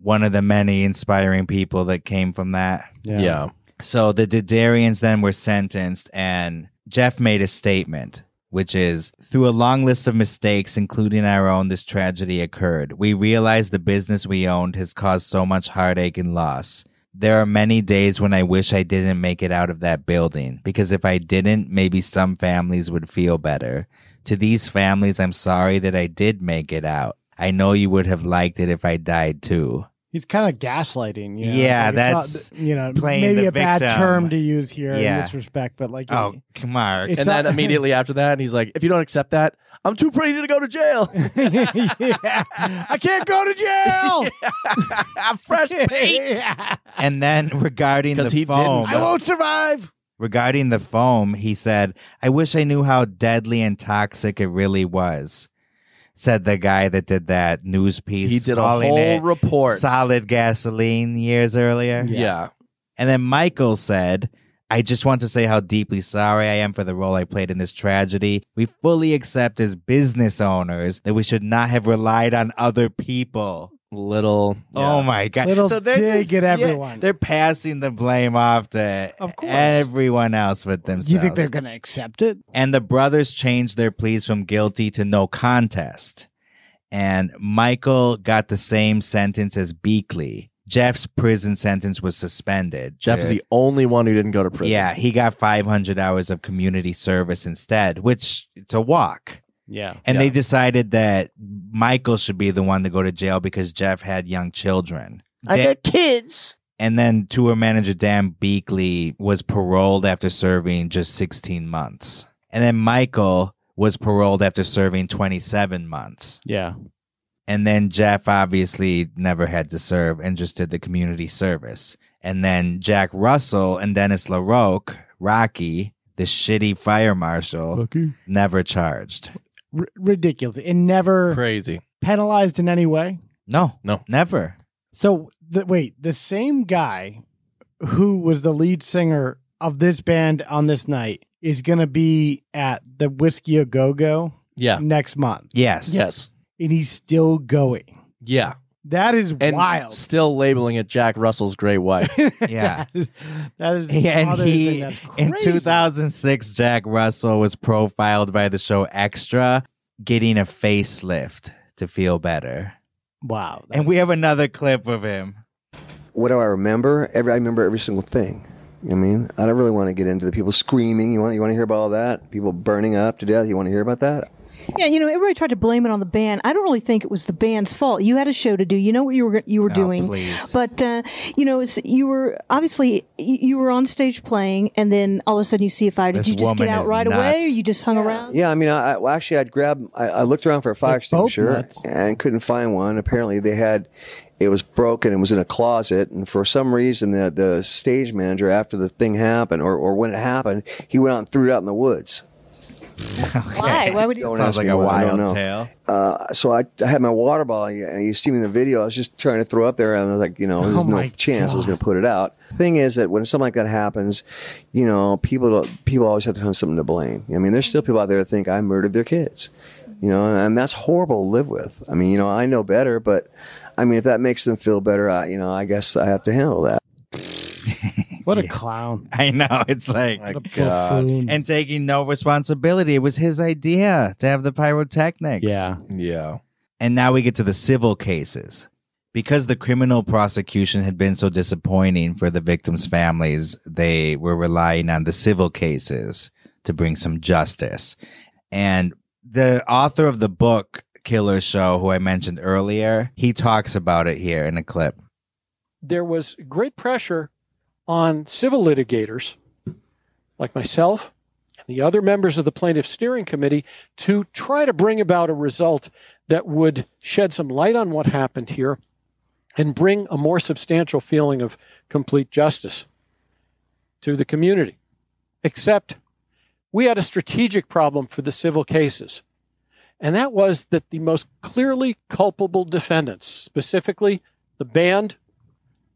Speaker 1: One of the many inspiring people that came from that.
Speaker 11: Yeah. Yeah.
Speaker 1: So the Didarians then were sentenced, and Jeff made a statement, which is through a long list of mistakes, including our own, this tragedy occurred. We realize the business we owned has caused so much heartache and loss. There are many days when I wish I didn't make it out of that building, because if I didn't, maybe some families would feel better. To these families, I'm sorry that I did make it out. I know you would have liked it if I died too.
Speaker 12: He's kind of gaslighting. You know?
Speaker 1: Yeah,
Speaker 12: it's not-
Speaker 1: that's
Speaker 12: you know
Speaker 1: playing
Speaker 12: maybe
Speaker 1: the
Speaker 12: a bad
Speaker 1: victim.
Speaker 12: term to use here
Speaker 1: Yeah.
Speaker 12: in this respect, but like
Speaker 1: Oh, come on.
Speaker 11: and then immediately after that, he's like, if you don't accept that, I'm too pretty to go to jail.
Speaker 12: I can't go to jail.
Speaker 11: Fresh paint.
Speaker 1: And then regarding the
Speaker 11: 'Cause he didn't,
Speaker 1: foam,
Speaker 11: though. I won't
Speaker 12: survive.
Speaker 1: Regarding the foam, he said, I wish I knew how deadly and toxic it really was. Said the guy that did that news piece.
Speaker 11: He did a
Speaker 1: calling
Speaker 11: whole
Speaker 1: it
Speaker 11: report.
Speaker 1: Solid gasoline years earlier.
Speaker 11: Yeah. Yeah.
Speaker 1: And then Michael said, I just want to say how deeply sorry I am for the role I played in this tragedy. We fully accept as business owners that we should not have relied on other people.
Speaker 11: Little.
Speaker 1: Oh my god!
Speaker 12: Little dig at
Speaker 1: yeah,
Speaker 12: everyone.
Speaker 1: they're passing the blame off to
Speaker 12: Of course.
Speaker 1: everyone else but themselves.
Speaker 12: Do you think they're going to accept it?
Speaker 1: And the brothers changed their pleas from guilty to no contest. And Michael got the same sentence as Beakley. Jeff's prison sentence was suspended.
Speaker 11: Jeff is the only one who didn't go to prison.
Speaker 1: Yeah, he got 500 hours of community service instead, which it's a walk.
Speaker 14: Yeah.
Speaker 1: And they decided that Michael should be the one to go to jail because Jeff had young children.
Speaker 20: I
Speaker 1: Da-
Speaker 20: got kids.
Speaker 1: and then tour manager Dan Beakley was paroled after serving just 16 months. And then Michael was paroled after serving 27 months.
Speaker 14: Yeah.
Speaker 1: And then Jeff obviously never had to serve and just did the community service. And then Jack Russell and Dennis LaRoque, Rocky, the shitty fire marshal, never charged.
Speaker 12: R- ridiculous. It never
Speaker 11: Crazy.
Speaker 12: penalized in any way.
Speaker 1: No.
Speaker 11: No.
Speaker 1: Never.
Speaker 12: So the, wait, the same guy who was the lead singer of this band on this night is going to be at the Whiskey a Go Go
Speaker 11: Yeah.
Speaker 12: next month.
Speaker 1: Yes.
Speaker 11: Yes.
Speaker 12: And he's still going.
Speaker 11: Yeah.
Speaker 12: That is
Speaker 11: And
Speaker 12: wild.
Speaker 11: still labeling it Jack Russell's Great White.
Speaker 1: Yeah.
Speaker 12: That is the
Speaker 1: and
Speaker 12: other
Speaker 1: he
Speaker 12: thing that's crazy.
Speaker 1: in 2006 Jack Russell was profiled by the show Extra getting a facelift to feel better.
Speaker 12: Wow.
Speaker 1: And we have another clip of him.
Speaker 8: What do I remember? Every I remember every single thing. You know what I mean, I don't really want to get into the people screaming. You want you want to hear about all that? People burning up to death. You want to hear about that?
Speaker 20: Yeah, you know, everybody tried to blame it on the band. I don't really think it was the band's fault. You had a show to do. You know what you were you were doing.
Speaker 21: please.
Speaker 20: But uh, you know, it's- you were obviously y- you were on stage playing, and then all of a sudden you see a fire. Did
Speaker 8: This
Speaker 20: you just get
Speaker 8: woman
Speaker 20: out
Speaker 8: is
Speaker 20: right away, or
Speaker 8: nuts.
Speaker 20: you just hung around?
Speaker 8: Yeah, I mean, I, I well, actually I'd grab. I, I looked around for a fire extinguisher
Speaker 20: nuts.
Speaker 8: and couldn't find one. Apparently, they had it was broken. It was in a closet, and for some reason, the the stage manager after the thing happened, or or when it happened, he went out and threw it out in the woods.
Speaker 20: Why? Why would you?
Speaker 8: Don't
Speaker 1: Sounds
Speaker 8: ask
Speaker 1: like
Speaker 8: me
Speaker 1: a
Speaker 8: why, I don't
Speaker 1: wild
Speaker 8: know.
Speaker 1: tale.
Speaker 8: Uh, so I, I had my water bottle, and you see me in the video. I was just trying to throw up there, and I was like, you know, there's no
Speaker 12: my
Speaker 8: chance I was going to put it out. Thing is that when something like that happens, you know, people don't, people always have to find something to blame. I mean, there's still people out there that think I murdered their kids, you know, and that's horrible to live with. I mean, you know, I know better, but I mean, if that makes them feel better, I, you know, I guess I have to handle that.
Speaker 12: What a clown.
Speaker 1: I know. It's like
Speaker 12: God. buffoon.
Speaker 1: and taking no responsibility. It was his idea to have the pyrotechnics.
Speaker 11: Yeah. Yeah.
Speaker 1: And now we get to the civil cases. Because the criminal prosecution had been so disappointing for the victims' families, they were relying on the civil cases to bring some justice. And the author of the book, Killer Show, who I mentioned earlier, he talks about it here in a clip.
Speaker 22: there was great pressure on civil litigators like myself and the other members of the plaintiff steering committee to try to bring about a result that would shed some light on what happened here and bring a more substantial feeling of complete justice to the community. Except we had a strategic problem for the civil cases. And that was that the most clearly culpable defendants, specifically the band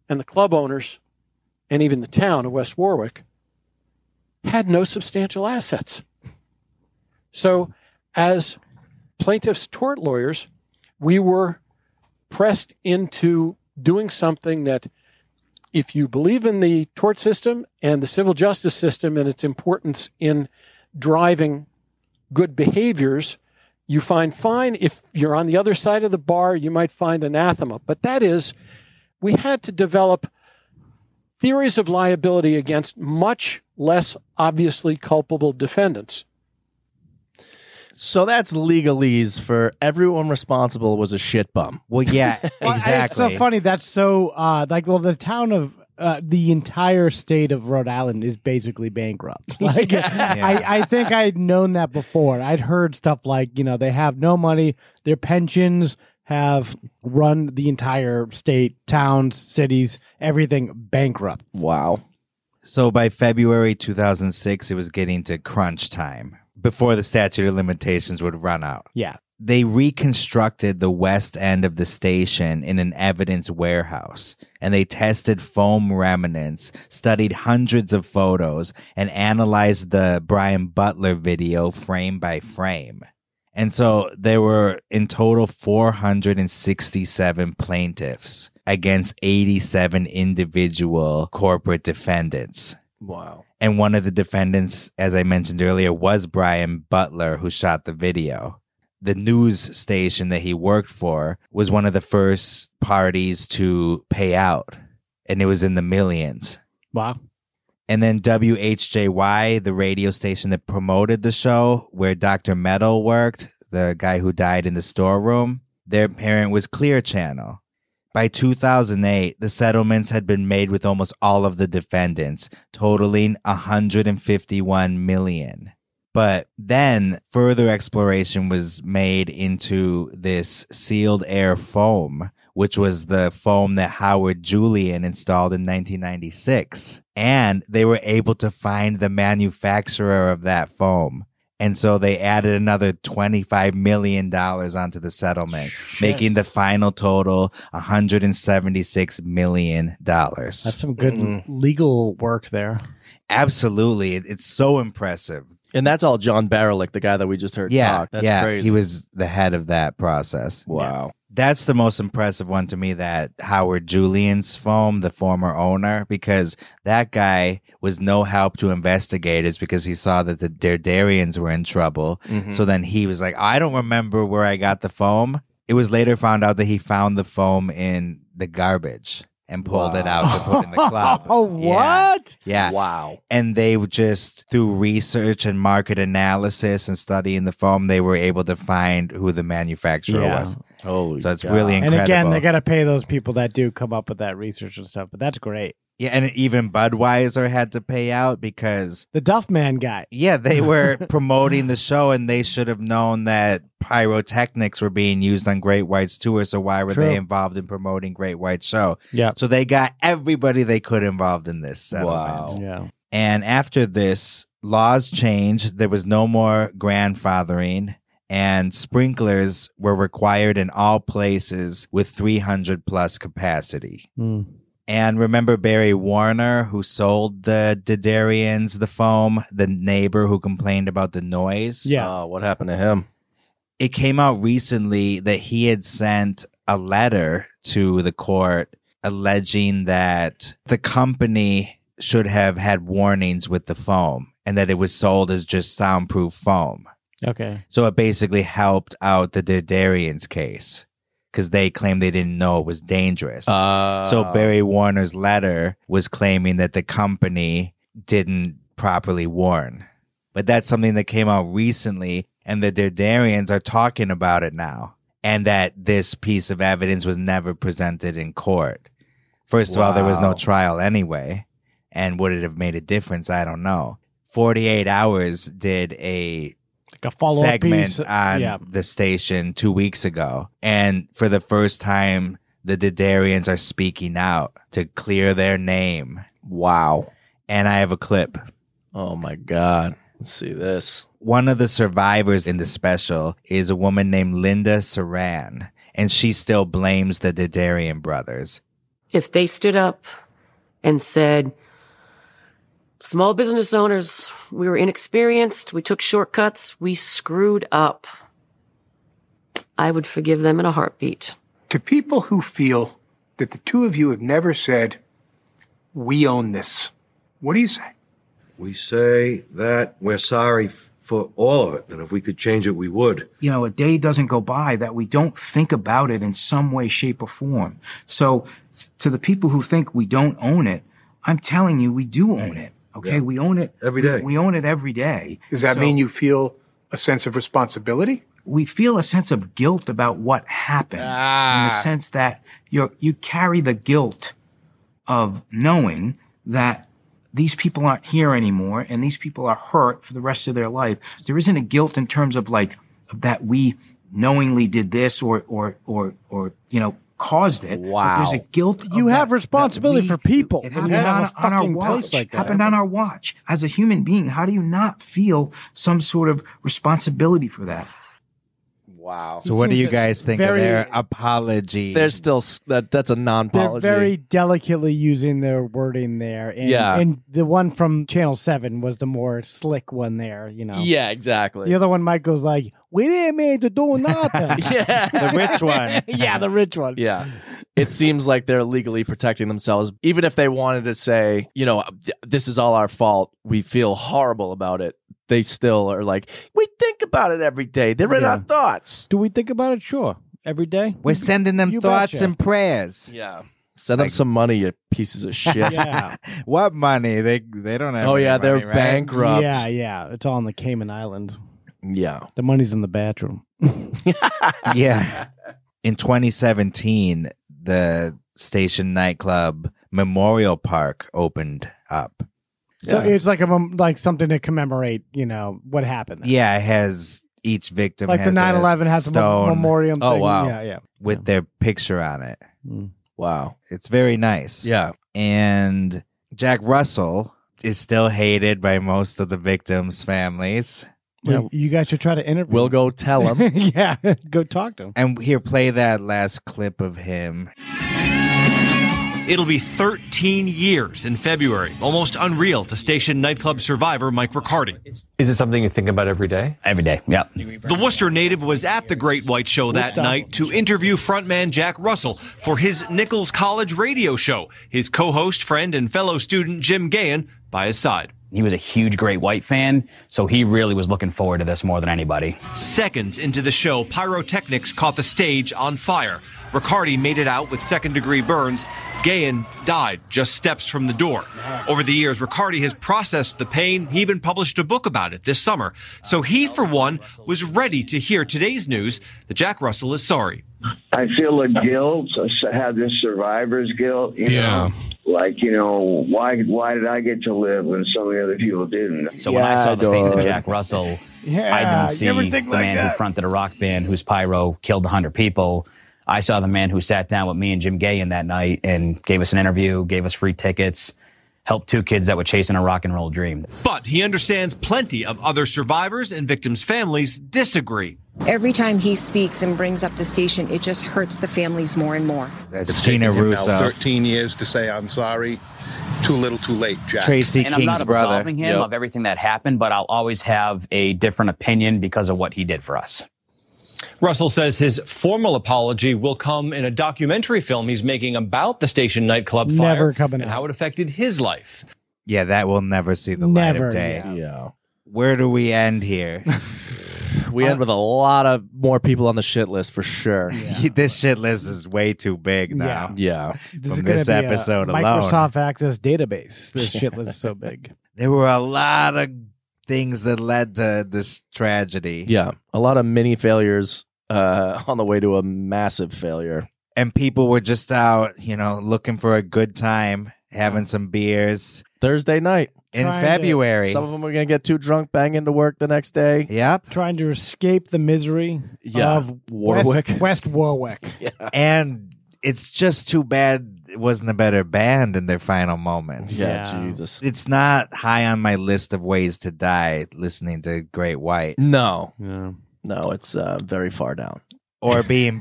Speaker 22: and the club owners and even the town of West Warwick had no substantial assets. So, as plaintiffs' tort lawyers, we were pressed into doing something that, if you believe in the tort system and the civil justice system and its importance in driving good behaviors, you find fine. If you're on the other side of the bar, you might find anathema. But that is, we had to develop theories of liability against much less obviously culpable defendants.
Speaker 11: So that's legalese for everyone responsible was a shit bum.
Speaker 1: Well, yeah,
Speaker 12: Well, I- It's so funny. That's so uh, like well, the town of uh, the entire state of Rhode Island is basically bankrupt. Like I, I think I'd known that before. I'd heard stuff like you know they have no money. Their pensions have run the entire state, towns, cities, everything bankrupt.
Speaker 11: Wow.
Speaker 1: So by February 2006, it was getting to crunch time before the statute of limitations would run out.
Speaker 12: Yeah.
Speaker 1: They reconstructed the west end of the station in an evidence warehouse and they tested foam remnants, studied hundreds of photos, and analyzed the Brian Butler video frame by frame. And so there were in total 467 plaintiffs against 87 individual corporate defendants.
Speaker 11: Wow.
Speaker 1: And one of the defendants, as I mentioned earlier, was Brian Butler, who shot the video. The news station that he worked for was one of the first parties to pay out, and it was in the millions.
Speaker 12: Wow.
Speaker 1: And then WHJY, the radio station that promoted the show where Dr. Metal worked, the guy who died in the storeroom, their parent was Clear Channel. By 2008, the settlements had been made with almost all of the defendants, totaling 151 million. But then further exploration was made into this sealed air foam, which was the foam that Howard Julian installed in 1996. And they were able to find the manufacturer of that foam. And so they added another $25 million onto the settlement, making the final total $176 million.
Speaker 12: That's some good
Speaker 11: Mm.
Speaker 12: legal work there.
Speaker 1: Absolutely. It- It's so impressive.
Speaker 11: And that's all John Barilick, the guy that we just heard
Speaker 1: Yeah.
Speaker 11: talk. That's
Speaker 1: yeah.
Speaker 11: crazy.
Speaker 1: He was the head of that process. Wow. That's the most impressive one to me that Howard Julian's foam, the former owner, because that guy was no help to investigators because he saw that the Dardarians were in trouble.
Speaker 11: Mm-hmm.
Speaker 14: Mhm.
Speaker 1: So then he was like, I don't remember where I got the foam. It was later found out that he found the foam in the garbage and pulled it out to put in the club.
Speaker 12: Oh,
Speaker 1: Yeah.
Speaker 12: what?
Speaker 1: Yeah. Wow. And they would just through research and market analysis and studying the foam, they were able to find who the manufacturer
Speaker 12: Yeah.
Speaker 1: was. Holy so it's really incredible.
Speaker 12: And again, they got to pay those people that do come up with that research and stuff. But that's great.
Speaker 1: yeah, and even Budweiser had to pay out because
Speaker 12: The Duffman guy.
Speaker 1: yeah, they were promoting the show and they should have known that pyrotechnics were being used on Great White's tour, so why were
Speaker 12: True.
Speaker 1: they involved in promoting Great White's show?
Speaker 12: Yeah.
Speaker 1: So they got everybody they could involved in this settlement.
Speaker 12: Yeah.
Speaker 1: And after this, laws changed. There was no more grandfathering, and sprinklers were required in all places with 300 plus capacity. And remember Barry Warner, who sold the Didarians the foam, the neighbor who complained about the noise?
Speaker 11: Yeah. Oh, what happened to him?
Speaker 1: It came out recently that he had sent a letter to the court alleging that the company should have had warnings with the foam and that it was sold as just soundproof foam.
Speaker 12: Okay.
Speaker 1: So it basically helped out the Didarians case because they claimed they didn't know it was dangerous. so Barry Warner's letter was claiming that the company didn't properly warn. But that's something that came out recently, and the Didarians are talking about it now, and that this piece of evidence was never presented in court. First of all, there was no
Speaker 14: Wow.
Speaker 1: trial anyway. And would it have made a difference? I don't know. 48 Hours did a
Speaker 12: Like a follow up
Speaker 1: segment
Speaker 12: piece. uh,
Speaker 1: on
Speaker 12: yeah.
Speaker 1: the station two weeks ago. And for the first time, the Didarians are speaking out to clear their name. Wow. And I have a clip.
Speaker 11: Oh my God. Let's see this.
Speaker 1: One of the survivors in the special is a woman named Linda Saran, and she still blames the Didarian brothers.
Speaker 21: if they stood up and said, small business owners, we were inexperienced, we took shortcuts, we screwed up, I would forgive them in a heartbeat.
Speaker 18: To people who feel that the two of you have never said, we own this, what do you say?
Speaker 23: We say that we're sorry f- for all of it, and if we could change it, we would.
Speaker 13: you know, a day doesn't go by that we don't think about it in some way, shape, or form. So s- to the people who think we don't own it, I'm telling you, we do own it. Okay.
Speaker 18: Yeah.
Speaker 13: We own it
Speaker 18: Every day.
Speaker 13: We own it every day.
Speaker 18: Does that mean you feel a sense of responsibility?
Speaker 13: We feel a sense of guilt about what happened in
Speaker 18: Ah.
Speaker 13: the sense that you you carry the guilt of knowing that these people aren't here anymore and these people are hurt for the rest of their life. There isn't a guilt in terms of like that we knowingly did this or or or or you know caused it. Wow. there's a guilt.
Speaker 12: You have responsibility for people.
Speaker 13: It
Speaker 12: when
Speaker 13: happened
Speaker 12: you Oh, have
Speaker 13: on,
Speaker 12: a
Speaker 13: on our
Speaker 12: fucking
Speaker 13: watch.
Speaker 12: place like that.
Speaker 13: Happened on our watch. As a human being, how do you not feel some sort of responsibility for that?
Speaker 11: Wow.
Speaker 1: So, what do you guys think
Speaker 13: Very-
Speaker 1: of their apology?
Speaker 11: There's still s- that. That's a non-apology.
Speaker 12: They're very delicately using their wording there. And,
Speaker 11: Yeah.
Speaker 12: And the one from Channel 7 was the more slick one there, you know.
Speaker 11: Yeah, exactly.
Speaker 12: The other one, Michael's like, we didn't mean to do nothing.
Speaker 11: yeah. The rich one.
Speaker 12: yeah, the rich one.
Speaker 11: Yeah. It seems like they're legally protecting themselves. Even if they wanted to say, you know, "Th- this is all our fault. We feel horrible about it. They still are like, we think about it every day. They're in our thoughts.
Speaker 12: Do we think about it? Sure. Every day.
Speaker 1: We're sending them
Speaker 12: You
Speaker 1: thoughts
Speaker 12: betcha.
Speaker 1: and prayers.
Speaker 11: Yeah. Send them some money, you pieces of shit.
Speaker 12: Yeah.
Speaker 1: what money? They they don't have.
Speaker 11: Oh,
Speaker 1: any
Speaker 11: yeah, they're
Speaker 1: money, right?
Speaker 11: bankrupt.
Speaker 12: Yeah, yeah. It's all in the Cayman Islands.
Speaker 11: Yeah.
Speaker 12: The money's in the bathroom.
Speaker 1: yeah. In 2017, the station nightclub Memorial Park opened up.
Speaker 12: So it's like a mem- like something to commemorate, you know, what happened. there.
Speaker 1: Yeah, it has each victim
Speaker 12: Like the
Speaker 1: has a
Speaker 12: 9/11 has a mem-
Speaker 1: stone
Speaker 12: memoriam Oh, thing. wow. Yeah, yeah. Mm.
Speaker 1: With their picture on it.
Speaker 11: Wow.
Speaker 1: It's very nice.
Speaker 11: Yeah.
Speaker 1: And Jack Russell is still hated by most of the victims' families.
Speaker 12: Well, You guys should try to interview.
Speaker 1: We'll go tell him.
Speaker 12: yeah, go talk to him.
Speaker 1: And here, play that last clip of him.
Speaker 3: It'll be 13 years in February. Almost unreal to station nightclub survivor Mike Riccardi.
Speaker 4: Is it something you think about every day? Every day, yeah.
Speaker 3: The Worcester native was at the Great White Show that
Speaker 4: Woodstock.
Speaker 3: night to interview frontman Jack Russell for his Nichols College radio show. His co host, friend, and fellow student Jim Gahan by his side.
Speaker 4: He was a huge Great White fan, so he really was looking forward to this more than anybody.
Speaker 3: Seconds into the show, pyrotechnics caught the stage on fire. Riccardi made it out with second degree burns. Gahan died just steps from the door. Over the years, Riccardi has processed the pain. He even published a book about it this summer. So he, for one, was ready to hear today's news that Jack Russell is sorry.
Speaker 14: I feel a guilt. I have this survivor's guilt. You
Speaker 4: Yeah.
Speaker 14: Know? Like you know, why why did I get to live when so many other people didn't?
Speaker 4: So when I saw the face of Jack Russell,
Speaker 14: Yeah,
Speaker 4: I didn't
Speaker 14: you
Speaker 4: see
Speaker 14: ever
Speaker 4: the
Speaker 14: think like
Speaker 4: man
Speaker 14: that?
Speaker 4: who fronted a rock band whose pyro killed 100 people. I saw the man who sat down with me and Jim Gahan that night and gave us an interview, gave us free tickets, helped two kids that were chasing a rock and roll dream.
Speaker 3: But he understands plenty of other survivors and victims' families disagree.
Speaker 24: Every time he speaks and brings up the station, it just hurts the families more and more.
Speaker 1: That's
Speaker 25: It's
Speaker 1: Gina
Speaker 25: taken him now
Speaker 1: Russo.
Speaker 25: 13 years to say I'm sorry. Too little, too late, Jack.
Speaker 4: and I'm not absolving him of everything that happened, but I'll always have a different opinion because of what he did for us.
Speaker 3: Russell says his formal apology will come in a documentary film he's making about the station nightclub fire
Speaker 12: Never coming
Speaker 3: and how it affected his life.
Speaker 1: Yeah, that will never see the light
Speaker 12: Never,
Speaker 1: of day. Yeah. Where do we end here?
Speaker 11: We end with a lot of more people on the shit list for sure.
Speaker 1: this shit list is way too big now.
Speaker 11: Yeah.
Speaker 12: is
Speaker 1: This Oh, From
Speaker 12: gonna
Speaker 1: this
Speaker 12: be a
Speaker 1: episode alone.
Speaker 12: Microsoft Access database. This shit list is so big.
Speaker 1: There were a lot of things that led to this tragedy.
Speaker 11: Yeah. A lot of mini failures uh, on the way to a massive failure.
Speaker 1: And people were just out, you know, looking for a good time, having some beers.
Speaker 11: Mm. Thursday night.
Speaker 1: In February.
Speaker 11: Some of them are going to get too drunk, bang into work the next day.
Speaker 1: Yep.
Speaker 12: Trying to escape the misery
Speaker 11: Yeah.
Speaker 12: of
Speaker 11: Warwick.
Speaker 12: West, West Warwick.
Speaker 1: And it's just too bad it wasn't a better band in their final moments.
Speaker 11: Yeah, Yeah. Jesus.
Speaker 1: It's not high on my list of ways to die listening to Great White.
Speaker 11: No. No, it's uh, very far down.
Speaker 1: Or being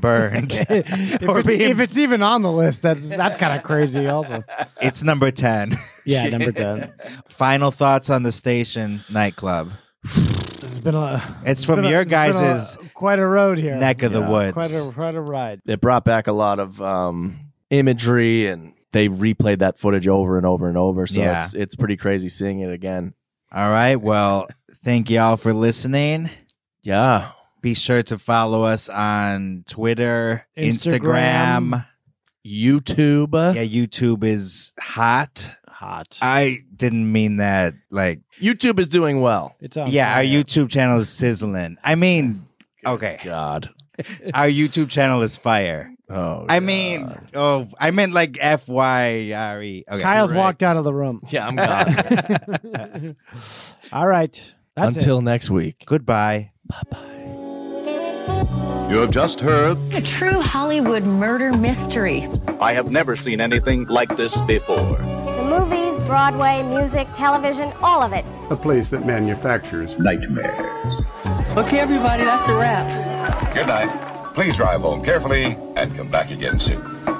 Speaker 1: burned.
Speaker 12: if, it's, if it's even on the list, that's that's kind of crazy. Also,
Speaker 1: It's number 10.
Speaker 12: Yeah, number 10.
Speaker 1: Final thoughts on the station nightclub.
Speaker 12: this has been a.
Speaker 1: It's from
Speaker 12: been a-
Speaker 1: your
Speaker 12: it's been a-
Speaker 1: guys'
Speaker 12: quite a road here,
Speaker 1: neck of the
Speaker 12: Yeah.
Speaker 1: woods.
Speaker 12: Quite a quite a ride.
Speaker 11: It brought back a lot of um, imagery and they replayed that footage over and over and over. So
Speaker 1: Yeah.
Speaker 11: it's, it's pretty crazy seeing it again.
Speaker 1: All right. Well, thank y'all for listening.
Speaker 11: Yeah.
Speaker 1: Be sure to follow us on Twitter, Instagram.
Speaker 11: Instagram. YouTube.
Speaker 1: Yeah, YouTube is hot.
Speaker 12: Hot.
Speaker 1: I didn't mean that like
Speaker 11: YouTube is doing well.
Speaker 12: It's
Speaker 1: Yeah, our YouTube channel is sizzling. I mean, okay.
Speaker 11: God.
Speaker 1: Our YouTube channel is fire.
Speaker 11: Oh.
Speaker 1: I mean, oh, I meant like F Y R E. Okay.
Speaker 12: Kyle's walked out of the room.
Speaker 11: Yeah, I'm gone.
Speaker 12: All right. That's it.
Speaker 11: Until next week.
Speaker 1: Goodbye.
Speaker 26: You have just heard.
Speaker 27: A true Hollywood murder mystery.
Speaker 26: I have never seen anything like this before.
Speaker 28: The movies, Broadway, music, television, all of it.
Speaker 26: A place that manufactures nightmares.
Speaker 29: Okay, everybody, that's a wrap.
Speaker 26: Good night. Please drive home carefully and come back again soon.